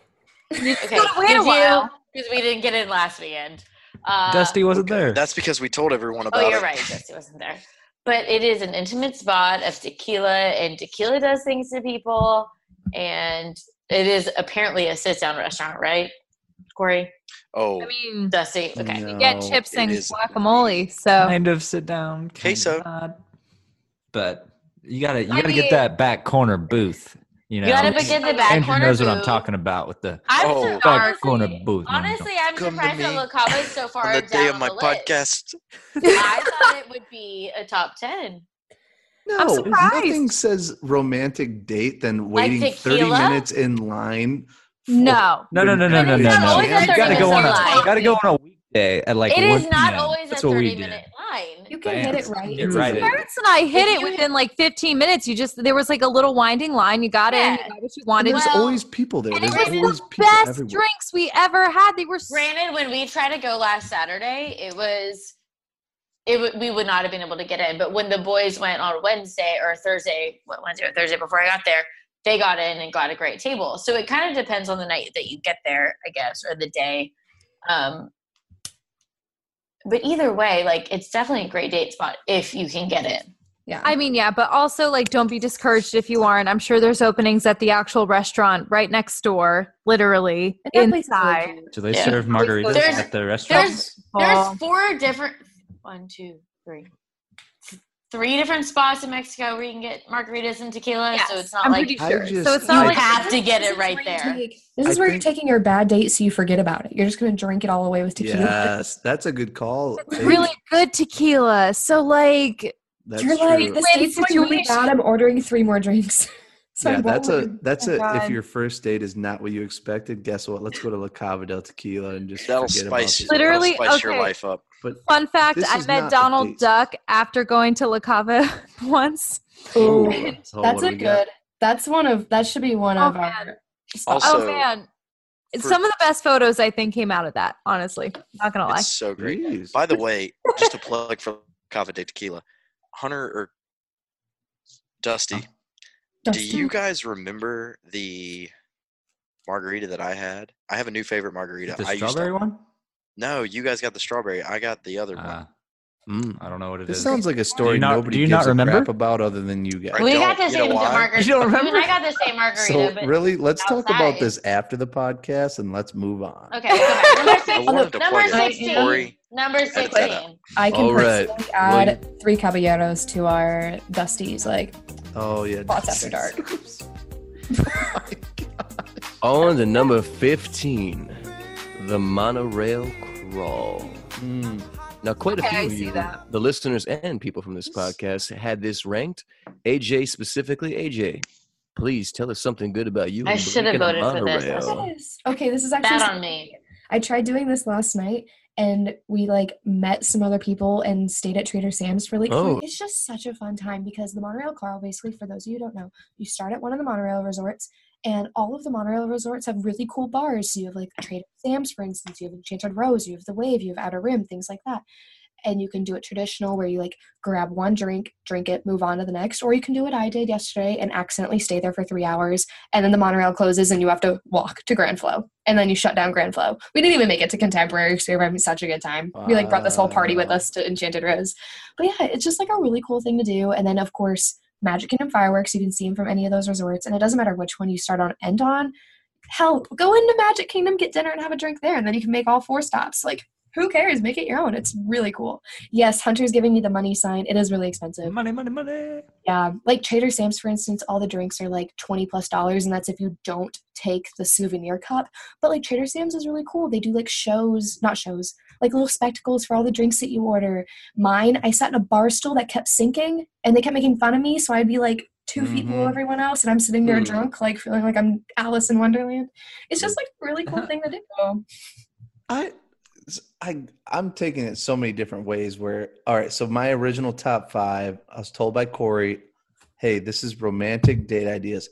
[SPEAKER 5] Okay,
[SPEAKER 10] gotta wait a
[SPEAKER 5] did you?
[SPEAKER 10] while.
[SPEAKER 5] Because we didn't get in last weekend. Uh,
[SPEAKER 7] Dusty wasn't there.
[SPEAKER 6] that's because we told everyone about
[SPEAKER 5] Oh, you're
[SPEAKER 6] it.
[SPEAKER 5] right. Dusty wasn't there. But it is an intimate spot of tequila, and tequila does things to people. And it is apparently a sit down restaurant, right? Corey?
[SPEAKER 6] Oh,
[SPEAKER 10] I mean,
[SPEAKER 5] Dusty? Okay.
[SPEAKER 4] No.
[SPEAKER 10] get chips
[SPEAKER 6] it
[SPEAKER 10] and
[SPEAKER 6] is.
[SPEAKER 10] guacamole.
[SPEAKER 5] Oh.
[SPEAKER 10] So
[SPEAKER 7] kind of sit down. kind
[SPEAKER 6] Queso.
[SPEAKER 7] of not. But you gotta you
[SPEAKER 10] I
[SPEAKER 7] gotta
[SPEAKER 10] mean-
[SPEAKER 7] get that back corner booth. You know,
[SPEAKER 5] You gotta begin the back
[SPEAKER 7] Andrew
[SPEAKER 5] corner.
[SPEAKER 7] knows what I'm
[SPEAKER 5] booth.
[SPEAKER 7] talking about with the
[SPEAKER 5] I'm
[SPEAKER 6] Oh,
[SPEAKER 5] sur-
[SPEAKER 7] back
[SPEAKER 5] honestly,
[SPEAKER 7] corner booth. No, I'm
[SPEAKER 5] Honestly, I'm
[SPEAKER 6] Come to
[SPEAKER 5] surprised that
[SPEAKER 6] me
[SPEAKER 5] La Cava is so far
[SPEAKER 6] on the
[SPEAKER 5] down
[SPEAKER 6] day of
[SPEAKER 5] on
[SPEAKER 6] my
[SPEAKER 5] the list.
[SPEAKER 6] podcast,
[SPEAKER 5] I thought it would be a top ten.
[SPEAKER 4] No,
[SPEAKER 10] I'm surprised.
[SPEAKER 4] nothing says romantic date than waiting 30
[SPEAKER 5] tequila?
[SPEAKER 4] minutes in line. for-
[SPEAKER 10] no.
[SPEAKER 7] No, no, no, no, no,
[SPEAKER 5] It's
[SPEAKER 7] no,
[SPEAKER 5] not
[SPEAKER 7] no.
[SPEAKER 5] always a
[SPEAKER 7] You gotta
[SPEAKER 5] 30
[SPEAKER 7] go on
[SPEAKER 5] minute
[SPEAKER 7] a
[SPEAKER 5] line.
[SPEAKER 7] you gotta go on a weekday at like
[SPEAKER 5] it
[SPEAKER 7] 1
[SPEAKER 5] is not
[SPEAKER 7] p.m.
[SPEAKER 5] always
[SPEAKER 7] That's
[SPEAKER 5] a
[SPEAKER 7] what
[SPEAKER 5] 30
[SPEAKER 7] we did.
[SPEAKER 5] minute line.
[SPEAKER 9] You can
[SPEAKER 7] Bam.
[SPEAKER 9] hit it right.
[SPEAKER 7] Get right in.
[SPEAKER 10] Terrence and I hit
[SPEAKER 5] If
[SPEAKER 10] it
[SPEAKER 5] you-
[SPEAKER 10] within like 15 minutes. You just there was like a little winding line. You got in,
[SPEAKER 5] Yeah.
[SPEAKER 10] you got what you
[SPEAKER 4] And
[SPEAKER 10] wanted.
[SPEAKER 4] there's
[SPEAKER 5] Well,
[SPEAKER 4] always people there.
[SPEAKER 10] and
[SPEAKER 4] There's
[SPEAKER 10] it was
[SPEAKER 4] always
[SPEAKER 10] the
[SPEAKER 4] people
[SPEAKER 10] best
[SPEAKER 4] everywhere.
[SPEAKER 10] drinks we ever had. They were so
[SPEAKER 5] Granted, when we tried to go last Saturday, it was it w- we would not have been able to get in. But when the boys went on Wednesday or Thursday, what Wednesday or Thursday before I got there, they got in and got a great table. So it kind of depends on the night that you get there, I guess, or the day. Um, but either way, like it's definitely a great date spot if you can get in.
[SPEAKER 9] Yeah.
[SPEAKER 10] I mean, yeah, but also like don't be discouraged if you aren't. I'm sure there's openings at the actual restaurant right next door, literally
[SPEAKER 9] And that place is really
[SPEAKER 10] inside.
[SPEAKER 9] cute.
[SPEAKER 7] Do they
[SPEAKER 5] Yeah.
[SPEAKER 7] serve margaritas
[SPEAKER 5] There's-
[SPEAKER 7] at the restaurant?
[SPEAKER 5] There's there's four different one, two, three. Three different spots in Mexico where you can get margaritas and tequila.
[SPEAKER 10] Yes,
[SPEAKER 5] So it's not
[SPEAKER 10] I'm
[SPEAKER 5] like
[SPEAKER 10] pretty
[SPEAKER 4] I
[SPEAKER 10] sure.
[SPEAKER 4] just-
[SPEAKER 10] so it's
[SPEAKER 5] you
[SPEAKER 10] not like
[SPEAKER 5] have
[SPEAKER 9] This
[SPEAKER 5] to
[SPEAKER 9] is-
[SPEAKER 5] get
[SPEAKER 9] this
[SPEAKER 5] it
[SPEAKER 9] is
[SPEAKER 5] right
[SPEAKER 9] where you
[SPEAKER 5] there.
[SPEAKER 9] take- this is
[SPEAKER 4] I
[SPEAKER 9] where
[SPEAKER 4] think-
[SPEAKER 9] you're taking your bad date so you forget about it. You're just going to drink it all away with tequila.
[SPEAKER 4] Yes, that's a good call.
[SPEAKER 10] it's
[SPEAKER 4] Hey,
[SPEAKER 10] really good tequila. So like
[SPEAKER 4] that's
[SPEAKER 9] you're
[SPEAKER 4] true.
[SPEAKER 9] like, this
[SPEAKER 10] Win
[SPEAKER 9] date's going really
[SPEAKER 10] situation.
[SPEAKER 9] bad. I'm ordering three more drinks. so
[SPEAKER 4] yeah,
[SPEAKER 9] I'm
[SPEAKER 4] that's
[SPEAKER 9] going
[SPEAKER 4] a
[SPEAKER 9] with-
[SPEAKER 4] that's
[SPEAKER 5] Oh
[SPEAKER 10] my
[SPEAKER 4] a if
[SPEAKER 10] God.
[SPEAKER 4] your first date is not what you expected, guess what? Let's go to La Cava del Tequila and just
[SPEAKER 6] that'll
[SPEAKER 4] forget about
[SPEAKER 6] spice,
[SPEAKER 4] this.
[SPEAKER 10] it. Literally-
[SPEAKER 6] that'll spice your
[SPEAKER 10] okay.
[SPEAKER 6] life up.
[SPEAKER 4] But
[SPEAKER 10] fun fact,
[SPEAKER 4] This
[SPEAKER 10] I
[SPEAKER 4] is not
[SPEAKER 10] met
[SPEAKER 4] a
[SPEAKER 10] Donald
[SPEAKER 4] date.
[SPEAKER 10] Duck after going to La Cava once.
[SPEAKER 9] Ooh,
[SPEAKER 4] Ooh, so what
[SPEAKER 9] that's
[SPEAKER 4] do
[SPEAKER 9] a
[SPEAKER 4] we
[SPEAKER 9] good.
[SPEAKER 4] got?
[SPEAKER 9] That's one of that should be one
[SPEAKER 10] Oh,
[SPEAKER 9] of
[SPEAKER 10] man.
[SPEAKER 9] our. spots.
[SPEAKER 6] Also-
[SPEAKER 10] oh man.
[SPEAKER 6] for-
[SPEAKER 10] Some of the best photos I think came out of that, honestly. Not gonna lie.
[SPEAKER 6] It's so great.
[SPEAKER 4] Jeez.
[SPEAKER 6] By the way, just a plug for Cava de Tequila. Hunter or Dusty, do
[SPEAKER 9] Dustin,
[SPEAKER 6] you guys remember the margarita that I had? I have a new favorite margarita.
[SPEAKER 7] the
[SPEAKER 6] I used
[SPEAKER 7] strawberry
[SPEAKER 6] to,
[SPEAKER 7] one?
[SPEAKER 6] No, you guys got the strawberry. I got the other one.
[SPEAKER 7] Uh,
[SPEAKER 4] Mm.
[SPEAKER 7] I don't know what it is.
[SPEAKER 4] This sounds like a story
[SPEAKER 7] you not-
[SPEAKER 4] nobody
[SPEAKER 7] do you
[SPEAKER 4] gives
[SPEAKER 7] not
[SPEAKER 4] a crap
[SPEAKER 7] remember?
[SPEAKER 4] about other than you guys.
[SPEAKER 6] I
[SPEAKER 5] we got
[SPEAKER 6] don't-
[SPEAKER 5] the
[SPEAKER 6] you know
[SPEAKER 5] same
[SPEAKER 6] why?
[SPEAKER 5] margarita.
[SPEAKER 7] You don't
[SPEAKER 5] You and
[SPEAKER 7] remember?
[SPEAKER 5] I got the same margarita,
[SPEAKER 4] So
[SPEAKER 5] but
[SPEAKER 4] really, let's talk about
[SPEAKER 5] outside.
[SPEAKER 4] this after the podcast and let's move on.
[SPEAKER 5] okay. Go back. Number
[SPEAKER 6] I wanted
[SPEAKER 5] sixteen.
[SPEAKER 6] to
[SPEAKER 5] Number
[SPEAKER 6] plug it.
[SPEAKER 5] sixteen.
[SPEAKER 6] Corey,
[SPEAKER 5] Number
[SPEAKER 6] edit that out.
[SPEAKER 5] sixteen.
[SPEAKER 9] I can
[SPEAKER 8] All right.
[SPEAKER 9] personally add three caballeros to our Dusty's like
[SPEAKER 4] Oh yeah,
[SPEAKER 9] spots after dark.
[SPEAKER 8] On to number 15, the monorail crawl.
[SPEAKER 5] Hmm.
[SPEAKER 4] Mm.
[SPEAKER 8] Now, quite
[SPEAKER 10] Okay,
[SPEAKER 8] a
[SPEAKER 10] I
[SPEAKER 8] few of
[SPEAKER 10] see
[SPEAKER 8] you,
[SPEAKER 10] that.
[SPEAKER 8] the listeners and people from this podcast, had this ranked. AJ specifically, AJ, please tell us something good about you.
[SPEAKER 5] I
[SPEAKER 8] and
[SPEAKER 5] should have
[SPEAKER 8] breaking a
[SPEAKER 5] voted for this.
[SPEAKER 8] monorail.
[SPEAKER 9] Yes. Okay, this is actually
[SPEAKER 5] Bad on me.
[SPEAKER 9] I tried doing this last night and we like met some other people and stayed at Trader Sam's for like free.
[SPEAKER 8] Oh.
[SPEAKER 9] it's just such a fun time because the monorail car basically for those of you who don't know, you start at one of the monorail resorts and all of the monorail resorts have really cool bars. So you have like Trader Sam's for instance, you have Enchanted Rose, you have the Wave, you have Outer Rim, things like that. And you can do it traditional where you like grab one drink, drink it, move on to the next, or you can do what I did yesterday and accidentally stay there for three hours and then the monorail closes and you have to walk to Grand Flow and then you shut down Grand Flow. We didn't even make it to Contemporary because we were having such a good time. We like brought this whole party with
[SPEAKER 4] Wow.
[SPEAKER 9] us to Enchanted Rose. But yeah, it's just like a really cool thing to do. And then of course, Magic Kingdom fireworks, you can see them from any of those resorts. And it doesn't matter which one you start on end on. Hell, go into Magic Kingdom, get dinner and have a drink there, and then you can make all four stops. Like Who cares? Make it your own. It's really cool. Yes, Hunter's giving me the money sign. It is really expensive.
[SPEAKER 7] Money, money, money.
[SPEAKER 9] Yeah. Um, Like Trader Sam's, for instance, all the drinks are like 20 plus dollars, and that's if you don't take the souvenir cup. But like Trader Sam's is really cool. They do like shows, not shows, like little spectacles for all the drinks that you order. Mine, I sat in a bar stool that kept sinking, and they kept making fun of me. So I'd be like 2 feet below
[SPEAKER 4] Mm-hmm.
[SPEAKER 7] Mhm.
[SPEAKER 9] everyone else, and I'm sitting there
[SPEAKER 6] Mm.
[SPEAKER 9] drunk, like feeling like I'm Alice in Wonderland. It's just like a really cool thing to do.
[SPEAKER 4] I, I, I'm taking it so many different ways. Where all right, so my original top five, I was told by Corey, "Hey, this is romantic date ideas.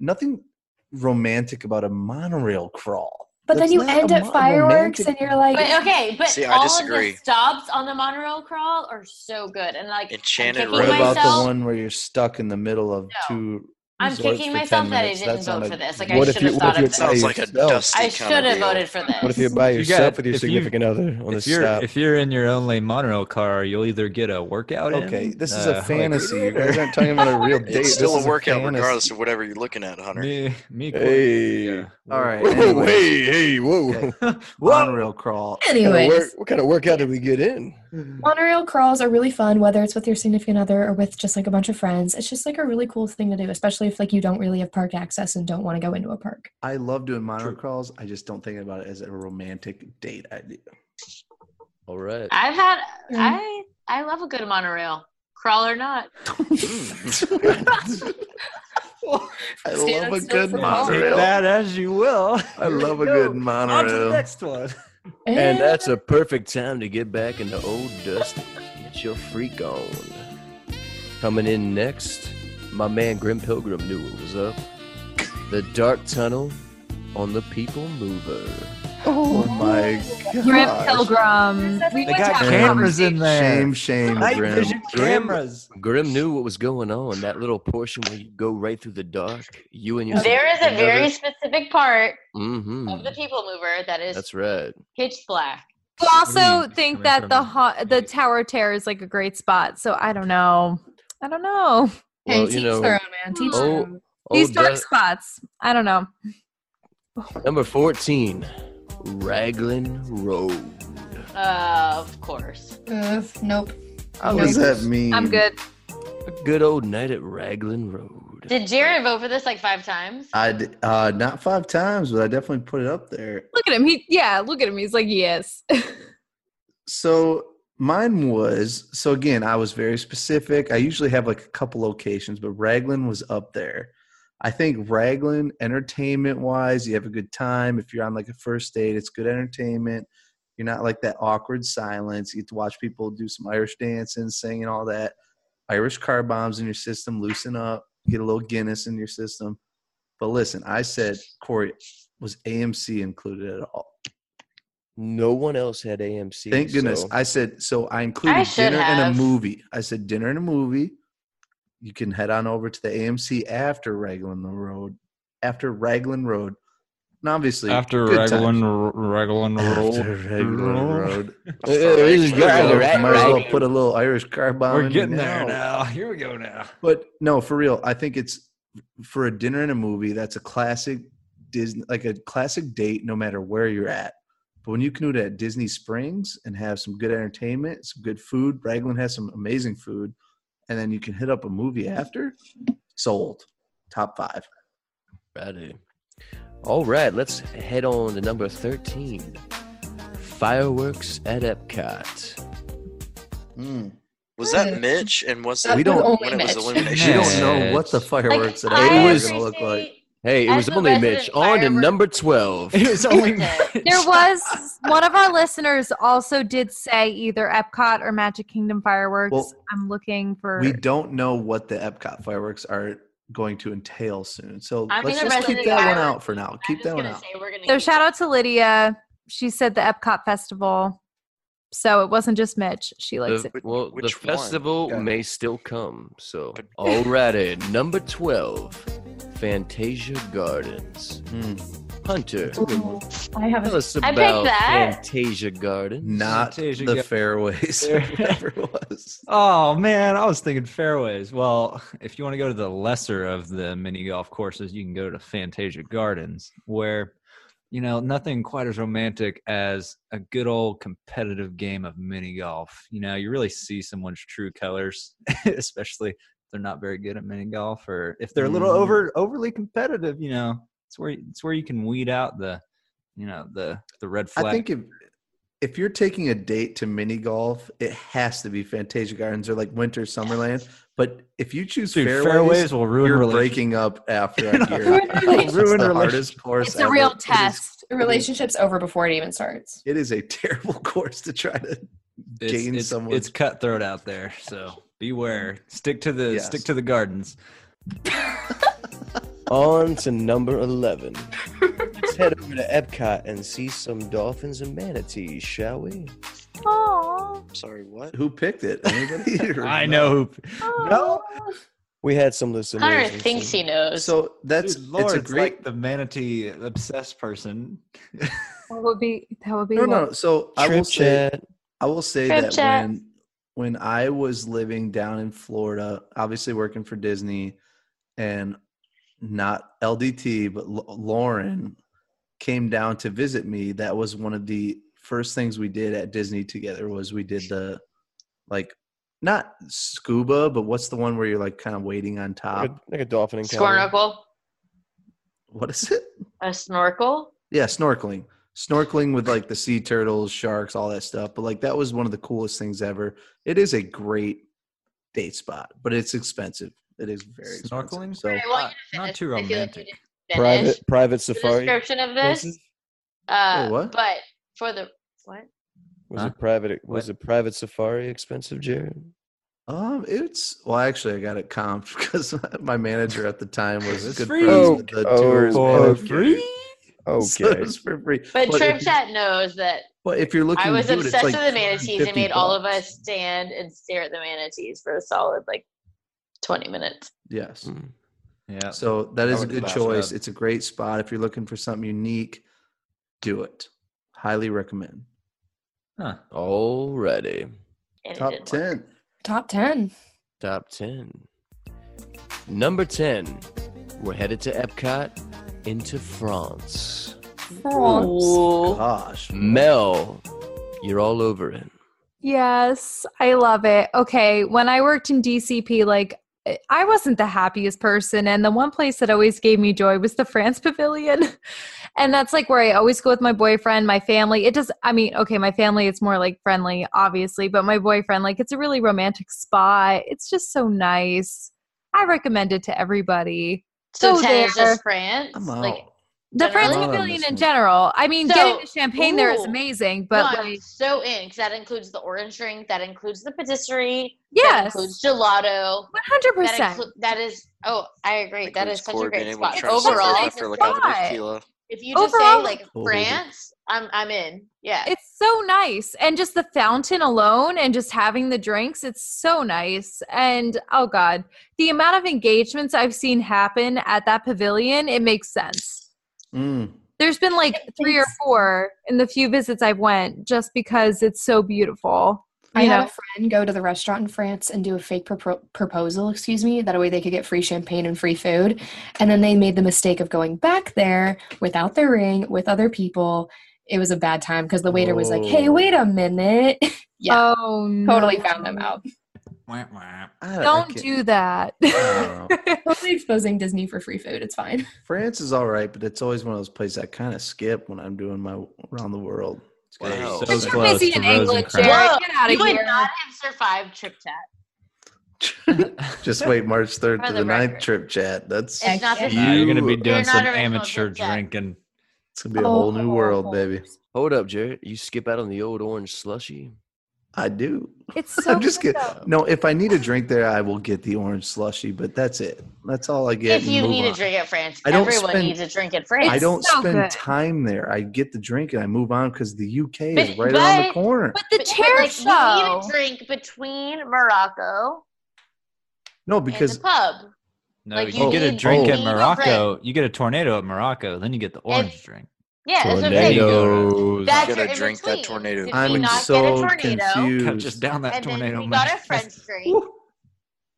[SPEAKER 4] Nothing romantic about a monorail crawl."
[SPEAKER 9] But then
[SPEAKER 4] That's
[SPEAKER 9] you
[SPEAKER 4] not
[SPEAKER 9] end
[SPEAKER 4] a
[SPEAKER 9] at
[SPEAKER 4] mo-
[SPEAKER 9] fireworks,
[SPEAKER 4] romantic-
[SPEAKER 9] and you're like,
[SPEAKER 5] But okay, but
[SPEAKER 6] See, I
[SPEAKER 5] all of
[SPEAKER 6] disagree.
[SPEAKER 5] the stops on the monorail crawl are so good, and like
[SPEAKER 6] Enchanted
[SPEAKER 5] kicking
[SPEAKER 4] What
[SPEAKER 6] Road.
[SPEAKER 5] myself-
[SPEAKER 4] about the one where you're stuck in the middle of
[SPEAKER 5] No.
[SPEAKER 4] two?
[SPEAKER 5] I'm
[SPEAKER 4] resorts
[SPEAKER 5] kicking
[SPEAKER 4] for 10
[SPEAKER 5] myself that I
[SPEAKER 4] minutes?
[SPEAKER 5] didn't
[SPEAKER 4] That's not
[SPEAKER 5] vote
[SPEAKER 4] a-
[SPEAKER 5] for this. Like I
[SPEAKER 8] What if
[SPEAKER 5] should
[SPEAKER 8] you-
[SPEAKER 5] have
[SPEAKER 8] what if
[SPEAKER 5] thought
[SPEAKER 8] you
[SPEAKER 5] of
[SPEAKER 8] It's
[SPEAKER 5] this.
[SPEAKER 8] by
[SPEAKER 6] Sounds like a
[SPEAKER 8] yourself.
[SPEAKER 6] dusty
[SPEAKER 5] I
[SPEAKER 6] kind
[SPEAKER 5] should
[SPEAKER 6] of
[SPEAKER 5] have
[SPEAKER 6] deal.
[SPEAKER 5] voted for this.
[SPEAKER 8] What if you're by
[SPEAKER 7] You got-
[SPEAKER 8] yourself with your
[SPEAKER 7] if you-
[SPEAKER 8] significant other on the
[SPEAKER 7] If you're
[SPEAKER 8] stop?
[SPEAKER 7] if you're in your own lane monorail car, you'll either get a workout. in,
[SPEAKER 4] Okay, this is
[SPEAKER 7] uh,
[SPEAKER 4] a
[SPEAKER 7] like-
[SPEAKER 4] fantasy. you guys aren't talking about a real date.
[SPEAKER 6] It's
[SPEAKER 4] This
[SPEAKER 6] still
[SPEAKER 4] is
[SPEAKER 6] a workout,
[SPEAKER 4] fantasy.
[SPEAKER 6] regardless of whatever you're looking at, Hunter.
[SPEAKER 7] me, me.
[SPEAKER 8] Hey.
[SPEAKER 4] All right.
[SPEAKER 8] Whoa,
[SPEAKER 4] Anyway,
[SPEAKER 8] hey, hey, whoa.
[SPEAKER 4] Okay.
[SPEAKER 7] Whoa.
[SPEAKER 4] monorail crawl.
[SPEAKER 8] What, kind of
[SPEAKER 9] anyways.
[SPEAKER 8] work, what kind of workout did we get in?
[SPEAKER 9] Monorail crawls are really fun, whether it's with your significant other or with just like a bunch of friends. It's just like a really cool thing to do, especially if like you don't really have park access and don't want to go into a park.
[SPEAKER 4] I love doing monorail crawls. I just don't think about it as a romantic date idea.
[SPEAKER 8] All right.
[SPEAKER 5] I've had
[SPEAKER 9] Mm.
[SPEAKER 5] I I love a good monorail crawl or not.
[SPEAKER 4] I
[SPEAKER 9] See,
[SPEAKER 4] love a
[SPEAKER 9] that's so
[SPEAKER 4] good
[SPEAKER 9] funny.
[SPEAKER 7] Take
[SPEAKER 4] monorail.
[SPEAKER 7] that as you will.
[SPEAKER 4] I love a
[SPEAKER 7] Here
[SPEAKER 4] good
[SPEAKER 7] we go. On to the
[SPEAKER 4] monorail.
[SPEAKER 7] next one.
[SPEAKER 8] And that's a perfect time to get back into old Dusty. Get your freak on. Coming in next, my man Grim Pilgrim knew what was up. The Dark Tunnel on the People Mover.
[SPEAKER 4] Oh my
[SPEAKER 10] Grim
[SPEAKER 4] god.
[SPEAKER 10] Pilgrim. We
[SPEAKER 7] They
[SPEAKER 10] went
[SPEAKER 7] got
[SPEAKER 10] to
[SPEAKER 4] Grim.
[SPEAKER 7] cameras in there.
[SPEAKER 4] Shame, shame,
[SPEAKER 7] Night
[SPEAKER 4] Grim.
[SPEAKER 7] vision
[SPEAKER 8] Grim.
[SPEAKER 7] cameras.
[SPEAKER 8] Grim knew what was going on. That little portion where you go right through the dark. You and your
[SPEAKER 5] There is a very specific part of
[SPEAKER 8] Mm-hmm.
[SPEAKER 5] the
[SPEAKER 6] Mm.
[SPEAKER 5] people mover that is
[SPEAKER 8] That's right.
[SPEAKER 5] pitch black.
[SPEAKER 10] I also
[SPEAKER 7] Ooh,
[SPEAKER 10] think
[SPEAKER 7] coming
[SPEAKER 10] that
[SPEAKER 7] from
[SPEAKER 10] the
[SPEAKER 7] a-
[SPEAKER 10] ha- the Tower Terror is like a great spot. So I don't know. I don't know.
[SPEAKER 8] Well,
[SPEAKER 9] teach
[SPEAKER 8] you know,
[SPEAKER 9] their own, man. Teach their
[SPEAKER 8] Oh,
[SPEAKER 9] own.
[SPEAKER 10] These
[SPEAKER 8] old
[SPEAKER 10] dark
[SPEAKER 8] Dust-
[SPEAKER 10] spots. I don't know.
[SPEAKER 8] Number 14, Raglan Road.
[SPEAKER 5] Uh, of course.
[SPEAKER 9] Ugh, nope.
[SPEAKER 8] I
[SPEAKER 4] What does
[SPEAKER 8] was
[SPEAKER 4] that mean?
[SPEAKER 10] Oh, I'm good.
[SPEAKER 8] a good old night at Raglan Road.
[SPEAKER 5] Did Jared vote for this like five times?
[SPEAKER 4] I d- uh, not five times, but I definitely put it up there.
[SPEAKER 10] Look at him. He yeah. Look at him. He's like yes.
[SPEAKER 4] So mine was so again, I was very specific. I usually have like a couple locations, but Raglan was up there. I think Raglan, entertainment wise, you have a good time. If you're on like a first date, it's good entertainment. You're not like that awkward silence. You get to watch people do some Irish dancing, singing, all that. Irish car bombs in your system, loosen up, get a little Guinness in your system. But listen, I said, Corey, was AMC included at all?
[SPEAKER 8] No one else had AMC.
[SPEAKER 4] Thank goodness.
[SPEAKER 8] so-
[SPEAKER 4] I said so. I included
[SPEAKER 5] I should
[SPEAKER 4] dinner and
[SPEAKER 5] have.
[SPEAKER 4] a movie. I said dinner and a movie. You can head on over to the AMC after Raglan Road. After Raglan Road, and obviously
[SPEAKER 7] After
[SPEAKER 4] good
[SPEAKER 7] Raglan,
[SPEAKER 4] times.
[SPEAKER 7] R- Raglan roll.
[SPEAKER 4] After Raglan Road.
[SPEAKER 8] Yeah, this is
[SPEAKER 4] Might as
[SPEAKER 8] Raglan,
[SPEAKER 4] well- might as well
[SPEAKER 8] Raglan.
[SPEAKER 4] put a little Irish car bomb.
[SPEAKER 7] We're
[SPEAKER 4] in
[SPEAKER 7] getting there now. Here we go now.
[SPEAKER 4] But no, for real, I think it's for a dinner and a movie. That's a classic Disney, like a classic date, no matter where you're at. But when you can do it at Disney Springs and have some good entertainment, some good food, Raglan has some amazing food, and then you can hit up a movie after. Sold, top five.
[SPEAKER 8] Righty. All right, let's head on to number 13 Fireworks at Epcot.
[SPEAKER 6] Was that Mitch? And was
[SPEAKER 9] That
[SPEAKER 6] it
[SPEAKER 4] We don't-
[SPEAKER 9] only
[SPEAKER 6] when it was
[SPEAKER 9] Mitch.
[SPEAKER 6] illumination?
[SPEAKER 4] You
[SPEAKER 7] Yeah.
[SPEAKER 4] don't know what the
[SPEAKER 5] Like,
[SPEAKER 4] fireworks at
[SPEAKER 5] I
[SPEAKER 4] Epcot are
[SPEAKER 8] was-
[SPEAKER 4] going to look like.
[SPEAKER 5] appreciate-
[SPEAKER 8] Hey, it
[SPEAKER 5] As
[SPEAKER 8] was
[SPEAKER 5] the
[SPEAKER 8] only
[SPEAKER 5] resident
[SPEAKER 8] Mitch. On to
[SPEAKER 5] fireworks-
[SPEAKER 8] number 12.
[SPEAKER 7] It was only
[SPEAKER 10] There was one of our listeners also did say either Epcot or Magic Kingdom fireworks.
[SPEAKER 4] Well,
[SPEAKER 10] I'm looking for.
[SPEAKER 4] We don't know what the Epcot fireworks are going to entail soon. So
[SPEAKER 5] I'm
[SPEAKER 4] let's
[SPEAKER 5] gonna
[SPEAKER 4] just keep
[SPEAKER 5] resonate
[SPEAKER 4] that one
[SPEAKER 5] fireworks.
[SPEAKER 4] out for now.
[SPEAKER 5] I'm
[SPEAKER 4] Keep
[SPEAKER 5] just
[SPEAKER 4] that one
[SPEAKER 5] gonna
[SPEAKER 4] out.
[SPEAKER 5] say we're gonna
[SPEAKER 10] So
[SPEAKER 5] keep
[SPEAKER 10] shout
[SPEAKER 5] it.
[SPEAKER 10] out to Lydia. She said the Epcot Festival. So it wasn't just Mitch. She likes
[SPEAKER 8] The-
[SPEAKER 10] it.
[SPEAKER 8] well, the
[SPEAKER 6] Which one?
[SPEAKER 8] festival
[SPEAKER 4] Okay.
[SPEAKER 8] may still come. So, all righty, number 12 Fantasia Gardens. Hunter,
[SPEAKER 9] Ooh, I
[SPEAKER 8] tell
[SPEAKER 9] haven't.
[SPEAKER 8] us
[SPEAKER 5] picked
[SPEAKER 8] about
[SPEAKER 5] that.
[SPEAKER 8] Fantasia Gardens.
[SPEAKER 4] Not
[SPEAKER 7] Fantasia
[SPEAKER 4] the
[SPEAKER 7] Gar-
[SPEAKER 4] fairways,
[SPEAKER 7] Fair-
[SPEAKER 4] whatever it was.
[SPEAKER 7] Oh man, I was thinking fairways. Well, if you want to go to the lesser of the mini golf courses, you can go to Fantasia Gardens, where you know, nothing quite as romantic as a good old competitive game of mini golf. You know, you really see someone's true colors, especially if they're not very good at mini golf or if they're a little
[SPEAKER 4] Mm.
[SPEAKER 7] over overly competitive, you know. It's where it's where you can weed out the you know, the the red flag.
[SPEAKER 4] I think if if you're taking a date to mini golf, it has to be Fantasia Gardens or like Winter Summerland. But if you choose
[SPEAKER 7] Dude,
[SPEAKER 4] fairways,
[SPEAKER 7] fairways will ruin
[SPEAKER 4] you're
[SPEAKER 7] relation-
[SPEAKER 4] breaking up after a year.
[SPEAKER 9] Ruin
[SPEAKER 4] It's
[SPEAKER 9] relationships.
[SPEAKER 4] the
[SPEAKER 7] Ruin relationships.
[SPEAKER 4] hardest course.
[SPEAKER 10] It's
[SPEAKER 4] ever.
[SPEAKER 10] a real
[SPEAKER 4] It is-
[SPEAKER 10] test.
[SPEAKER 9] The relationship's over before it even starts.
[SPEAKER 4] It is, a terrible course to try to.
[SPEAKER 7] it's,
[SPEAKER 4] gain
[SPEAKER 7] it's,
[SPEAKER 4] someone.
[SPEAKER 7] it's cutthroat out there, so beware. Stick to the
[SPEAKER 4] Yes.
[SPEAKER 7] stick to the gardens.
[SPEAKER 8] On to number 11. Let's head over to Epcot and see some dolphins and manatees, shall we?
[SPEAKER 10] Aww.
[SPEAKER 6] Sorry, what?
[SPEAKER 4] Who picked it? Anybody? Or
[SPEAKER 7] I
[SPEAKER 4] no?
[SPEAKER 7] know. Oh.
[SPEAKER 10] No.
[SPEAKER 8] We had some listeners.
[SPEAKER 5] Hunter
[SPEAKER 8] and
[SPEAKER 5] thinks
[SPEAKER 8] some-
[SPEAKER 5] he knows.
[SPEAKER 4] So that's
[SPEAKER 7] Dude,
[SPEAKER 4] it's
[SPEAKER 7] Lord,
[SPEAKER 4] a
[SPEAKER 7] it's
[SPEAKER 4] great.
[SPEAKER 7] like the manatee obsessed person.
[SPEAKER 10] What would be that would be
[SPEAKER 4] no,
[SPEAKER 10] what-
[SPEAKER 4] no. So I
[SPEAKER 8] Trip
[SPEAKER 4] will say
[SPEAKER 8] chat.
[SPEAKER 4] I will say
[SPEAKER 5] Trip
[SPEAKER 4] that
[SPEAKER 5] chat.
[SPEAKER 4] when when I was living down in Florida, obviously working for Disney, and not LDT, but L- Lauren came down to visit me. That was one of the first things we did at Disney together. Was we did the like not scuba, but what's the one where you're like kind of waiting on
[SPEAKER 8] Like
[SPEAKER 4] top?
[SPEAKER 8] a, like a dolphin encounter.
[SPEAKER 5] Snorkel.
[SPEAKER 4] What is it?
[SPEAKER 5] A snorkel.
[SPEAKER 4] Yeah, snorkeling. Snorkeling with like the sea turtles, sharks, all that stuff. But like that was one of the coolest things ever. It is a great date spot, but it's expensive. It is very expensive.
[SPEAKER 7] Snorkeling?
[SPEAKER 4] So
[SPEAKER 5] I want you to
[SPEAKER 7] Not-
[SPEAKER 5] finish. I feel
[SPEAKER 7] not too
[SPEAKER 5] like you didn't
[SPEAKER 7] romantic.
[SPEAKER 5] finish
[SPEAKER 8] Private, private
[SPEAKER 5] the
[SPEAKER 8] safari.
[SPEAKER 5] description of this.
[SPEAKER 8] courses?
[SPEAKER 5] Uh,
[SPEAKER 4] Wait, what?
[SPEAKER 5] But for the what?
[SPEAKER 8] Was
[SPEAKER 7] Huh?
[SPEAKER 8] it private? Was
[SPEAKER 7] What?
[SPEAKER 8] it private safari expensive, Jared?
[SPEAKER 4] um, it's well, actually, I got it comped because my manager at the time was
[SPEAKER 7] It's
[SPEAKER 4] good
[SPEAKER 7] free.
[SPEAKER 4] friends
[SPEAKER 8] Oh,
[SPEAKER 4] with the
[SPEAKER 8] oh,
[SPEAKER 4] tours
[SPEAKER 8] For
[SPEAKER 4] manager,
[SPEAKER 8] Okay.
[SPEAKER 4] so it was for free.
[SPEAKER 5] But, Trip
[SPEAKER 4] if, you-
[SPEAKER 5] Chat knows that
[SPEAKER 4] but if you're looking,
[SPEAKER 5] I
[SPEAKER 4] to
[SPEAKER 5] was
[SPEAKER 4] do it, it's,
[SPEAKER 5] obsessed
[SPEAKER 4] like,
[SPEAKER 5] with the manatees and
[SPEAKER 4] 250
[SPEAKER 5] made all of
[SPEAKER 4] bucks.
[SPEAKER 5] us stand and stare at the manatees for a solid like 20 minutes.
[SPEAKER 4] Yes.
[SPEAKER 8] Hmm.
[SPEAKER 7] Yeah.
[SPEAKER 4] So that
[SPEAKER 7] I
[SPEAKER 4] is a
[SPEAKER 7] would
[SPEAKER 4] good
[SPEAKER 7] class it
[SPEAKER 4] choice.
[SPEAKER 7] up.
[SPEAKER 4] It's a great spot if you're looking for something unique. Do it. Highly recommend. oh,
[SPEAKER 7] Huh.
[SPEAKER 8] Alrighty.
[SPEAKER 5] And it
[SPEAKER 4] Top
[SPEAKER 5] didn't work.
[SPEAKER 4] ten.
[SPEAKER 9] Top 10.
[SPEAKER 8] Top 10. Number 10. We're headed to Epcot into France.
[SPEAKER 9] France.
[SPEAKER 4] Gosh,
[SPEAKER 8] Mel, you're all over it.
[SPEAKER 10] Yes, I love it. Okay, when I worked in DCP, like I- I wasn't the happiest person, and the one place that always gave me joy was the France Pavilion. and that's like where I always go with my boyfriend, my family. It does, I mean, okay, my family, it's more like friendly, obviously, but my boyfriend, like, it's a really romantic spot. It's just so nice. I recommend it to everybody.
[SPEAKER 5] So,
[SPEAKER 10] So
[SPEAKER 5] 10 is
[SPEAKER 10] there-
[SPEAKER 5] just France.
[SPEAKER 4] I'm out.
[SPEAKER 5] Like,
[SPEAKER 10] The
[SPEAKER 5] Generally?
[SPEAKER 10] France
[SPEAKER 4] Oh, I
[SPEAKER 10] Pavilion
[SPEAKER 4] miss
[SPEAKER 10] in
[SPEAKER 4] it.
[SPEAKER 10] general. I mean,
[SPEAKER 5] So-
[SPEAKER 10] getting the champagne there is
[SPEAKER 5] Ooh.
[SPEAKER 10] amazing,
[SPEAKER 5] no,
[SPEAKER 10] but
[SPEAKER 5] I'm
[SPEAKER 10] like,
[SPEAKER 5] so in because that includes the orange drink, that includes the patisserie, that
[SPEAKER 10] yes,
[SPEAKER 5] includes gelato. That,
[SPEAKER 10] 100%.
[SPEAKER 5] inclu- that is, oh, I agree. That is
[SPEAKER 6] Includes
[SPEAKER 5] such a
[SPEAKER 6] Corey being
[SPEAKER 5] great
[SPEAKER 6] able to
[SPEAKER 5] spot.
[SPEAKER 6] try to surf
[SPEAKER 5] Overall,
[SPEAKER 6] after like out of
[SPEAKER 10] spot.
[SPEAKER 6] tequila.
[SPEAKER 5] if you just
[SPEAKER 10] Overall,
[SPEAKER 5] say like
[SPEAKER 4] Totally.
[SPEAKER 5] France, I'm, I'm in. Yeah.
[SPEAKER 10] It's so nice. And just the fountain alone and just having the drinks, it's so nice. And oh God, the amount of engagements I've seen happen at that pavilion, it makes sense.
[SPEAKER 4] Mm.
[SPEAKER 10] There's been like three or
[SPEAKER 9] makes-
[SPEAKER 10] four in the few visits I've went just because it's so beautiful.
[SPEAKER 9] I
[SPEAKER 10] You
[SPEAKER 9] had
[SPEAKER 10] know.
[SPEAKER 9] a friend go to the restaurant in France and do a fake propo- proposal, excuse me. That way they could get free champagne and free food. And then they made the mistake of going back there without their ring with other people. It was a bad time because the waiter was like, hey,
[SPEAKER 4] Oh.
[SPEAKER 9] wait a minute. yeah,
[SPEAKER 10] Oh no.
[SPEAKER 9] totally found them out.
[SPEAKER 7] Wah, wah.
[SPEAKER 4] I I
[SPEAKER 10] Don't
[SPEAKER 4] can't-
[SPEAKER 10] do that.
[SPEAKER 4] I don't
[SPEAKER 9] Totally exposing Disney for free food. It's fine.
[SPEAKER 4] France is all right, but it's always one of those places I kind of skip when I'm doing my around the world. It's gotta
[SPEAKER 6] Wow.
[SPEAKER 4] be
[SPEAKER 7] So
[SPEAKER 10] But you're
[SPEAKER 7] close
[SPEAKER 10] busy
[SPEAKER 7] to
[SPEAKER 10] in England,
[SPEAKER 7] Rosencrantz.
[SPEAKER 10] Jared.
[SPEAKER 5] Whoa,
[SPEAKER 10] Get out
[SPEAKER 5] you
[SPEAKER 10] of
[SPEAKER 5] would
[SPEAKER 10] here.
[SPEAKER 5] not have survived Trip Chat.
[SPEAKER 4] Just wait March 3rd
[SPEAKER 5] For
[SPEAKER 4] to
[SPEAKER 5] the
[SPEAKER 4] the 9th
[SPEAKER 5] record.
[SPEAKER 4] trip chat. That's
[SPEAKER 5] It's
[SPEAKER 4] it's
[SPEAKER 5] not this
[SPEAKER 4] You-
[SPEAKER 7] Nah, you're gonna be doing
[SPEAKER 5] not
[SPEAKER 7] some
[SPEAKER 5] original
[SPEAKER 7] amateur
[SPEAKER 5] Kit Kat.
[SPEAKER 7] drinking.
[SPEAKER 4] going to be a whole new world, baby.
[SPEAKER 8] Hold up, Jared. You skip out on the old orange slushy.
[SPEAKER 4] I do.
[SPEAKER 10] It's so
[SPEAKER 4] I'm just
[SPEAKER 10] good,
[SPEAKER 4] kidding.
[SPEAKER 10] though.
[SPEAKER 4] No, if I need a drink there, I will get the orange slushy, but that's it. That's all I get.
[SPEAKER 5] If
[SPEAKER 4] and
[SPEAKER 5] you
[SPEAKER 4] move
[SPEAKER 5] need
[SPEAKER 4] on.
[SPEAKER 5] a drink at France,
[SPEAKER 4] I don't
[SPEAKER 5] everyone
[SPEAKER 4] spend-
[SPEAKER 5] needs a drink at France.
[SPEAKER 4] I don't
[SPEAKER 10] so
[SPEAKER 4] spend
[SPEAKER 10] good.
[SPEAKER 4] time there. I get the drink and I move on because the UK is
[SPEAKER 5] But-
[SPEAKER 4] right around the
[SPEAKER 5] but-
[SPEAKER 4] corner.
[SPEAKER 10] But the
[SPEAKER 5] But- but,
[SPEAKER 10] chair
[SPEAKER 5] like,
[SPEAKER 10] show.
[SPEAKER 5] You need a drink between Morocco
[SPEAKER 4] No, because
[SPEAKER 5] because and the pub.
[SPEAKER 7] No,
[SPEAKER 5] Like,
[SPEAKER 7] you
[SPEAKER 4] you
[SPEAKER 7] get a
[SPEAKER 4] need-
[SPEAKER 7] drink
[SPEAKER 4] you
[SPEAKER 7] at
[SPEAKER 5] need a
[SPEAKER 7] Morocco. You get a tornado at Morocco, then you get the orange drink.
[SPEAKER 5] Yeah, that's what I'm
[SPEAKER 7] Tornado.
[SPEAKER 5] saying.
[SPEAKER 8] Tornadoes.
[SPEAKER 5] That's
[SPEAKER 6] Gonna
[SPEAKER 5] your in
[SPEAKER 6] drink that
[SPEAKER 5] between.
[SPEAKER 6] tornado.
[SPEAKER 5] Did we
[SPEAKER 4] I'm
[SPEAKER 5] not get a
[SPEAKER 4] so
[SPEAKER 5] tornado?
[SPEAKER 4] confused.
[SPEAKER 7] Just down that
[SPEAKER 5] And
[SPEAKER 7] tornado.
[SPEAKER 5] then we
[SPEAKER 7] man.
[SPEAKER 5] got a French drink,
[SPEAKER 4] Woo.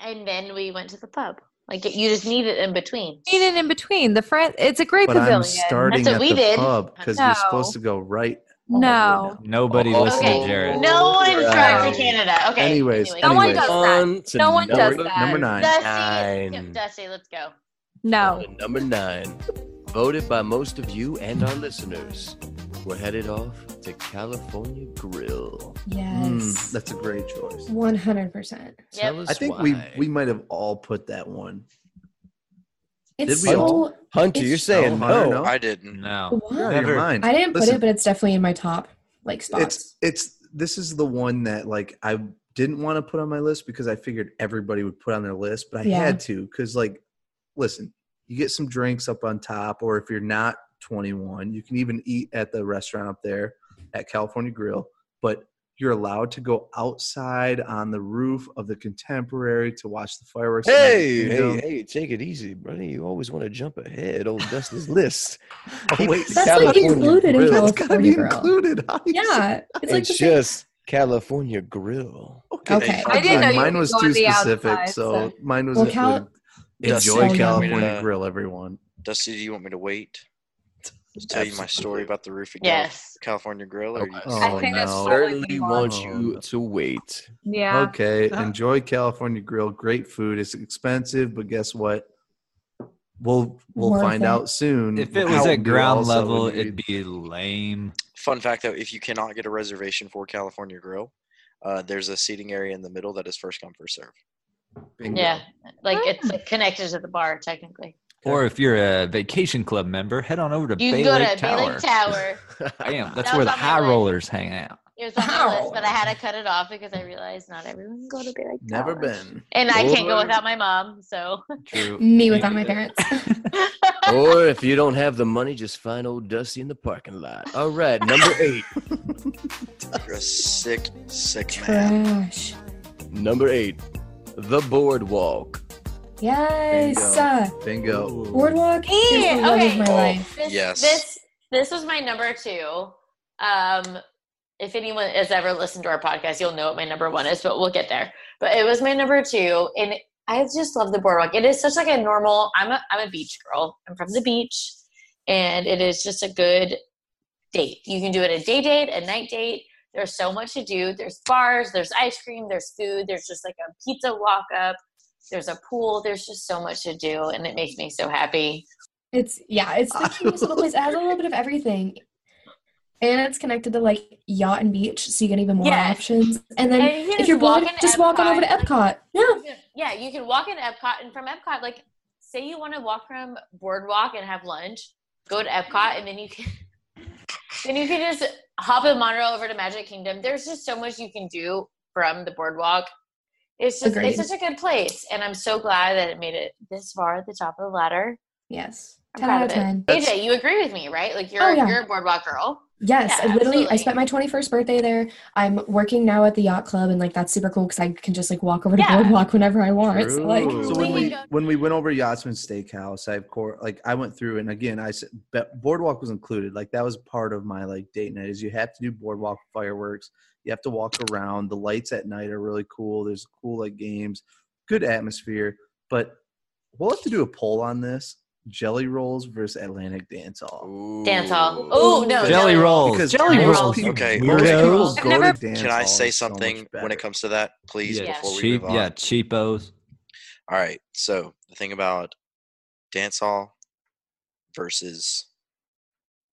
[SPEAKER 5] and then we went to the pub. Like you just need it in between.
[SPEAKER 10] Need it in between the Fran. It's a great
[SPEAKER 4] But
[SPEAKER 10] pavilion.
[SPEAKER 4] I'm starting
[SPEAKER 5] That's what
[SPEAKER 4] at
[SPEAKER 5] we
[SPEAKER 4] the
[SPEAKER 5] did.
[SPEAKER 4] pub because you're
[SPEAKER 10] No.
[SPEAKER 4] supposed to go right.
[SPEAKER 10] no,
[SPEAKER 7] Nobody
[SPEAKER 8] Oh,
[SPEAKER 7] listened
[SPEAKER 5] okay.
[SPEAKER 7] to Jared.
[SPEAKER 5] No one
[SPEAKER 8] Right.
[SPEAKER 5] tried for Canada. Okay.
[SPEAKER 4] Anyways,
[SPEAKER 5] anyway.
[SPEAKER 10] no one
[SPEAKER 4] Anyways.
[SPEAKER 10] does that.
[SPEAKER 8] to
[SPEAKER 10] No one does
[SPEAKER 8] number,
[SPEAKER 10] that.
[SPEAKER 4] Number nine.
[SPEAKER 5] Dusty,
[SPEAKER 8] Nine.
[SPEAKER 5] skip Dusty, let's go.
[SPEAKER 10] No.
[SPEAKER 8] on to Number nine. Voted by most of you and our listeners. We're headed off to California Grill.
[SPEAKER 4] Mm,
[SPEAKER 9] Yes.
[SPEAKER 4] that's a great choice.
[SPEAKER 9] 100%.
[SPEAKER 5] Yep.
[SPEAKER 8] Tell us
[SPEAKER 4] I think we
[SPEAKER 8] why.
[SPEAKER 4] we might have all put that one.
[SPEAKER 8] Did
[SPEAKER 9] It's
[SPEAKER 8] we all?
[SPEAKER 9] so.
[SPEAKER 8] Hunter,
[SPEAKER 9] it's-
[SPEAKER 8] you're saying
[SPEAKER 4] No, Hunter,
[SPEAKER 8] no.
[SPEAKER 4] no.
[SPEAKER 6] I didn't.
[SPEAKER 7] No.
[SPEAKER 4] You're out
[SPEAKER 9] What?
[SPEAKER 4] of your
[SPEAKER 7] Never.
[SPEAKER 4] mind.
[SPEAKER 9] I didn't put
[SPEAKER 4] Listen,
[SPEAKER 9] it, but it's definitely in my top like spots.
[SPEAKER 4] it's it's this is the one that like I didn't want to put on my list because I figured everybody would put on their list, but I
[SPEAKER 9] Yeah.
[SPEAKER 4] had to because like, listen, you get some drinks up on top, or if you're not 21, you can even eat at the restaurant up there at California Grill, but you're allowed to go outside on the roof of the Contemporary to watch the fireworks. at Magic
[SPEAKER 8] Hey,
[SPEAKER 4] Kingdom.
[SPEAKER 8] hey, hey, take it easy, buddy. You always want to jump ahead. Old Dusty's list.
[SPEAKER 4] Oh, wait,
[SPEAKER 9] That's like included in
[SPEAKER 4] That's gotta be
[SPEAKER 9] California Grill.
[SPEAKER 4] included. How do you say-
[SPEAKER 9] Yeah. It's like
[SPEAKER 8] It's,
[SPEAKER 9] the same.
[SPEAKER 8] just California Grill.
[SPEAKER 9] Okay.
[SPEAKER 6] I
[SPEAKER 10] didn't know you
[SPEAKER 4] mine
[SPEAKER 10] could
[SPEAKER 4] was
[SPEAKER 10] go on
[SPEAKER 4] too
[SPEAKER 10] the
[SPEAKER 4] specific,
[SPEAKER 10] outside,
[SPEAKER 4] so,
[SPEAKER 10] so-
[SPEAKER 4] mine was
[SPEAKER 9] Well, Cal-
[SPEAKER 4] included.
[SPEAKER 9] It's
[SPEAKER 4] Enjoy
[SPEAKER 9] so
[SPEAKER 4] California
[SPEAKER 6] good.
[SPEAKER 4] Grill, everyone.
[SPEAKER 6] Dusty, do you want me to wait to tell you my story
[SPEAKER 4] Absolutely.
[SPEAKER 6] about the roof again?
[SPEAKER 5] Yes.
[SPEAKER 6] California Grill? Or you-
[SPEAKER 8] Okay.
[SPEAKER 4] Oh,
[SPEAKER 10] I think that's
[SPEAKER 4] no.
[SPEAKER 10] probably
[SPEAKER 8] Certainly
[SPEAKER 10] more.
[SPEAKER 8] want
[SPEAKER 4] Oh,
[SPEAKER 8] you
[SPEAKER 4] no.
[SPEAKER 8] to wait.
[SPEAKER 10] Yeah.
[SPEAKER 4] Okay,
[SPEAKER 7] Yeah.
[SPEAKER 4] enjoy California Grill. Great food. It's expensive, but guess what? We'll we'll
[SPEAKER 9] Worth
[SPEAKER 4] find
[SPEAKER 9] it.
[SPEAKER 4] out soon.
[SPEAKER 7] If it
[SPEAKER 4] how
[SPEAKER 7] was
[SPEAKER 4] we
[SPEAKER 7] at
[SPEAKER 4] do
[SPEAKER 7] ground
[SPEAKER 4] also
[SPEAKER 7] level,
[SPEAKER 4] when we-
[SPEAKER 7] it'd be lame.
[SPEAKER 6] Fun fact though, if you cannot get a reservation for California Grill, uh, there's a seating area in the middle that is first come first serve.
[SPEAKER 4] Bingo.
[SPEAKER 5] Yeah. Like it's like connected to the bar technically.
[SPEAKER 7] Or if you're a vacation club member, head on over to
[SPEAKER 5] You
[SPEAKER 7] Bay
[SPEAKER 5] can go
[SPEAKER 7] Lake
[SPEAKER 5] to
[SPEAKER 7] Tower.
[SPEAKER 5] Bay Lake Tower. That
[SPEAKER 7] Damn, that's where
[SPEAKER 5] was
[SPEAKER 7] the
[SPEAKER 5] on my
[SPEAKER 7] high
[SPEAKER 5] list.
[SPEAKER 7] rollers hang out.
[SPEAKER 5] It was on my
[SPEAKER 9] How?
[SPEAKER 5] list, but I had to cut it off because I realized not everyone can go to Bay Lake Tower.
[SPEAKER 4] Never been.
[SPEAKER 5] And I can't go
[SPEAKER 8] Or-
[SPEAKER 5] without my mom, so
[SPEAKER 7] True.
[SPEAKER 9] Me without my parents.
[SPEAKER 8] or if you don't have the money, just find old Dusty in the parking lot. All right, number eight.
[SPEAKER 6] You're a sick, sick man.
[SPEAKER 9] Trash.
[SPEAKER 8] Number eight. The boardwalk.
[SPEAKER 9] Yes. Uh,
[SPEAKER 4] Bingo.
[SPEAKER 9] boardwalk is the
[SPEAKER 5] Yeah,
[SPEAKER 9] love of
[SPEAKER 5] okay.
[SPEAKER 9] my life.
[SPEAKER 5] This,
[SPEAKER 6] Yes.
[SPEAKER 5] This this was my number two. Um, if anyone has ever listened to our podcast, you'll know what my number one is, but we'll get there. But it was my number two, and I just love the boardwalk. It is such like a normal. I'm a I'm a beach girl. I'm from the beach, and it is just a good date. You can do it a day date, a night date. There's so much to do. There's bars. There's ice cream. There's food. There's just like a pizza walk up. There's a pool. There's just so much to do, and it makes me so happy.
[SPEAKER 9] It's yeah, it's the cutest little place. It has a little bit of everything. And it's connected to like yacht and beach, so you get even more
[SPEAKER 5] Yeah.
[SPEAKER 9] options. And then
[SPEAKER 5] And you can
[SPEAKER 9] if you're
[SPEAKER 5] just walk
[SPEAKER 9] bored,
[SPEAKER 5] into
[SPEAKER 9] just walk on over to
[SPEAKER 5] Epcot,
[SPEAKER 9] Epcot. Yeah.
[SPEAKER 5] Yeah, you can walk into Epcot, and from Epcot, like, say you want to walk from Boardwalk and have lunch, go to Epcot, and then you can, then you can just hop in monorail over to Magic Kingdom. There's just so much you can do from the Boardwalk. It's just,
[SPEAKER 9] Agreed.
[SPEAKER 5] it's such a good place, and I'm so glad that it made it this far at the top of the ladder.
[SPEAKER 9] Yes.
[SPEAKER 5] I'm
[SPEAKER 9] Ten
[SPEAKER 5] proud
[SPEAKER 9] out of
[SPEAKER 5] of it.
[SPEAKER 9] ten.
[SPEAKER 5] AJ, you agree with me, right? Like, you're
[SPEAKER 9] Oh, yeah.
[SPEAKER 5] you're a Boardwalk girl.
[SPEAKER 9] Yes,
[SPEAKER 5] Yeah,
[SPEAKER 9] I literally I
[SPEAKER 5] absolutely.
[SPEAKER 9] spent my 21st birthday there. I'm working now at the yacht club and like that's super cool because I can just like walk over to
[SPEAKER 5] Yeah.
[SPEAKER 9] boardwalk whenever I want. So, like
[SPEAKER 8] True.
[SPEAKER 4] So when
[SPEAKER 5] We
[SPEAKER 4] we
[SPEAKER 5] can go-
[SPEAKER 4] when we went over Yachtsman Steakhouse, I of course like I went through and again I said but boardwalk was included. Like that was part of my like date night is you have to do boardwalk fireworks. You have to walk around. The lights at night are really cool. There's cool like games, good atmosphere. But we'll have to do a poll on this: Jelly Rolls versus Atlantic Dance Hall.
[SPEAKER 5] Dance hall.
[SPEAKER 8] Ooh.
[SPEAKER 5] Oh no,
[SPEAKER 7] Jelly rolls.
[SPEAKER 4] Because
[SPEAKER 7] Jelly
[SPEAKER 4] most
[SPEAKER 5] rolls.
[SPEAKER 4] people-
[SPEAKER 6] Okay.
[SPEAKER 4] most people
[SPEAKER 7] Weirdos.
[SPEAKER 4] go
[SPEAKER 10] I've never-
[SPEAKER 4] to dance
[SPEAKER 6] Can I
[SPEAKER 4] halls
[SPEAKER 6] say
[SPEAKER 4] so much
[SPEAKER 6] something when it
[SPEAKER 4] better.
[SPEAKER 6] comes to that, please?
[SPEAKER 5] Yeah.
[SPEAKER 6] Before we
[SPEAKER 7] cheap,
[SPEAKER 6] move on.
[SPEAKER 7] yeah, cheapos.
[SPEAKER 6] All right. So the thing about dance hall versus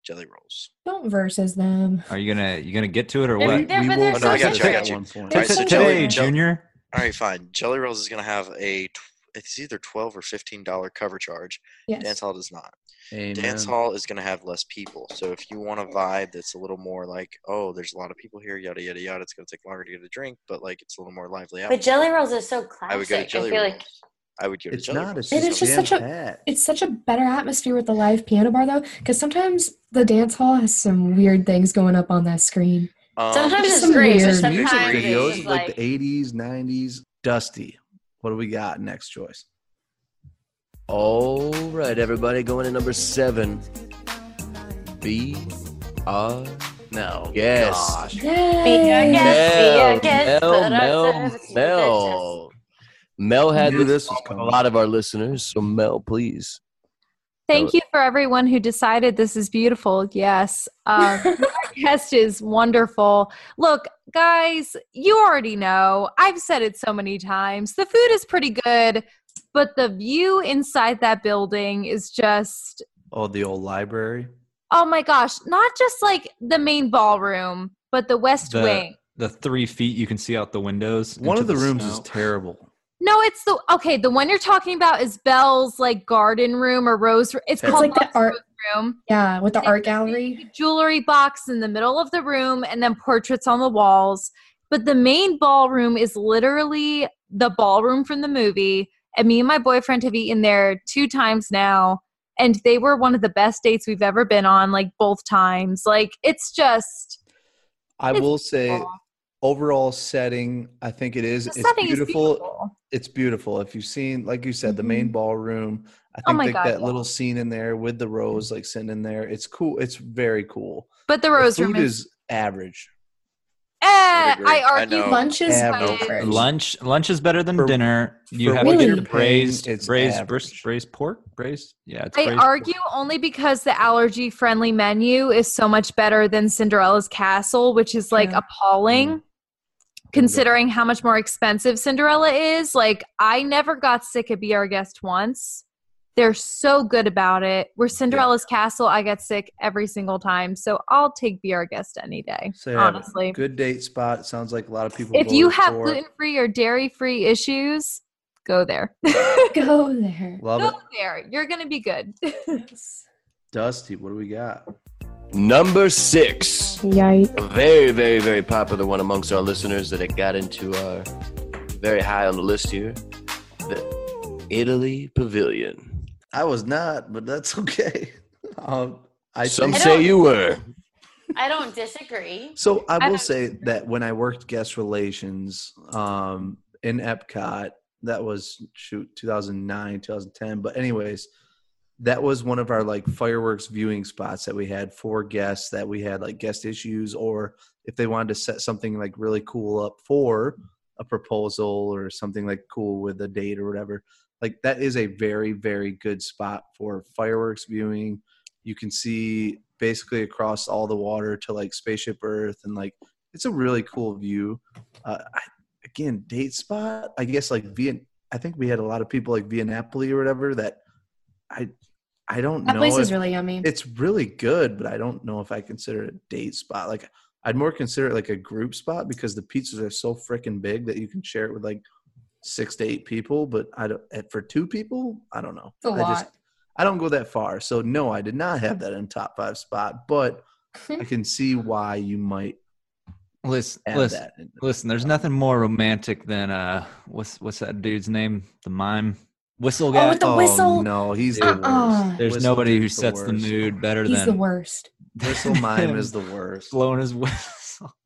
[SPEAKER 6] jelly rolls.
[SPEAKER 9] don't versus them.
[SPEAKER 7] Are you gonna you gonna get to it or
[SPEAKER 5] They're-
[SPEAKER 7] what?
[SPEAKER 5] they're- but
[SPEAKER 4] will
[SPEAKER 5] they're
[SPEAKER 6] so
[SPEAKER 4] address
[SPEAKER 6] different.
[SPEAKER 4] that at
[SPEAKER 6] Oh, I got you.
[SPEAKER 4] one point.
[SPEAKER 6] All right.
[SPEAKER 9] It's
[SPEAKER 6] So
[SPEAKER 9] so
[SPEAKER 6] jelly,
[SPEAKER 7] Today,
[SPEAKER 9] different.
[SPEAKER 6] Jel-
[SPEAKER 7] Junior.
[SPEAKER 6] All right, fine. Jelly Rolls is going to have a, tw- it's either 12 or $15 cover charge. Dance
[SPEAKER 9] Yes.
[SPEAKER 6] Hall does not.
[SPEAKER 4] Amen.
[SPEAKER 6] Dance Hall is going to have less people. So if you want a vibe that's a little more like, oh, there's a lot of people here, yada, yada, yada, it's going to take longer to get a drink, but like it's a little more lively.
[SPEAKER 5] But
[SPEAKER 6] atmosphere.
[SPEAKER 5] jelly rolls is so classic.
[SPEAKER 6] I would go to Jelly
[SPEAKER 5] I feel
[SPEAKER 6] Rolls.
[SPEAKER 5] like
[SPEAKER 6] I would go to
[SPEAKER 4] It's
[SPEAKER 6] Jelly
[SPEAKER 4] not. It's
[SPEAKER 6] Rolls.
[SPEAKER 9] It
[SPEAKER 4] just,
[SPEAKER 9] is just such a-
[SPEAKER 4] jam-packed.
[SPEAKER 9] It's such a better atmosphere with the live piano bar though, because sometimes the dance hall has some weird things going up on that screen.
[SPEAKER 6] Um,
[SPEAKER 5] sometimes
[SPEAKER 9] Just
[SPEAKER 5] it's
[SPEAKER 9] some
[SPEAKER 5] great, but
[SPEAKER 9] weird
[SPEAKER 5] sometimes
[SPEAKER 4] music
[SPEAKER 5] it's
[SPEAKER 4] videos
[SPEAKER 5] just
[SPEAKER 4] of, like,
[SPEAKER 5] like
[SPEAKER 4] the 80s 90s dusty what do we got next choice
[SPEAKER 8] All right, everybody, going to number seven. B R.
[SPEAKER 6] no.
[SPEAKER 8] Yes.
[SPEAKER 6] Gosh.
[SPEAKER 9] Yay!
[SPEAKER 5] Be a guest, be
[SPEAKER 8] Mel,
[SPEAKER 5] a guest,
[SPEAKER 8] Mel,
[SPEAKER 5] put up
[SPEAKER 8] Mel,
[SPEAKER 5] service, you
[SPEAKER 8] Mel. Mel had
[SPEAKER 4] Knew
[SPEAKER 8] this
[SPEAKER 4] this was
[SPEAKER 8] from a
[SPEAKER 4] coming.
[SPEAKER 8] lot of our listeners, so Mel, please.
[SPEAKER 10] Thank you for everyone who decided this is beautiful. Yes. Um, podcast is wonderful. Look, guys, you already know. I've said it so many times. The food is pretty good, but the view inside that building is just
[SPEAKER 4] Oh, the old library.
[SPEAKER 10] oh my gosh, not just like the main ballroom, but the west
[SPEAKER 7] The-
[SPEAKER 10] wing.
[SPEAKER 7] The three feet you can see out the windows.
[SPEAKER 4] One
[SPEAKER 7] into
[SPEAKER 4] of the rooms
[SPEAKER 7] snow.
[SPEAKER 4] is terrible.
[SPEAKER 10] No, it's the okay, the one you're talking about is Belle's like garden room or rose It's
[SPEAKER 9] It's
[SPEAKER 10] called
[SPEAKER 9] like the
[SPEAKER 10] Love's
[SPEAKER 9] art,
[SPEAKER 10] room.
[SPEAKER 9] yeah, with the art gallery.
[SPEAKER 10] big jewelry box in the middle of the room and then portraits on the walls. But the main ballroom is literally the ballroom from the movie. And me and my boyfriend have eaten there two times now. And they were one of the best dates we've ever been on, like both times. Like it's just
[SPEAKER 4] I
[SPEAKER 10] It's
[SPEAKER 4] will say,
[SPEAKER 10] beautiful.
[SPEAKER 4] overall setting, I think it is.
[SPEAKER 10] the
[SPEAKER 4] It's
[SPEAKER 10] setting
[SPEAKER 4] beautiful.
[SPEAKER 10] is beautiful. Mm-hmm.
[SPEAKER 4] It's beautiful. If you've seen, like you said, the main ballroom. I
[SPEAKER 10] Oh
[SPEAKER 4] think
[SPEAKER 10] my
[SPEAKER 4] that,
[SPEAKER 10] God,
[SPEAKER 4] that
[SPEAKER 10] yeah.
[SPEAKER 4] little scene in there with the rose, like sitting in there, it's cool. It's very cool.
[SPEAKER 10] But the
[SPEAKER 4] The
[SPEAKER 10] rose
[SPEAKER 4] food
[SPEAKER 10] room is,
[SPEAKER 4] is average.
[SPEAKER 10] eh, I
[SPEAKER 6] agree. I
[SPEAKER 10] argue
[SPEAKER 6] know.
[SPEAKER 9] Lunch is
[SPEAKER 4] Yeah,
[SPEAKER 9] average.
[SPEAKER 4] no.
[SPEAKER 7] Lunch lunch is better than
[SPEAKER 4] For-
[SPEAKER 7] dinner. You
[SPEAKER 4] for
[SPEAKER 7] have
[SPEAKER 9] what
[SPEAKER 7] your
[SPEAKER 9] you're
[SPEAKER 7] braised
[SPEAKER 4] paying, it's
[SPEAKER 7] braised,
[SPEAKER 4] average.
[SPEAKER 7] braised braised pork braised. Yeah, it's
[SPEAKER 10] I
[SPEAKER 7] braised pork.
[SPEAKER 10] argue only because the allergy friendly menu is so much better than Cinderella's Castle, which is like
[SPEAKER 9] Yeah.
[SPEAKER 10] appalling
[SPEAKER 4] Mm-hmm.
[SPEAKER 10] considering how much more expensive Cinderella is. Like, I never got sick at Be Our Guest once. They're so good about it. Where Cinderella's Castle, I get sick every single time. So I'll take Be Our Guest any day,
[SPEAKER 4] So yeah, but
[SPEAKER 10] honestly.
[SPEAKER 4] good date spot. It sounds like a lot of people.
[SPEAKER 10] If you
[SPEAKER 4] voted
[SPEAKER 10] have
[SPEAKER 4] for it.
[SPEAKER 10] gluten free or dairy free issues, go there.
[SPEAKER 9] Go there.
[SPEAKER 4] love
[SPEAKER 10] go
[SPEAKER 4] it.
[SPEAKER 10] there. You're going to be good.
[SPEAKER 4] Dusty, what do we got?
[SPEAKER 8] Number six.
[SPEAKER 9] Yikes.
[SPEAKER 8] a very, very, very popular one amongst our listeners that it got into our very high on the list here. The Italy Pavilion.
[SPEAKER 4] I was not, but that's okay. Um, I
[SPEAKER 8] Some
[SPEAKER 4] think-
[SPEAKER 5] I
[SPEAKER 8] say
[SPEAKER 5] don't-
[SPEAKER 8] you were.
[SPEAKER 5] I don't disagree.
[SPEAKER 4] So I
[SPEAKER 10] I
[SPEAKER 4] will
[SPEAKER 10] don't-
[SPEAKER 4] say that when I worked guest relations um, in Epcot, that was shoot 2009, 2010. But anyways, that was one of our like fireworks viewing spots that we had for guests that we had like guest issues or if they wanted to set something like really cool up for a proposal or something like cool with a date or whatever. Like that is a very very good spot for fireworks viewing you can see basically across all the water to like spaceship earth and like it's a really cool view uh, I, again date spot i guess like via i think we had a lot of people like via napoli or whatever that i i don't
[SPEAKER 9] That
[SPEAKER 4] know
[SPEAKER 9] place
[SPEAKER 4] if-
[SPEAKER 9] is really yummy.
[SPEAKER 4] it's really good but i don't know if i consider it a date spot like i'd more consider it like a group spot because the pizzas are so freaking big that you can share it with like six to eight people but i don't and for two people i don't know
[SPEAKER 9] It's a
[SPEAKER 4] I
[SPEAKER 9] lot.
[SPEAKER 4] I don't go that far. So no, I did not have that in top five spot, but I can see why you might
[SPEAKER 7] listen,
[SPEAKER 4] add
[SPEAKER 7] listen,
[SPEAKER 4] that. in.
[SPEAKER 7] listen. There's nothing more romantic than uh, what's what's that dude's name? The mime whistle guy. Oh,
[SPEAKER 9] Oh, with the
[SPEAKER 4] Oh,
[SPEAKER 9] whistle?
[SPEAKER 4] No, he's the
[SPEAKER 9] Uh-uh.
[SPEAKER 4] worst.
[SPEAKER 7] There's
[SPEAKER 4] Whistle
[SPEAKER 7] nobody who
[SPEAKER 4] is the
[SPEAKER 7] sets the,
[SPEAKER 4] worst.
[SPEAKER 7] mood better
[SPEAKER 9] He's
[SPEAKER 7] than
[SPEAKER 9] the worst.
[SPEAKER 4] Whistle mime is the worst.
[SPEAKER 7] blowing his whistle.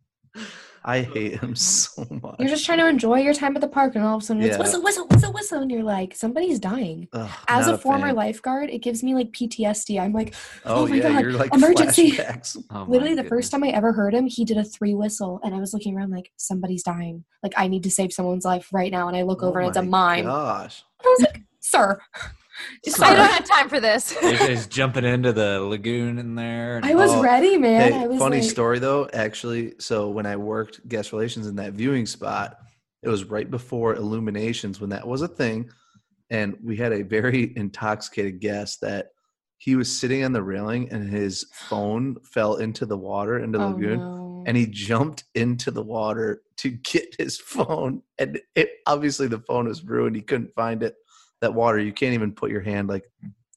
[SPEAKER 4] I hate him so much.
[SPEAKER 9] You're just trying to enjoy your time at the park, and all of a sudden it's
[SPEAKER 4] Yeah.
[SPEAKER 9] whistle, whistle, whistle, whistle, and you're like, somebody's dying.
[SPEAKER 4] Ugh,
[SPEAKER 9] As
[SPEAKER 4] not
[SPEAKER 9] a former
[SPEAKER 4] fan.
[SPEAKER 9] lifeguard, it gives me like PTSD. I'm like,
[SPEAKER 4] oh,
[SPEAKER 9] oh my
[SPEAKER 4] yeah,
[SPEAKER 9] God,
[SPEAKER 4] you're like
[SPEAKER 9] emergency.
[SPEAKER 4] flashbacks.
[SPEAKER 7] Oh, my
[SPEAKER 9] literally the first
[SPEAKER 7] goodness.
[SPEAKER 9] time I ever heard him, he did a three whistle, and I was looking around like, somebody's dying. Like I need to save someone's life right now, and I look
[SPEAKER 4] Oh
[SPEAKER 9] over and it's a
[SPEAKER 4] my
[SPEAKER 9] mime.
[SPEAKER 4] Gosh,
[SPEAKER 9] I was like, sir, sir.
[SPEAKER 10] I don't have time for this.
[SPEAKER 7] He's jumping into the lagoon in there. and-
[SPEAKER 9] I was
[SPEAKER 4] Oh,
[SPEAKER 9] ready, man.
[SPEAKER 4] Hey,
[SPEAKER 9] I was
[SPEAKER 4] funny
[SPEAKER 9] like,
[SPEAKER 4] story though, actually. So when I worked guest relations in that viewing spot, it was right before Illuminations when that was a thing, and we had a very intoxicated guest that he was sitting on the railing and his phone fell into the water into the
[SPEAKER 9] Oh,
[SPEAKER 4] lagoon,
[SPEAKER 9] no.
[SPEAKER 4] and he jumped into the water to get his phone, and it obviously the phone was ruined. He couldn't find it. That water, you can't even put your hand like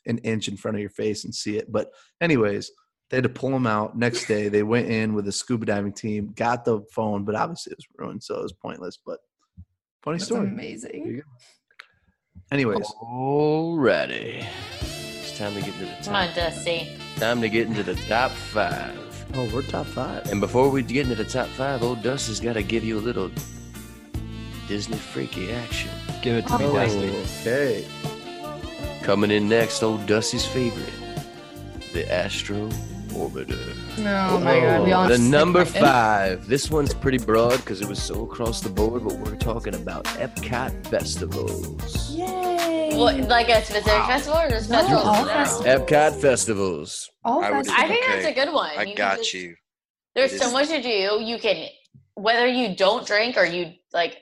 [SPEAKER 4] an inch in front of your face and see it. But anyways they had to pull him out next day they went in with a scuba diving team got the phone but obviously it was ruined so it was pointless but funny
[SPEAKER 9] That's
[SPEAKER 4] story
[SPEAKER 9] amazing.
[SPEAKER 4] anyways
[SPEAKER 8] Alrighty. It's time to get into the
[SPEAKER 5] Come on,
[SPEAKER 8] top.
[SPEAKER 5] Dusty.
[SPEAKER 8] Time to get into the top five.
[SPEAKER 4] oh we're top five
[SPEAKER 8] And before we get into the top five, old Dusty's got to give you a little Disney freaky action.
[SPEAKER 7] Give it to me,
[SPEAKER 9] Oh.
[SPEAKER 7] Dusty.
[SPEAKER 4] okay
[SPEAKER 8] Coming in next, old Dusty's favorite, the Astro informative.
[SPEAKER 9] Oh my god, we all
[SPEAKER 8] the
[SPEAKER 9] just like
[SPEAKER 8] number
[SPEAKER 9] fucking-
[SPEAKER 8] five. This one's pretty broad because it was so across the board, but we're talking about Epcot festivals.
[SPEAKER 9] Yay!
[SPEAKER 5] What, like a specific festival or just
[SPEAKER 9] No,
[SPEAKER 5] festivals?
[SPEAKER 9] all
[SPEAKER 5] in general?
[SPEAKER 9] festivals.
[SPEAKER 8] Epcot festivals.
[SPEAKER 9] all
[SPEAKER 6] I would-
[SPEAKER 9] festivals.
[SPEAKER 5] I think that's a
[SPEAKER 6] Okay,
[SPEAKER 5] good one.
[SPEAKER 6] I
[SPEAKER 5] can
[SPEAKER 6] got
[SPEAKER 5] just-
[SPEAKER 6] you.
[SPEAKER 5] There's
[SPEAKER 6] It
[SPEAKER 5] so
[SPEAKER 6] is-
[SPEAKER 5] much to do. You can, whether you don't drink or you like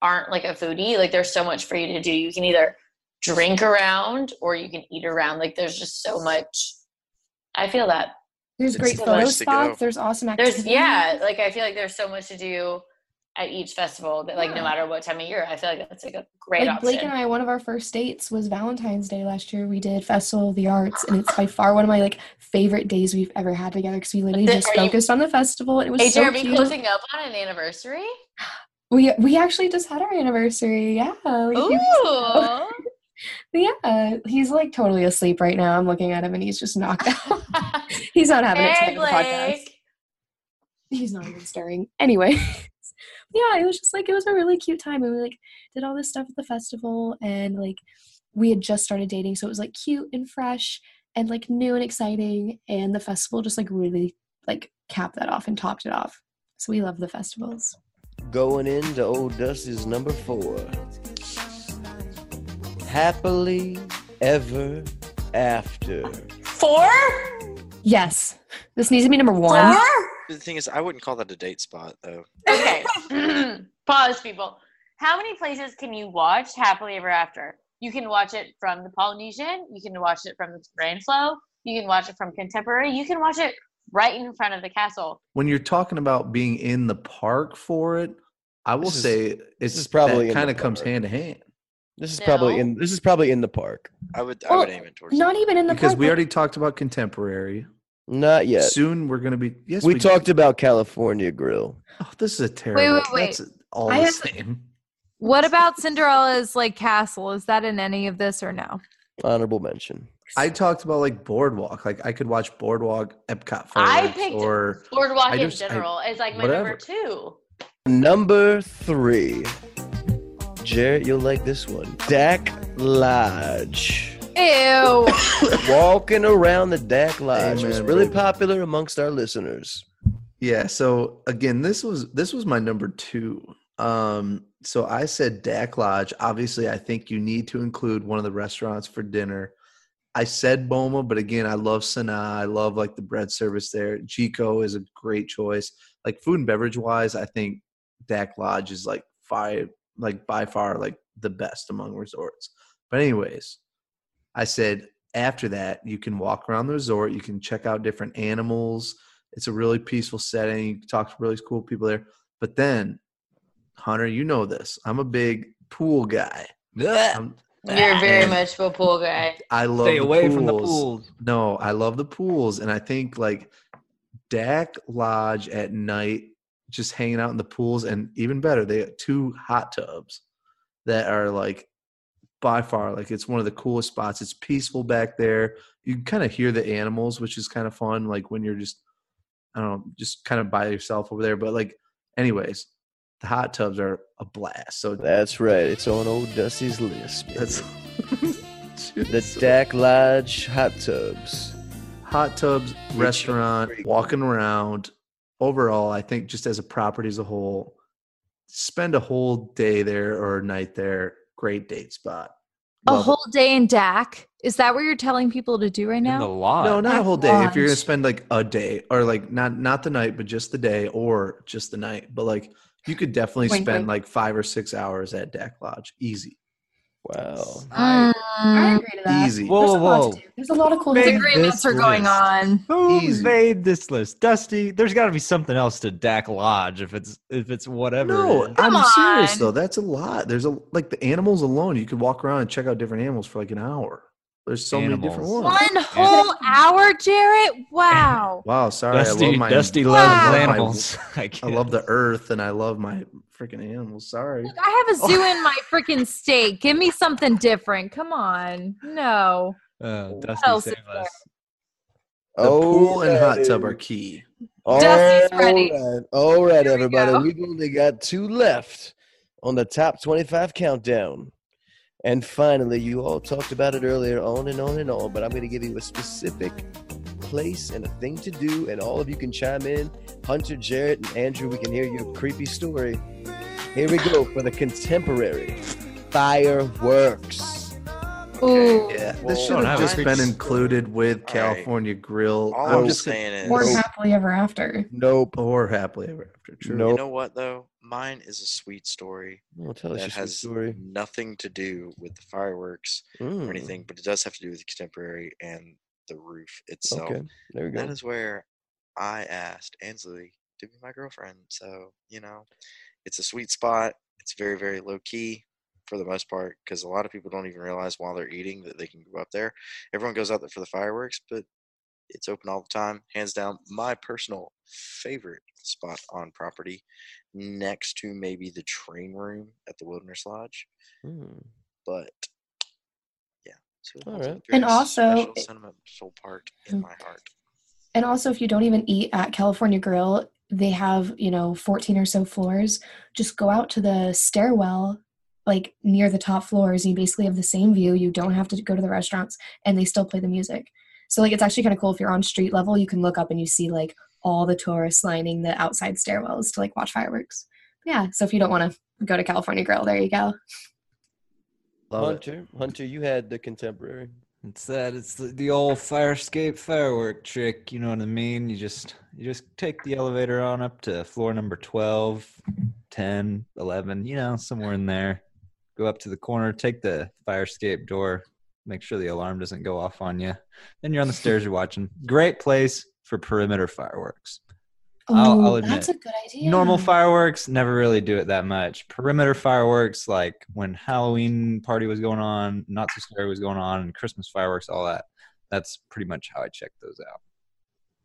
[SPEAKER 5] aren't like a foodie, like there's so much for you to do. You can either drink around or you can eat around. Like there's just so much. I feel that.
[SPEAKER 9] There's great
[SPEAKER 6] It's a
[SPEAKER 9] photo
[SPEAKER 6] place to go.
[SPEAKER 9] spots. There's awesome activities.
[SPEAKER 5] There's yeah, like I feel like there's so much to do at each festival that like
[SPEAKER 9] Yeah.
[SPEAKER 5] no matter what time of year, I feel like that's like a great
[SPEAKER 9] Like Blake
[SPEAKER 5] option.
[SPEAKER 9] and I, one of our first dates was Valentine's Day last year. We did Festival of the Arts, and it's by far one of my like favorite days we've ever had together because we literally
[SPEAKER 5] Th-
[SPEAKER 9] just
[SPEAKER 5] are you-
[SPEAKER 9] focused on the festival. And it was
[SPEAKER 5] hey,
[SPEAKER 9] so
[SPEAKER 5] Jeremy,
[SPEAKER 9] cute.
[SPEAKER 5] closing up on an anniversary.
[SPEAKER 9] We we actually just had our anniversary. Yeah. like, a few
[SPEAKER 5] Ooh,
[SPEAKER 9] weeks ago. Yeah. He's like totally asleep right now. I'm looking at him, and he's just knocked out. he's not having it
[SPEAKER 5] hey
[SPEAKER 9] tonight on the podcast.
[SPEAKER 5] Blake.
[SPEAKER 9] he's not even stirring. Anyway, yeah, it was just like it was a really cute time, and we like did all this stuff at the festival, and like we had just started dating, so it was like cute and fresh and like new and exciting, and the festival just like really like capped that off and topped it off. So we love the festivals.
[SPEAKER 8] Going into Old Dusty's number four. Happily ever after.
[SPEAKER 5] Four?
[SPEAKER 9] Yes, this needs to be number one.
[SPEAKER 5] Four?
[SPEAKER 6] The thing is, I wouldn't call that a date spot though.
[SPEAKER 5] Okay. Pause, people. How many places can you watch Happily Ever After? You can watch it from the Polynesian. You can watch it from the Rainflow. You can watch it from Contemporary. You can watch it right in front of the castle.
[SPEAKER 4] When you're talking about being in the park for it, I will
[SPEAKER 8] This is-
[SPEAKER 4] say it's
[SPEAKER 8] is probably in the
[SPEAKER 4] kind of comes
[SPEAKER 8] park.
[SPEAKER 4] hand to hand
[SPEAKER 8] This is probably
[SPEAKER 5] No.
[SPEAKER 8] in this is probably in the park.
[SPEAKER 6] I would I
[SPEAKER 9] Well,
[SPEAKER 6] would aim it towards
[SPEAKER 9] Not even in the
[SPEAKER 4] because
[SPEAKER 9] park,
[SPEAKER 4] we
[SPEAKER 9] like-
[SPEAKER 4] already talked about contemporary.
[SPEAKER 8] Not yet.
[SPEAKER 4] Soon we're gonna be. Yes,
[SPEAKER 8] we, talked about California Grill.
[SPEAKER 4] Oh, this is a terrible.
[SPEAKER 10] wait.
[SPEAKER 4] That's all
[SPEAKER 9] I
[SPEAKER 4] the
[SPEAKER 9] have-
[SPEAKER 4] same.
[SPEAKER 10] What about Cinderella's like castle? Is that in any of this or no?
[SPEAKER 8] Honorable mention.
[SPEAKER 4] I talked about like Boardwalk. Like I could watch Boardwalk, Epcot
[SPEAKER 5] I
[SPEAKER 4] fireworks,
[SPEAKER 5] picked-
[SPEAKER 4] or
[SPEAKER 5] Boardwalk
[SPEAKER 4] I
[SPEAKER 5] in
[SPEAKER 4] just- I-
[SPEAKER 5] general is like my
[SPEAKER 4] whatever.
[SPEAKER 5] number two.
[SPEAKER 8] Number three. Jarrett, you'll like this one. Dak Lodge.
[SPEAKER 10] Ew.
[SPEAKER 8] Walking around the Dak Lodge was
[SPEAKER 4] Amen,
[SPEAKER 8] really
[SPEAKER 4] baby.
[SPEAKER 8] popular amongst our listeners.
[SPEAKER 4] yeah. So again, this was this was my number two. Um, so I said Dak Lodge. Obviously, I think you need to include one of the restaurants for dinner. I said Boma, but again, I love Sanaa. I love like the bread service there. Chico is a great choice. Like food and beverage wise, I think Dak Lodge is like five, like by far like the best among resorts. But anyways, I said after that you can walk around the resort, you can check out different animals. It's a really peaceful setting. You can talk to really cool people there. But then, Hunter, you know this. I'm a big pool guy. I'm-
[SPEAKER 5] You're very
[SPEAKER 4] And-
[SPEAKER 5] much a pool guy.
[SPEAKER 4] I love
[SPEAKER 7] Stay
[SPEAKER 4] the
[SPEAKER 7] away from the
[SPEAKER 4] pools.
[SPEAKER 7] pool.
[SPEAKER 4] No, I love the pools, and I think like Dak Lodge at night, just hanging out in the pools, and even better, they got two hot tubs that are like by far like it's one of the coolest spots. It's peaceful back there. You can kind of hear the animals, which is kind of fun. Like when you're just I don't know, just kind of by yourself over there. But like, anyways, the hot tubs are a blast. So
[SPEAKER 8] That's right. It's on old Dusty's list. baby.
[SPEAKER 4] that's
[SPEAKER 8] the Dak Lodge hot tubs.
[SPEAKER 4] hot tubs, restaurant, walking around. Overall, I think just as a property as a whole, spend a whole day there or a night there. Great date spot.
[SPEAKER 10] a
[SPEAKER 4] Love it.
[SPEAKER 10] whole day in DAC? Is that what you're telling people to do right
[SPEAKER 7] In the
[SPEAKER 10] now?
[SPEAKER 7] lodge.
[SPEAKER 4] no, not a whole day. If you're gonna
[SPEAKER 9] Lodge.
[SPEAKER 4] spend like a day or like not not the night, but just the day or just the night, but like you could definitely
[SPEAKER 9] Wink,
[SPEAKER 4] spend
[SPEAKER 9] wink.
[SPEAKER 4] like five or six hours at Deck Lodge. Easy,
[SPEAKER 8] Wow.
[SPEAKER 7] I
[SPEAKER 9] I
[SPEAKER 10] Mm,
[SPEAKER 9] agree to that.
[SPEAKER 4] easy.
[SPEAKER 7] Whoa,
[SPEAKER 9] There's a lot
[SPEAKER 7] whoa.
[SPEAKER 9] to do. There's a lot of cool.
[SPEAKER 7] Big-
[SPEAKER 9] things.
[SPEAKER 10] Disagreements
[SPEAKER 7] This
[SPEAKER 10] are going
[SPEAKER 7] list.
[SPEAKER 10] on.
[SPEAKER 7] Who
[SPEAKER 4] Easy.
[SPEAKER 7] made this list, Dusty? There's got to be something else to Dak Lodge if it's if it's whatever.
[SPEAKER 4] No,
[SPEAKER 7] it is.
[SPEAKER 4] I'm
[SPEAKER 10] Come
[SPEAKER 4] serious
[SPEAKER 10] on.
[SPEAKER 4] though. That's a lot. There's a like the animals alone. You could walk around and check out different animals for like an hour. There's so many different
[SPEAKER 7] Animals.
[SPEAKER 4] ones.
[SPEAKER 10] One whole hour, Jarrett? Wow.
[SPEAKER 4] Wow, sorry. I
[SPEAKER 7] Dusty,
[SPEAKER 4] love my
[SPEAKER 7] Dusty
[SPEAKER 10] Wow.
[SPEAKER 7] loves
[SPEAKER 4] I love my-
[SPEAKER 7] animals. I,
[SPEAKER 4] I
[SPEAKER 7] can't-
[SPEAKER 4] love the earth and I love my freaking animals. Sorry.
[SPEAKER 10] Look, I have a zoo in my freaking state. Give me something different. Come on. No.
[SPEAKER 7] Uh, Dusty
[SPEAKER 10] else
[SPEAKER 7] save
[SPEAKER 10] is
[SPEAKER 7] us.
[SPEAKER 4] The
[SPEAKER 8] Oh,
[SPEAKER 4] pool and hot tub are key.
[SPEAKER 10] Dusty's ready.
[SPEAKER 8] All right, all right
[SPEAKER 10] Here we
[SPEAKER 8] everybody.
[SPEAKER 10] go.
[SPEAKER 8] We have only got two left on the top 25 countdown. And finally, you all talked about it earlier, on and on and on, but I'm going to give you a specific place and a thing to do, and all of you can chime in. Hunter, Jarrett, and Andrew, we can hear your creepy story. Here we go for the contemporary fireworks.
[SPEAKER 10] Ooh.
[SPEAKER 4] Yeah,
[SPEAKER 6] Well,
[SPEAKER 4] this should
[SPEAKER 7] I
[SPEAKER 4] have just
[SPEAKER 6] think
[SPEAKER 4] been
[SPEAKER 6] so.
[SPEAKER 4] included with
[SPEAKER 6] All right.
[SPEAKER 4] California Grill.
[SPEAKER 6] All
[SPEAKER 4] I'm
[SPEAKER 6] I'm
[SPEAKER 4] just
[SPEAKER 6] saying is,
[SPEAKER 9] Or
[SPEAKER 8] Nope.
[SPEAKER 9] happily ever after.
[SPEAKER 8] Nope.
[SPEAKER 4] or happily ever after. True.
[SPEAKER 8] Nope.
[SPEAKER 6] you know what though? Mine is a sweet story
[SPEAKER 8] Well, Oh, tell us
[SPEAKER 6] that
[SPEAKER 8] your sweet
[SPEAKER 6] has
[SPEAKER 8] story.
[SPEAKER 6] nothing to do with the fireworks
[SPEAKER 8] Mm,
[SPEAKER 6] or anything, but it does have to do with the contemporary and the roof itself.
[SPEAKER 8] Okay, there we
[SPEAKER 6] And That
[SPEAKER 8] go.
[SPEAKER 6] is where I asked Ansley to be my girlfriend. So, you know, it's a sweet spot. It's very, very low key for the most part because a lot of people don't even realize while they're eating that they can go up there. Everyone goes out there for the fireworks, but it's open all the time. Hands down, my personal favorite spot on property next to maybe the train room at the Wilderness Lodge.
[SPEAKER 8] Mm.
[SPEAKER 6] But yeah, so it
[SPEAKER 8] All
[SPEAKER 6] holds a
[SPEAKER 8] right.
[SPEAKER 6] very
[SPEAKER 9] And also- eh, mm.
[SPEAKER 6] special sentimental part in my heart.
[SPEAKER 9] And also, if you don't even eat at California Grill, they have, you know, 14 or so floors. Just go out to the stairwell, like near the top floors. You basically have the same view. You don't have to go to the restaurants, and they still play the music. So, like, it's actually kind of cool. If you're on street level, you can look up and you see, like, all the tourists lining the outside stairwells to, like, watch fireworks. Yeah. So, if you don't want to go to California Grill, there you go.
[SPEAKER 4] Love it.
[SPEAKER 8] Hunter, Hunter, you had the contemporary.
[SPEAKER 7] It's that. It's the, the old fire escape firework trick. You know what I mean? You just you just take the elevator on up to floor number 12, 10, 11, You know, somewhere in there. Go up to the corner. Take the fire escape door. Make sure the alarm doesn't go off on you. Then you're on the stairs. You're watching. Great place for perimeter fireworks. I'll- I'll admit,
[SPEAKER 9] that's a good idea.
[SPEAKER 7] Normal fireworks never really do it that much. Perimeter fireworks, like when Halloween party was going on, not so scary was going on, and Christmas fireworks, all that. That's pretty much how I check those out.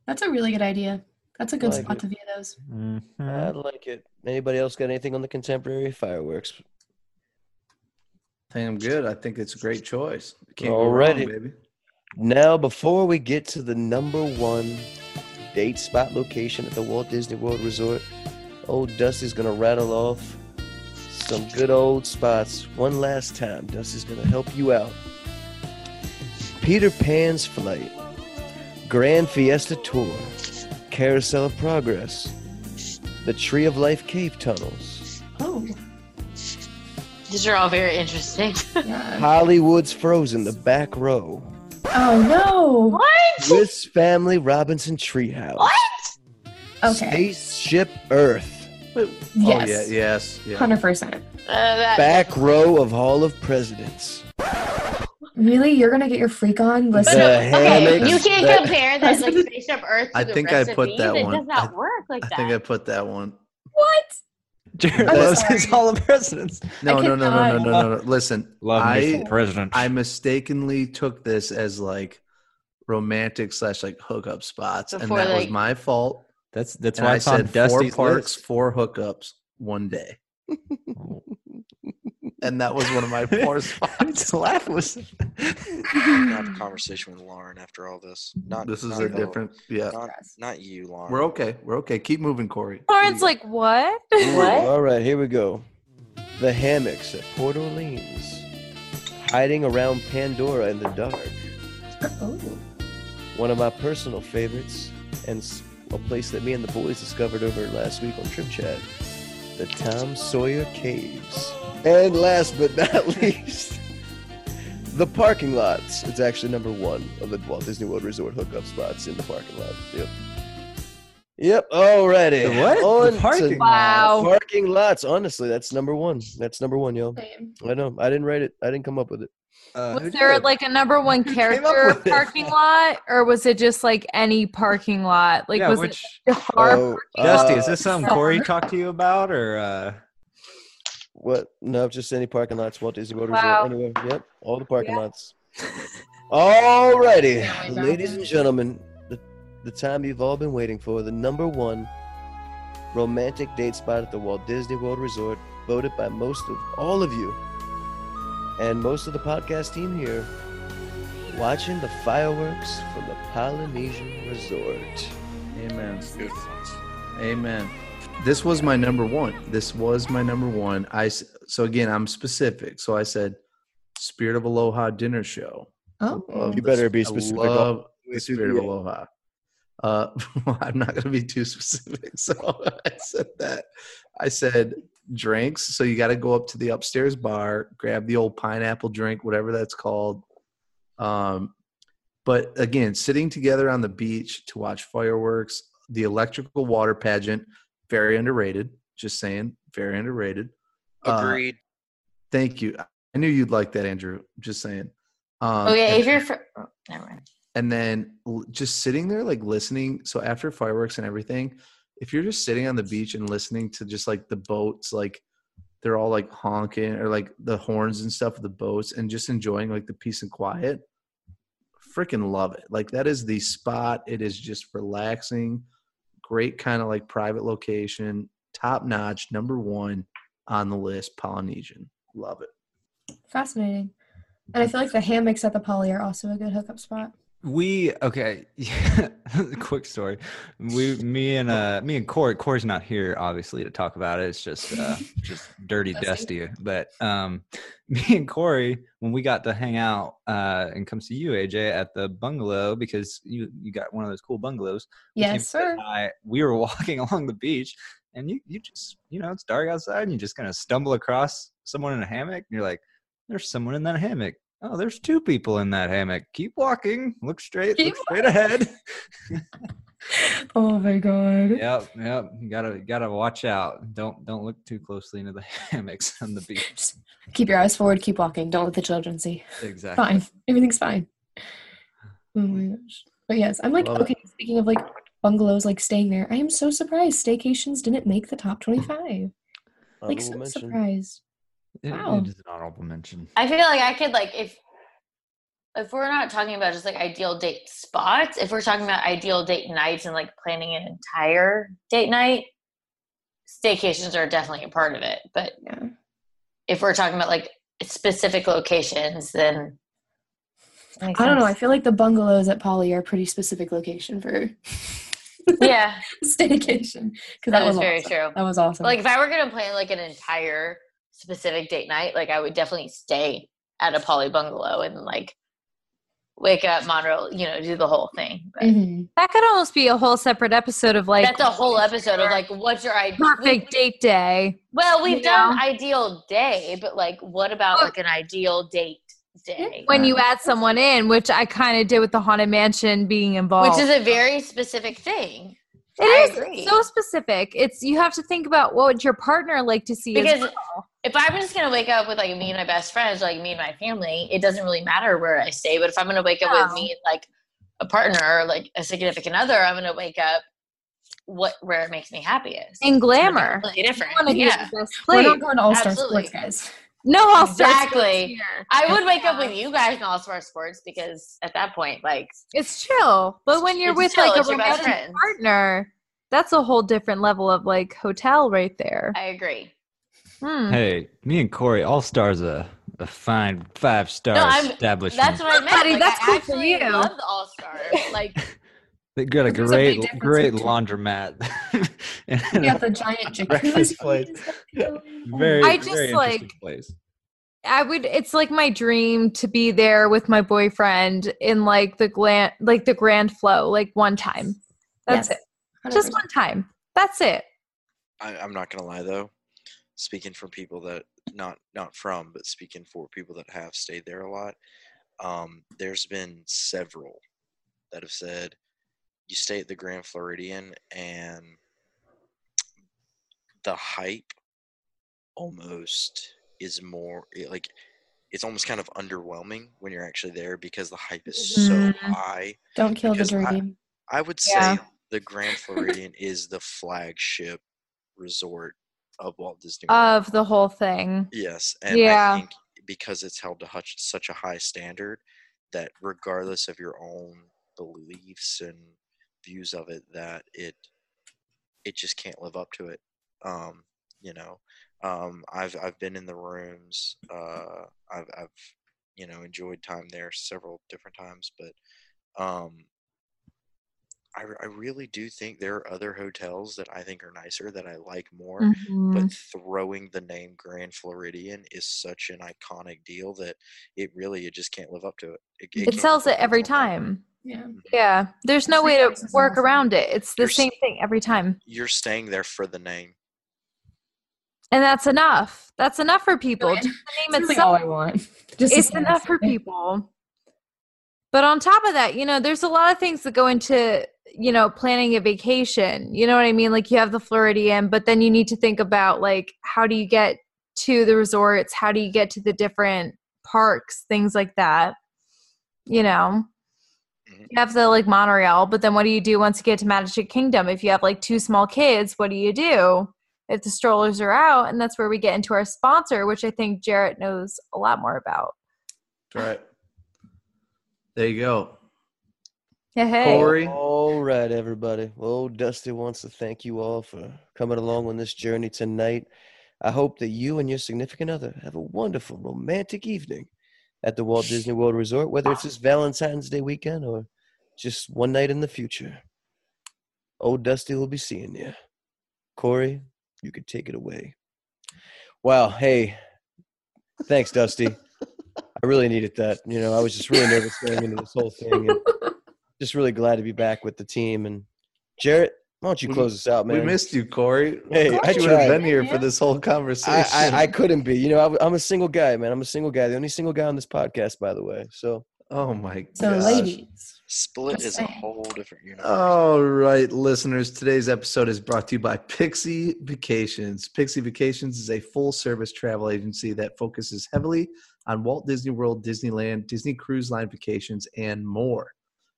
[SPEAKER 9] That's a really good idea. That's a good
[SPEAKER 8] Like
[SPEAKER 9] spot
[SPEAKER 8] it.
[SPEAKER 9] to view those.
[SPEAKER 7] Mm-hmm.
[SPEAKER 8] I like it. Anybody else got anything on the contemporary fireworks?
[SPEAKER 4] I think I'm good. I think it's a great choice. Can't
[SPEAKER 8] Alrighty.
[SPEAKER 4] go wrong, baby.
[SPEAKER 8] Now, before we get to the number one date spot location at the Walt Disney World Resort, old Dusty's gonna rattle off some good old spots one last time. Dusty's gonna help you out. Peter Pan's Flight, Grand Fiesta Tour, Carousel of Progress, the Tree of Life Cave Tunnels,
[SPEAKER 9] Oh,
[SPEAKER 5] These are all very interesting.
[SPEAKER 9] yeah.
[SPEAKER 8] Hollywood's Frozen, the back row,
[SPEAKER 9] Oh, no.
[SPEAKER 5] what?
[SPEAKER 8] Swiss Family Robinson Treehouse.
[SPEAKER 5] What?
[SPEAKER 9] Okay.
[SPEAKER 8] Spaceship Earth,
[SPEAKER 9] Yes.
[SPEAKER 4] Oh yeah, yes, yeah.
[SPEAKER 9] Hundred percent.
[SPEAKER 5] Uh, that,
[SPEAKER 8] back row of Hall of Presidents.
[SPEAKER 9] Really, you're gonna get your freak on?
[SPEAKER 5] But
[SPEAKER 9] Listen,
[SPEAKER 5] no,
[SPEAKER 8] The
[SPEAKER 5] okay,
[SPEAKER 8] hammocks
[SPEAKER 5] you can't
[SPEAKER 8] that-
[SPEAKER 5] compare that like spaceship Earth to
[SPEAKER 4] I
[SPEAKER 5] the
[SPEAKER 4] think
[SPEAKER 5] rest
[SPEAKER 4] I
[SPEAKER 5] of
[SPEAKER 4] put
[SPEAKER 5] these.
[SPEAKER 4] that
[SPEAKER 5] It
[SPEAKER 4] one.
[SPEAKER 5] does not
[SPEAKER 4] I-
[SPEAKER 5] work like
[SPEAKER 4] I
[SPEAKER 5] that.
[SPEAKER 4] think I put that one.
[SPEAKER 9] what?
[SPEAKER 7] Jared
[SPEAKER 9] I'm
[SPEAKER 7] loves his
[SPEAKER 9] sorry.
[SPEAKER 7] Hall of Presidents.
[SPEAKER 4] No,
[SPEAKER 9] I
[SPEAKER 4] no, no, no, no,
[SPEAKER 9] cannot.
[SPEAKER 4] no, no, no. Listen,
[SPEAKER 7] Love me
[SPEAKER 4] I
[SPEAKER 7] some presidents.
[SPEAKER 4] I mistakenly took this as like romantic slash like hookup spots, and
[SPEAKER 5] Before,
[SPEAKER 4] that
[SPEAKER 5] like-
[SPEAKER 4] was my fault.
[SPEAKER 7] that's that's
[SPEAKER 4] and
[SPEAKER 7] why
[SPEAKER 4] I
[SPEAKER 7] it's on
[SPEAKER 4] said four
[SPEAKER 7] Dusty's
[SPEAKER 4] parks,
[SPEAKER 7] list.
[SPEAKER 4] four hookups, one day, and that was one of my poor spots.
[SPEAKER 7] His laugh was.
[SPEAKER 6] gonna have a conversation with Lauren after all this. Not
[SPEAKER 4] This is
[SPEAKER 6] not
[SPEAKER 4] a
[SPEAKER 6] Phil,
[SPEAKER 4] different. uh, Yeah,
[SPEAKER 6] Not, not you, Lauren.
[SPEAKER 4] we're okay. We're okay. Keep moving, Corey.
[SPEAKER 10] Lauren's like, what?
[SPEAKER 5] what?
[SPEAKER 8] All right, here we go. The hammocks at Port Orleans, hiding around Pandora in the dark.
[SPEAKER 9] Oh,
[SPEAKER 8] One of my personal favorites, and s- a place that me and the boys discovered over last week on Trip Chat, the Tom Sawyer Caves. And last but not least, the parking lots. It's actually number one of the Walt Disney World Resort hookup spots in the parking lot. Yep. Yep. Alrighty.
[SPEAKER 7] The what? The
[SPEAKER 8] On to
[SPEAKER 7] parking
[SPEAKER 5] Oh.
[SPEAKER 10] Wow.
[SPEAKER 8] Parking lots. Honestly, that's number one. That's number one, yo.
[SPEAKER 9] same.
[SPEAKER 8] I know. I didn't write it. I didn't come up with it.
[SPEAKER 7] Uh, who
[SPEAKER 10] Was there
[SPEAKER 7] did?
[SPEAKER 10] like a number one
[SPEAKER 7] came up
[SPEAKER 10] character
[SPEAKER 7] with it?
[SPEAKER 10] parking lot, or was it just like any parking lot? Like,
[SPEAKER 7] yeah,
[SPEAKER 10] was
[SPEAKER 7] which
[SPEAKER 10] it Jafar?
[SPEAKER 8] Oh,
[SPEAKER 7] Dusty?
[SPEAKER 8] uh,
[SPEAKER 7] is this something
[SPEAKER 10] Jafar?
[SPEAKER 7] Corey talked to you about, or uh,
[SPEAKER 8] What? No, just any parking lots. Walt Disney World
[SPEAKER 10] Wow.
[SPEAKER 8] Resort. Anyway, yep, all the parking
[SPEAKER 10] Yeah.
[SPEAKER 8] lots. Alrighty,
[SPEAKER 9] Can't wait back.
[SPEAKER 8] ladies and gentlemen, the, the time you've all been waiting for, the number one romantic date spot at the Walt Disney World Resort, voted by most of all of you and most of the podcast team here, watching the fireworks from the Polynesian Resort.
[SPEAKER 4] Amen.
[SPEAKER 6] Beautiful.
[SPEAKER 4] Amen. This was my number one. This was my number one. I s- so again, I'm specific. So I said, "Spirit of Aloha dinner show."
[SPEAKER 9] Oh,
[SPEAKER 4] Love
[SPEAKER 8] You
[SPEAKER 4] the
[SPEAKER 8] better be
[SPEAKER 4] sp- Oh, I
[SPEAKER 8] specific all
[SPEAKER 4] love
[SPEAKER 8] the way
[SPEAKER 4] the
[SPEAKER 8] through the
[SPEAKER 4] Spirit of
[SPEAKER 8] end.
[SPEAKER 4] Aloha. Uh, I'm not going to be too specific. So I said that. I said drinks. So you got to go up to the upstairs bar, grab the old pineapple drink, whatever that's called. Um, but again, sitting together on the beach to watch fireworks, the electrical water pageant, very underrated. Just saying, very underrated. Uh,
[SPEAKER 6] Agreed.
[SPEAKER 4] thank you. I knew you'd like that, Andrew. Just saying. Um,
[SPEAKER 5] Oh yeah,
[SPEAKER 4] and-
[SPEAKER 5] if you're fr- oh, never mind.
[SPEAKER 4] and then l- just sitting there like listening so after fireworks and everything if you're just sitting on the beach and listening to just like the boats like they're all like honking or like the horns and stuff of the boats and just enjoying like the peace and quiet freaking love it like that is the spot it is just relaxing great kind of like private location top notch number one on the list polynesian love it
[SPEAKER 9] Fascinating. And I feel like the hammocks at the Poly are also a good hookup spot.
[SPEAKER 7] We okay. Quick story. We, me and uh, me and Corey. Corey's not here, obviously, to talk about it. It's just, uh, just dirty,
[SPEAKER 9] Dusty.
[SPEAKER 7] dusty. But um, me and Corey, when we got to hang out uh, and come see you, AJ, at the bungalow because you you got one of those cool bungalows. we came
[SPEAKER 9] Yes,
[SPEAKER 7] to the
[SPEAKER 9] sir.
[SPEAKER 7] guy- we were walking along the beach, and you you just you know it's dark outside, and you just kind of stumble across someone in a hammock, and you're like, "There's someone in that hammock." Oh, there's two people in that hammock. Keep walking. Look straight.
[SPEAKER 9] Keep
[SPEAKER 7] look straight ahead.
[SPEAKER 9] Oh my god.
[SPEAKER 7] yep, yep. You gotta gotta watch out. Don't don't look too closely into the hammocks on the beach.
[SPEAKER 9] Just keep your eyes forward, keep walking. Don't let the children see.
[SPEAKER 7] Exactly.
[SPEAKER 9] Fine. Everything's fine. Oh my gosh. But yes, I'm like
[SPEAKER 4] Love it.
[SPEAKER 9] okay, speaking of like bungalows like staying there, I am so surprised staycations didn't make the top 25. Like so
[SPEAKER 8] Honorable mention.
[SPEAKER 9] surprised.
[SPEAKER 7] It-
[SPEAKER 9] Wow.
[SPEAKER 7] it is an honorable mention.
[SPEAKER 5] I feel like I could like if if we're not talking about just like ideal date spots, if we're talking about ideal date nights and like planning an entire date night, staycations are definitely a part of it. But
[SPEAKER 9] Yeah.
[SPEAKER 5] if we're talking about like specific locations, then
[SPEAKER 9] I don't know. I feel like the bungalows at Poly are a pretty specific location for
[SPEAKER 5] yeah,
[SPEAKER 9] staycation. Because
[SPEAKER 5] That
[SPEAKER 9] that, was
[SPEAKER 5] is very
[SPEAKER 9] awesome.
[SPEAKER 5] true.
[SPEAKER 9] That was awesome.
[SPEAKER 5] like if I were gonna plan like an entire specific date night, like I would definitely stay at a poly bungalow and like wake up, Monroe, you know, do the whole thing. But
[SPEAKER 9] hmm
[SPEAKER 10] That could almost be a whole separate episode of Mm-hmm. like
[SPEAKER 5] that's a whole episode of like, what's your idea?
[SPEAKER 10] perfect date day.
[SPEAKER 5] Well, we've
[SPEAKER 10] You
[SPEAKER 5] done
[SPEAKER 10] know?
[SPEAKER 5] ideal day, but like, what about
[SPEAKER 10] Well-
[SPEAKER 5] like an ideal date day?
[SPEAKER 10] When you add someone in, which I kind of did with the haunted mansion being involved,
[SPEAKER 5] Which is a very specific thing.
[SPEAKER 10] It
[SPEAKER 5] I
[SPEAKER 10] is
[SPEAKER 5] agree.
[SPEAKER 10] so specific. It's you have to think about what would your partner like to see. as
[SPEAKER 5] Because
[SPEAKER 10] well.
[SPEAKER 5] if I'm just gonna wake up with like me and my best friends, like me and my family, it doesn't really matter where I stay. But if I'm gonna wake up with
[SPEAKER 10] No.
[SPEAKER 5] me and like a partner or like a significant other, I'm gonna wake up what where it makes me happiest.
[SPEAKER 10] in glamour,
[SPEAKER 5] Completely different.
[SPEAKER 10] You wanna be
[SPEAKER 5] Yeah.
[SPEAKER 10] at the best
[SPEAKER 9] We're
[SPEAKER 10] place.
[SPEAKER 9] not going to all star
[SPEAKER 5] Absolutely.
[SPEAKER 9] sports, guys.
[SPEAKER 10] No, I'll start
[SPEAKER 5] Exactly.
[SPEAKER 10] here.
[SPEAKER 5] I would wake up with you guys in all star sports because at that point, like
[SPEAKER 10] It's chill, but when you're
[SPEAKER 5] It's
[SPEAKER 10] with
[SPEAKER 5] chill,
[SPEAKER 10] like
[SPEAKER 5] it's
[SPEAKER 10] a
[SPEAKER 5] your best
[SPEAKER 10] romantic
[SPEAKER 5] friends.
[SPEAKER 10] partner, that's a whole different level of like hotel right there.
[SPEAKER 5] I agree.
[SPEAKER 10] Hmm.
[SPEAKER 7] Hey, me and Corey, All Stars a a fine five star
[SPEAKER 5] No, I'm-
[SPEAKER 7] establishment.
[SPEAKER 5] That's what I meant.
[SPEAKER 10] Buddy,
[SPEAKER 5] like,
[SPEAKER 10] that's
[SPEAKER 5] I
[SPEAKER 10] cool for
[SPEAKER 5] actually
[SPEAKER 10] you.
[SPEAKER 5] love the All Star. Like
[SPEAKER 7] they got a
[SPEAKER 9] There's a big
[SPEAKER 7] great
[SPEAKER 9] difference
[SPEAKER 7] great
[SPEAKER 9] between-
[SPEAKER 7] laundromat.
[SPEAKER 9] We got the giant
[SPEAKER 7] breakfast
[SPEAKER 9] jacuzzi.
[SPEAKER 7] place.
[SPEAKER 9] Really?
[SPEAKER 7] very,
[SPEAKER 10] I just,
[SPEAKER 7] very interesting
[SPEAKER 10] like,
[SPEAKER 7] place.
[SPEAKER 10] I would it's like my dream to be there with my boyfriend in like the glan like the grand flow, like one time. That's
[SPEAKER 9] Yes,
[SPEAKER 10] it. Just
[SPEAKER 9] 100%.
[SPEAKER 10] one time. That's it.
[SPEAKER 6] I, I'm not gonna lie though. Speaking from people that not not from, but speaking for people that have stayed there a lot, um, there's been several that have said you stay at the Grand Floridian and the hype almost is more it, like it's almost kind of underwhelming when you're actually there because the hype is so
[SPEAKER 10] Mhm.
[SPEAKER 6] high.
[SPEAKER 9] Don't kill the
[SPEAKER 6] Because I-
[SPEAKER 9] dream.
[SPEAKER 6] I would say
[SPEAKER 10] Yeah.
[SPEAKER 6] the Grand Floridian is the flagship resort of Walt Disney World.
[SPEAKER 10] Of the whole thing.
[SPEAKER 6] Yes, and
[SPEAKER 10] Yeah.
[SPEAKER 6] I think because it's held to huch- such a high standard that regardless of your own beliefs and views of it, that it it just can't live up to it. Um, you know, um, I've I've been in the rooms. Uh, I've I've you know enjoyed time there several different times, but um, I re- I really do think there are other hotels that I think are nicer that I like more
[SPEAKER 9] Mm-hmm.
[SPEAKER 10] Mhm.
[SPEAKER 6] but throwing the name Grand Floridian is such an iconic deal that it really it just can't live up to it. It,
[SPEAKER 10] It
[SPEAKER 6] can't
[SPEAKER 10] sells
[SPEAKER 6] live
[SPEAKER 10] it
[SPEAKER 6] up to
[SPEAKER 10] every
[SPEAKER 6] the whole name.
[SPEAKER 10] time.
[SPEAKER 9] Yeah.
[SPEAKER 10] Yeah. There's no
[SPEAKER 9] Three
[SPEAKER 10] way to
[SPEAKER 9] times is
[SPEAKER 10] work
[SPEAKER 9] awesome.
[SPEAKER 10] around it. It's the
[SPEAKER 6] You're s-
[SPEAKER 10] same thing every time.
[SPEAKER 6] You're staying there for the name.
[SPEAKER 10] And that's enough. That's enough for people.
[SPEAKER 9] Really?
[SPEAKER 10] Just the name
[SPEAKER 9] That's really all
[SPEAKER 10] itself.
[SPEAKER 9] I want. Just a
[SPEAKER 10] It's
[SPEAKER 9] snack.
[SPEAKER 10] enough for people. But on top of that, you know, there's a lot of things that go into, you know, planning a vacation. You know what I mean? Like you have the Floridian, but then you need to think about like how do you get to the resorts? How do you get to the different parks? Things like that. You know.
[SPEAKER 9] Mm-hmm.
[SPEAKER 6] Mhm.
[SPEAKER 10] You have the like monorail, but then what do you do once you get to Magic Kingdom? If you have like two small kids, what do you do if the strollers are out? And that's where we get into our sponsor, which I think Jarrett knows a lot more about.
[SPEAKER 4] That's right. There you go.
[SPEAKER 10] Yeah, hey.
[SPEAKER 4] Corey.
[SPEAKER 8] All right, everybody. Well, Dusty wants to thank you all for coming along on this journey tonight. I hope that you and your significant other have a wonderful romantic evening at the Walt Disney World Resort, whether it's this Valentine's Day weekend or just one night in the future. Old Dusty will be seeing you. Corey, you could take it away. Wow. Hey, thanks, Dusty. I really needed that. You know, I was just really nervous going into this whole thing. and just really glad to be back with the team. And Jarrett, why don't you
[SPEAKER 4] We-
[SPEAKER 8] close us out, man?
[SPEAKER 4] We missed you, Corey.
[SPEAKER 8] Hey,
[SPEAKER 4] Thought
[SPEAKER 8] I
[SPEAKER 4] you would have
[SPEAKER 8] tried.
[SPEAKER 4] been here for this whole
[SPEAKER 8] I,
[SPEAKER 4] conversation.
[SPEAKER 8] I, I couldn't be. You know, I, am a single guy, man. I'm a single guy. The only single guy on this podcast, by the way. So
[SPEAKER 4] oh my god.
[SPEAKER 9] So, ladies,
[SPEAKER 6] Split
[SPEAKER 9] Just
[SPEAKER 6] is a
[SPEAKER 9] saying.
[SPEAKER 6] whole different
[SPEAKER 10] Oh,
[SPEAKER 6] universe.
[SPEAKER 4] All right, listeners. Today's episode is brought to you by Pixie Vacations. Pixie Vacations is a full service travel agency that focuses heavily on Walt Disney World, Disneyland, Disney Cruise Line vacations, and more.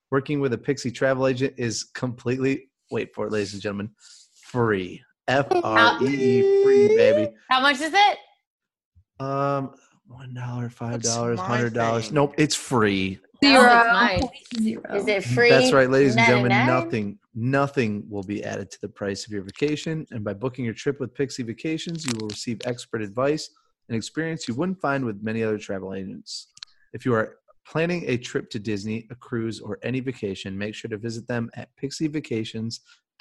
[SPEAKER 4] Working with a Pixie travel agent is completely, wait for it, ladies and gentlemen, free. F R E E, free, baby.
[SPEAKER 5] How much is it?
[SPEAKER 4] Um, one dollar, five
[SPEAKER 6] That's
[SPEAKER 4] dollars,
[SPEAKER 6] my
[SPEAKER 4] hundred dollars.
[SPEAKER 6] thing.
[SPEAKER 4] Nope, it's free.
[SPEAKER 5] No,
[SPEAKER 10] Zero.
[SPEAKER 5] it's mine.
[SPEAKER 9] zero.
[SPEAKER 5] Is it free?
[SPEAKER 4] Oh. That's right, ladies and
[SPEAKER 5] Nine
[SPEAKER 4] gentlemen.
[SPEAKER 5] nine?
[SPEAKER 4] Nothing, nothing will be added to the price of your vacation. And by booking your trip with Pixie Vacations, you will receive expert advice and experience you wouldn't find with many other travel agents. If you are planning a trip to Disney, a cruise, or any vacation, make sure to visit them at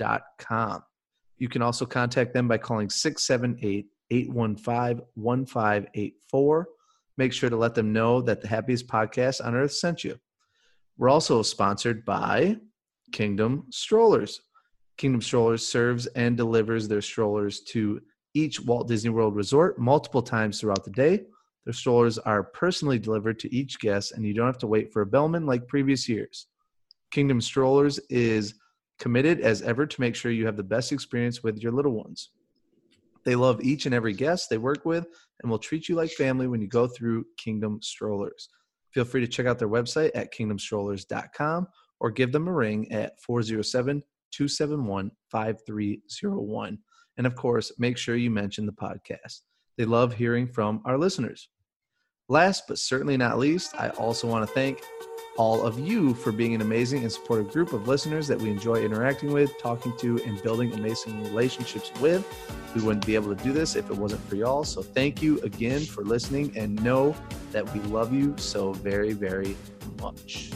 [SPEAKER 4] pixievacations.com. You can also contact them by calling 678 815 1584. Make sure to let them know that the happiest podcast on earth sent you. We're also sponsored by Kingdom Strollers. Kingdom Strollers serves and delivers their strollers to each Walt Disney World resort multiple times throughout the day. Their strollers are personally delivered to each guest, and you don't have to wait for a bellman like previous years. Kingdom Strollers is committed as ever to make sure you have the best experience with your little ones. They love each and every guest they work with and will treat you like family when you go through Kingdom Strollers. Feel free to check out their website at kingdomstrollers.com or give them a ring at 407 271 5301. And of course, make sure you mention the podcast. They love hearing from our listeners. Last but certainly not least, I also want to thank all of you for being an amazing and supportive group of listeners that we enjoy interacting with, talking to, and building amazing relationships with. We wouldn't be able to do this if it wasn't for y'all. So thank you again for listening and know that we love you so very, very much.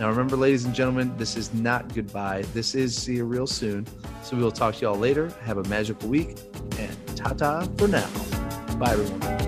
[SPEAKER 4] Now, remember, ladies and gentlemen, this is not goodbye. This is see you real soon. So we will talk to y'all later. Have a magical week and ta ta for now. Bye, everyone.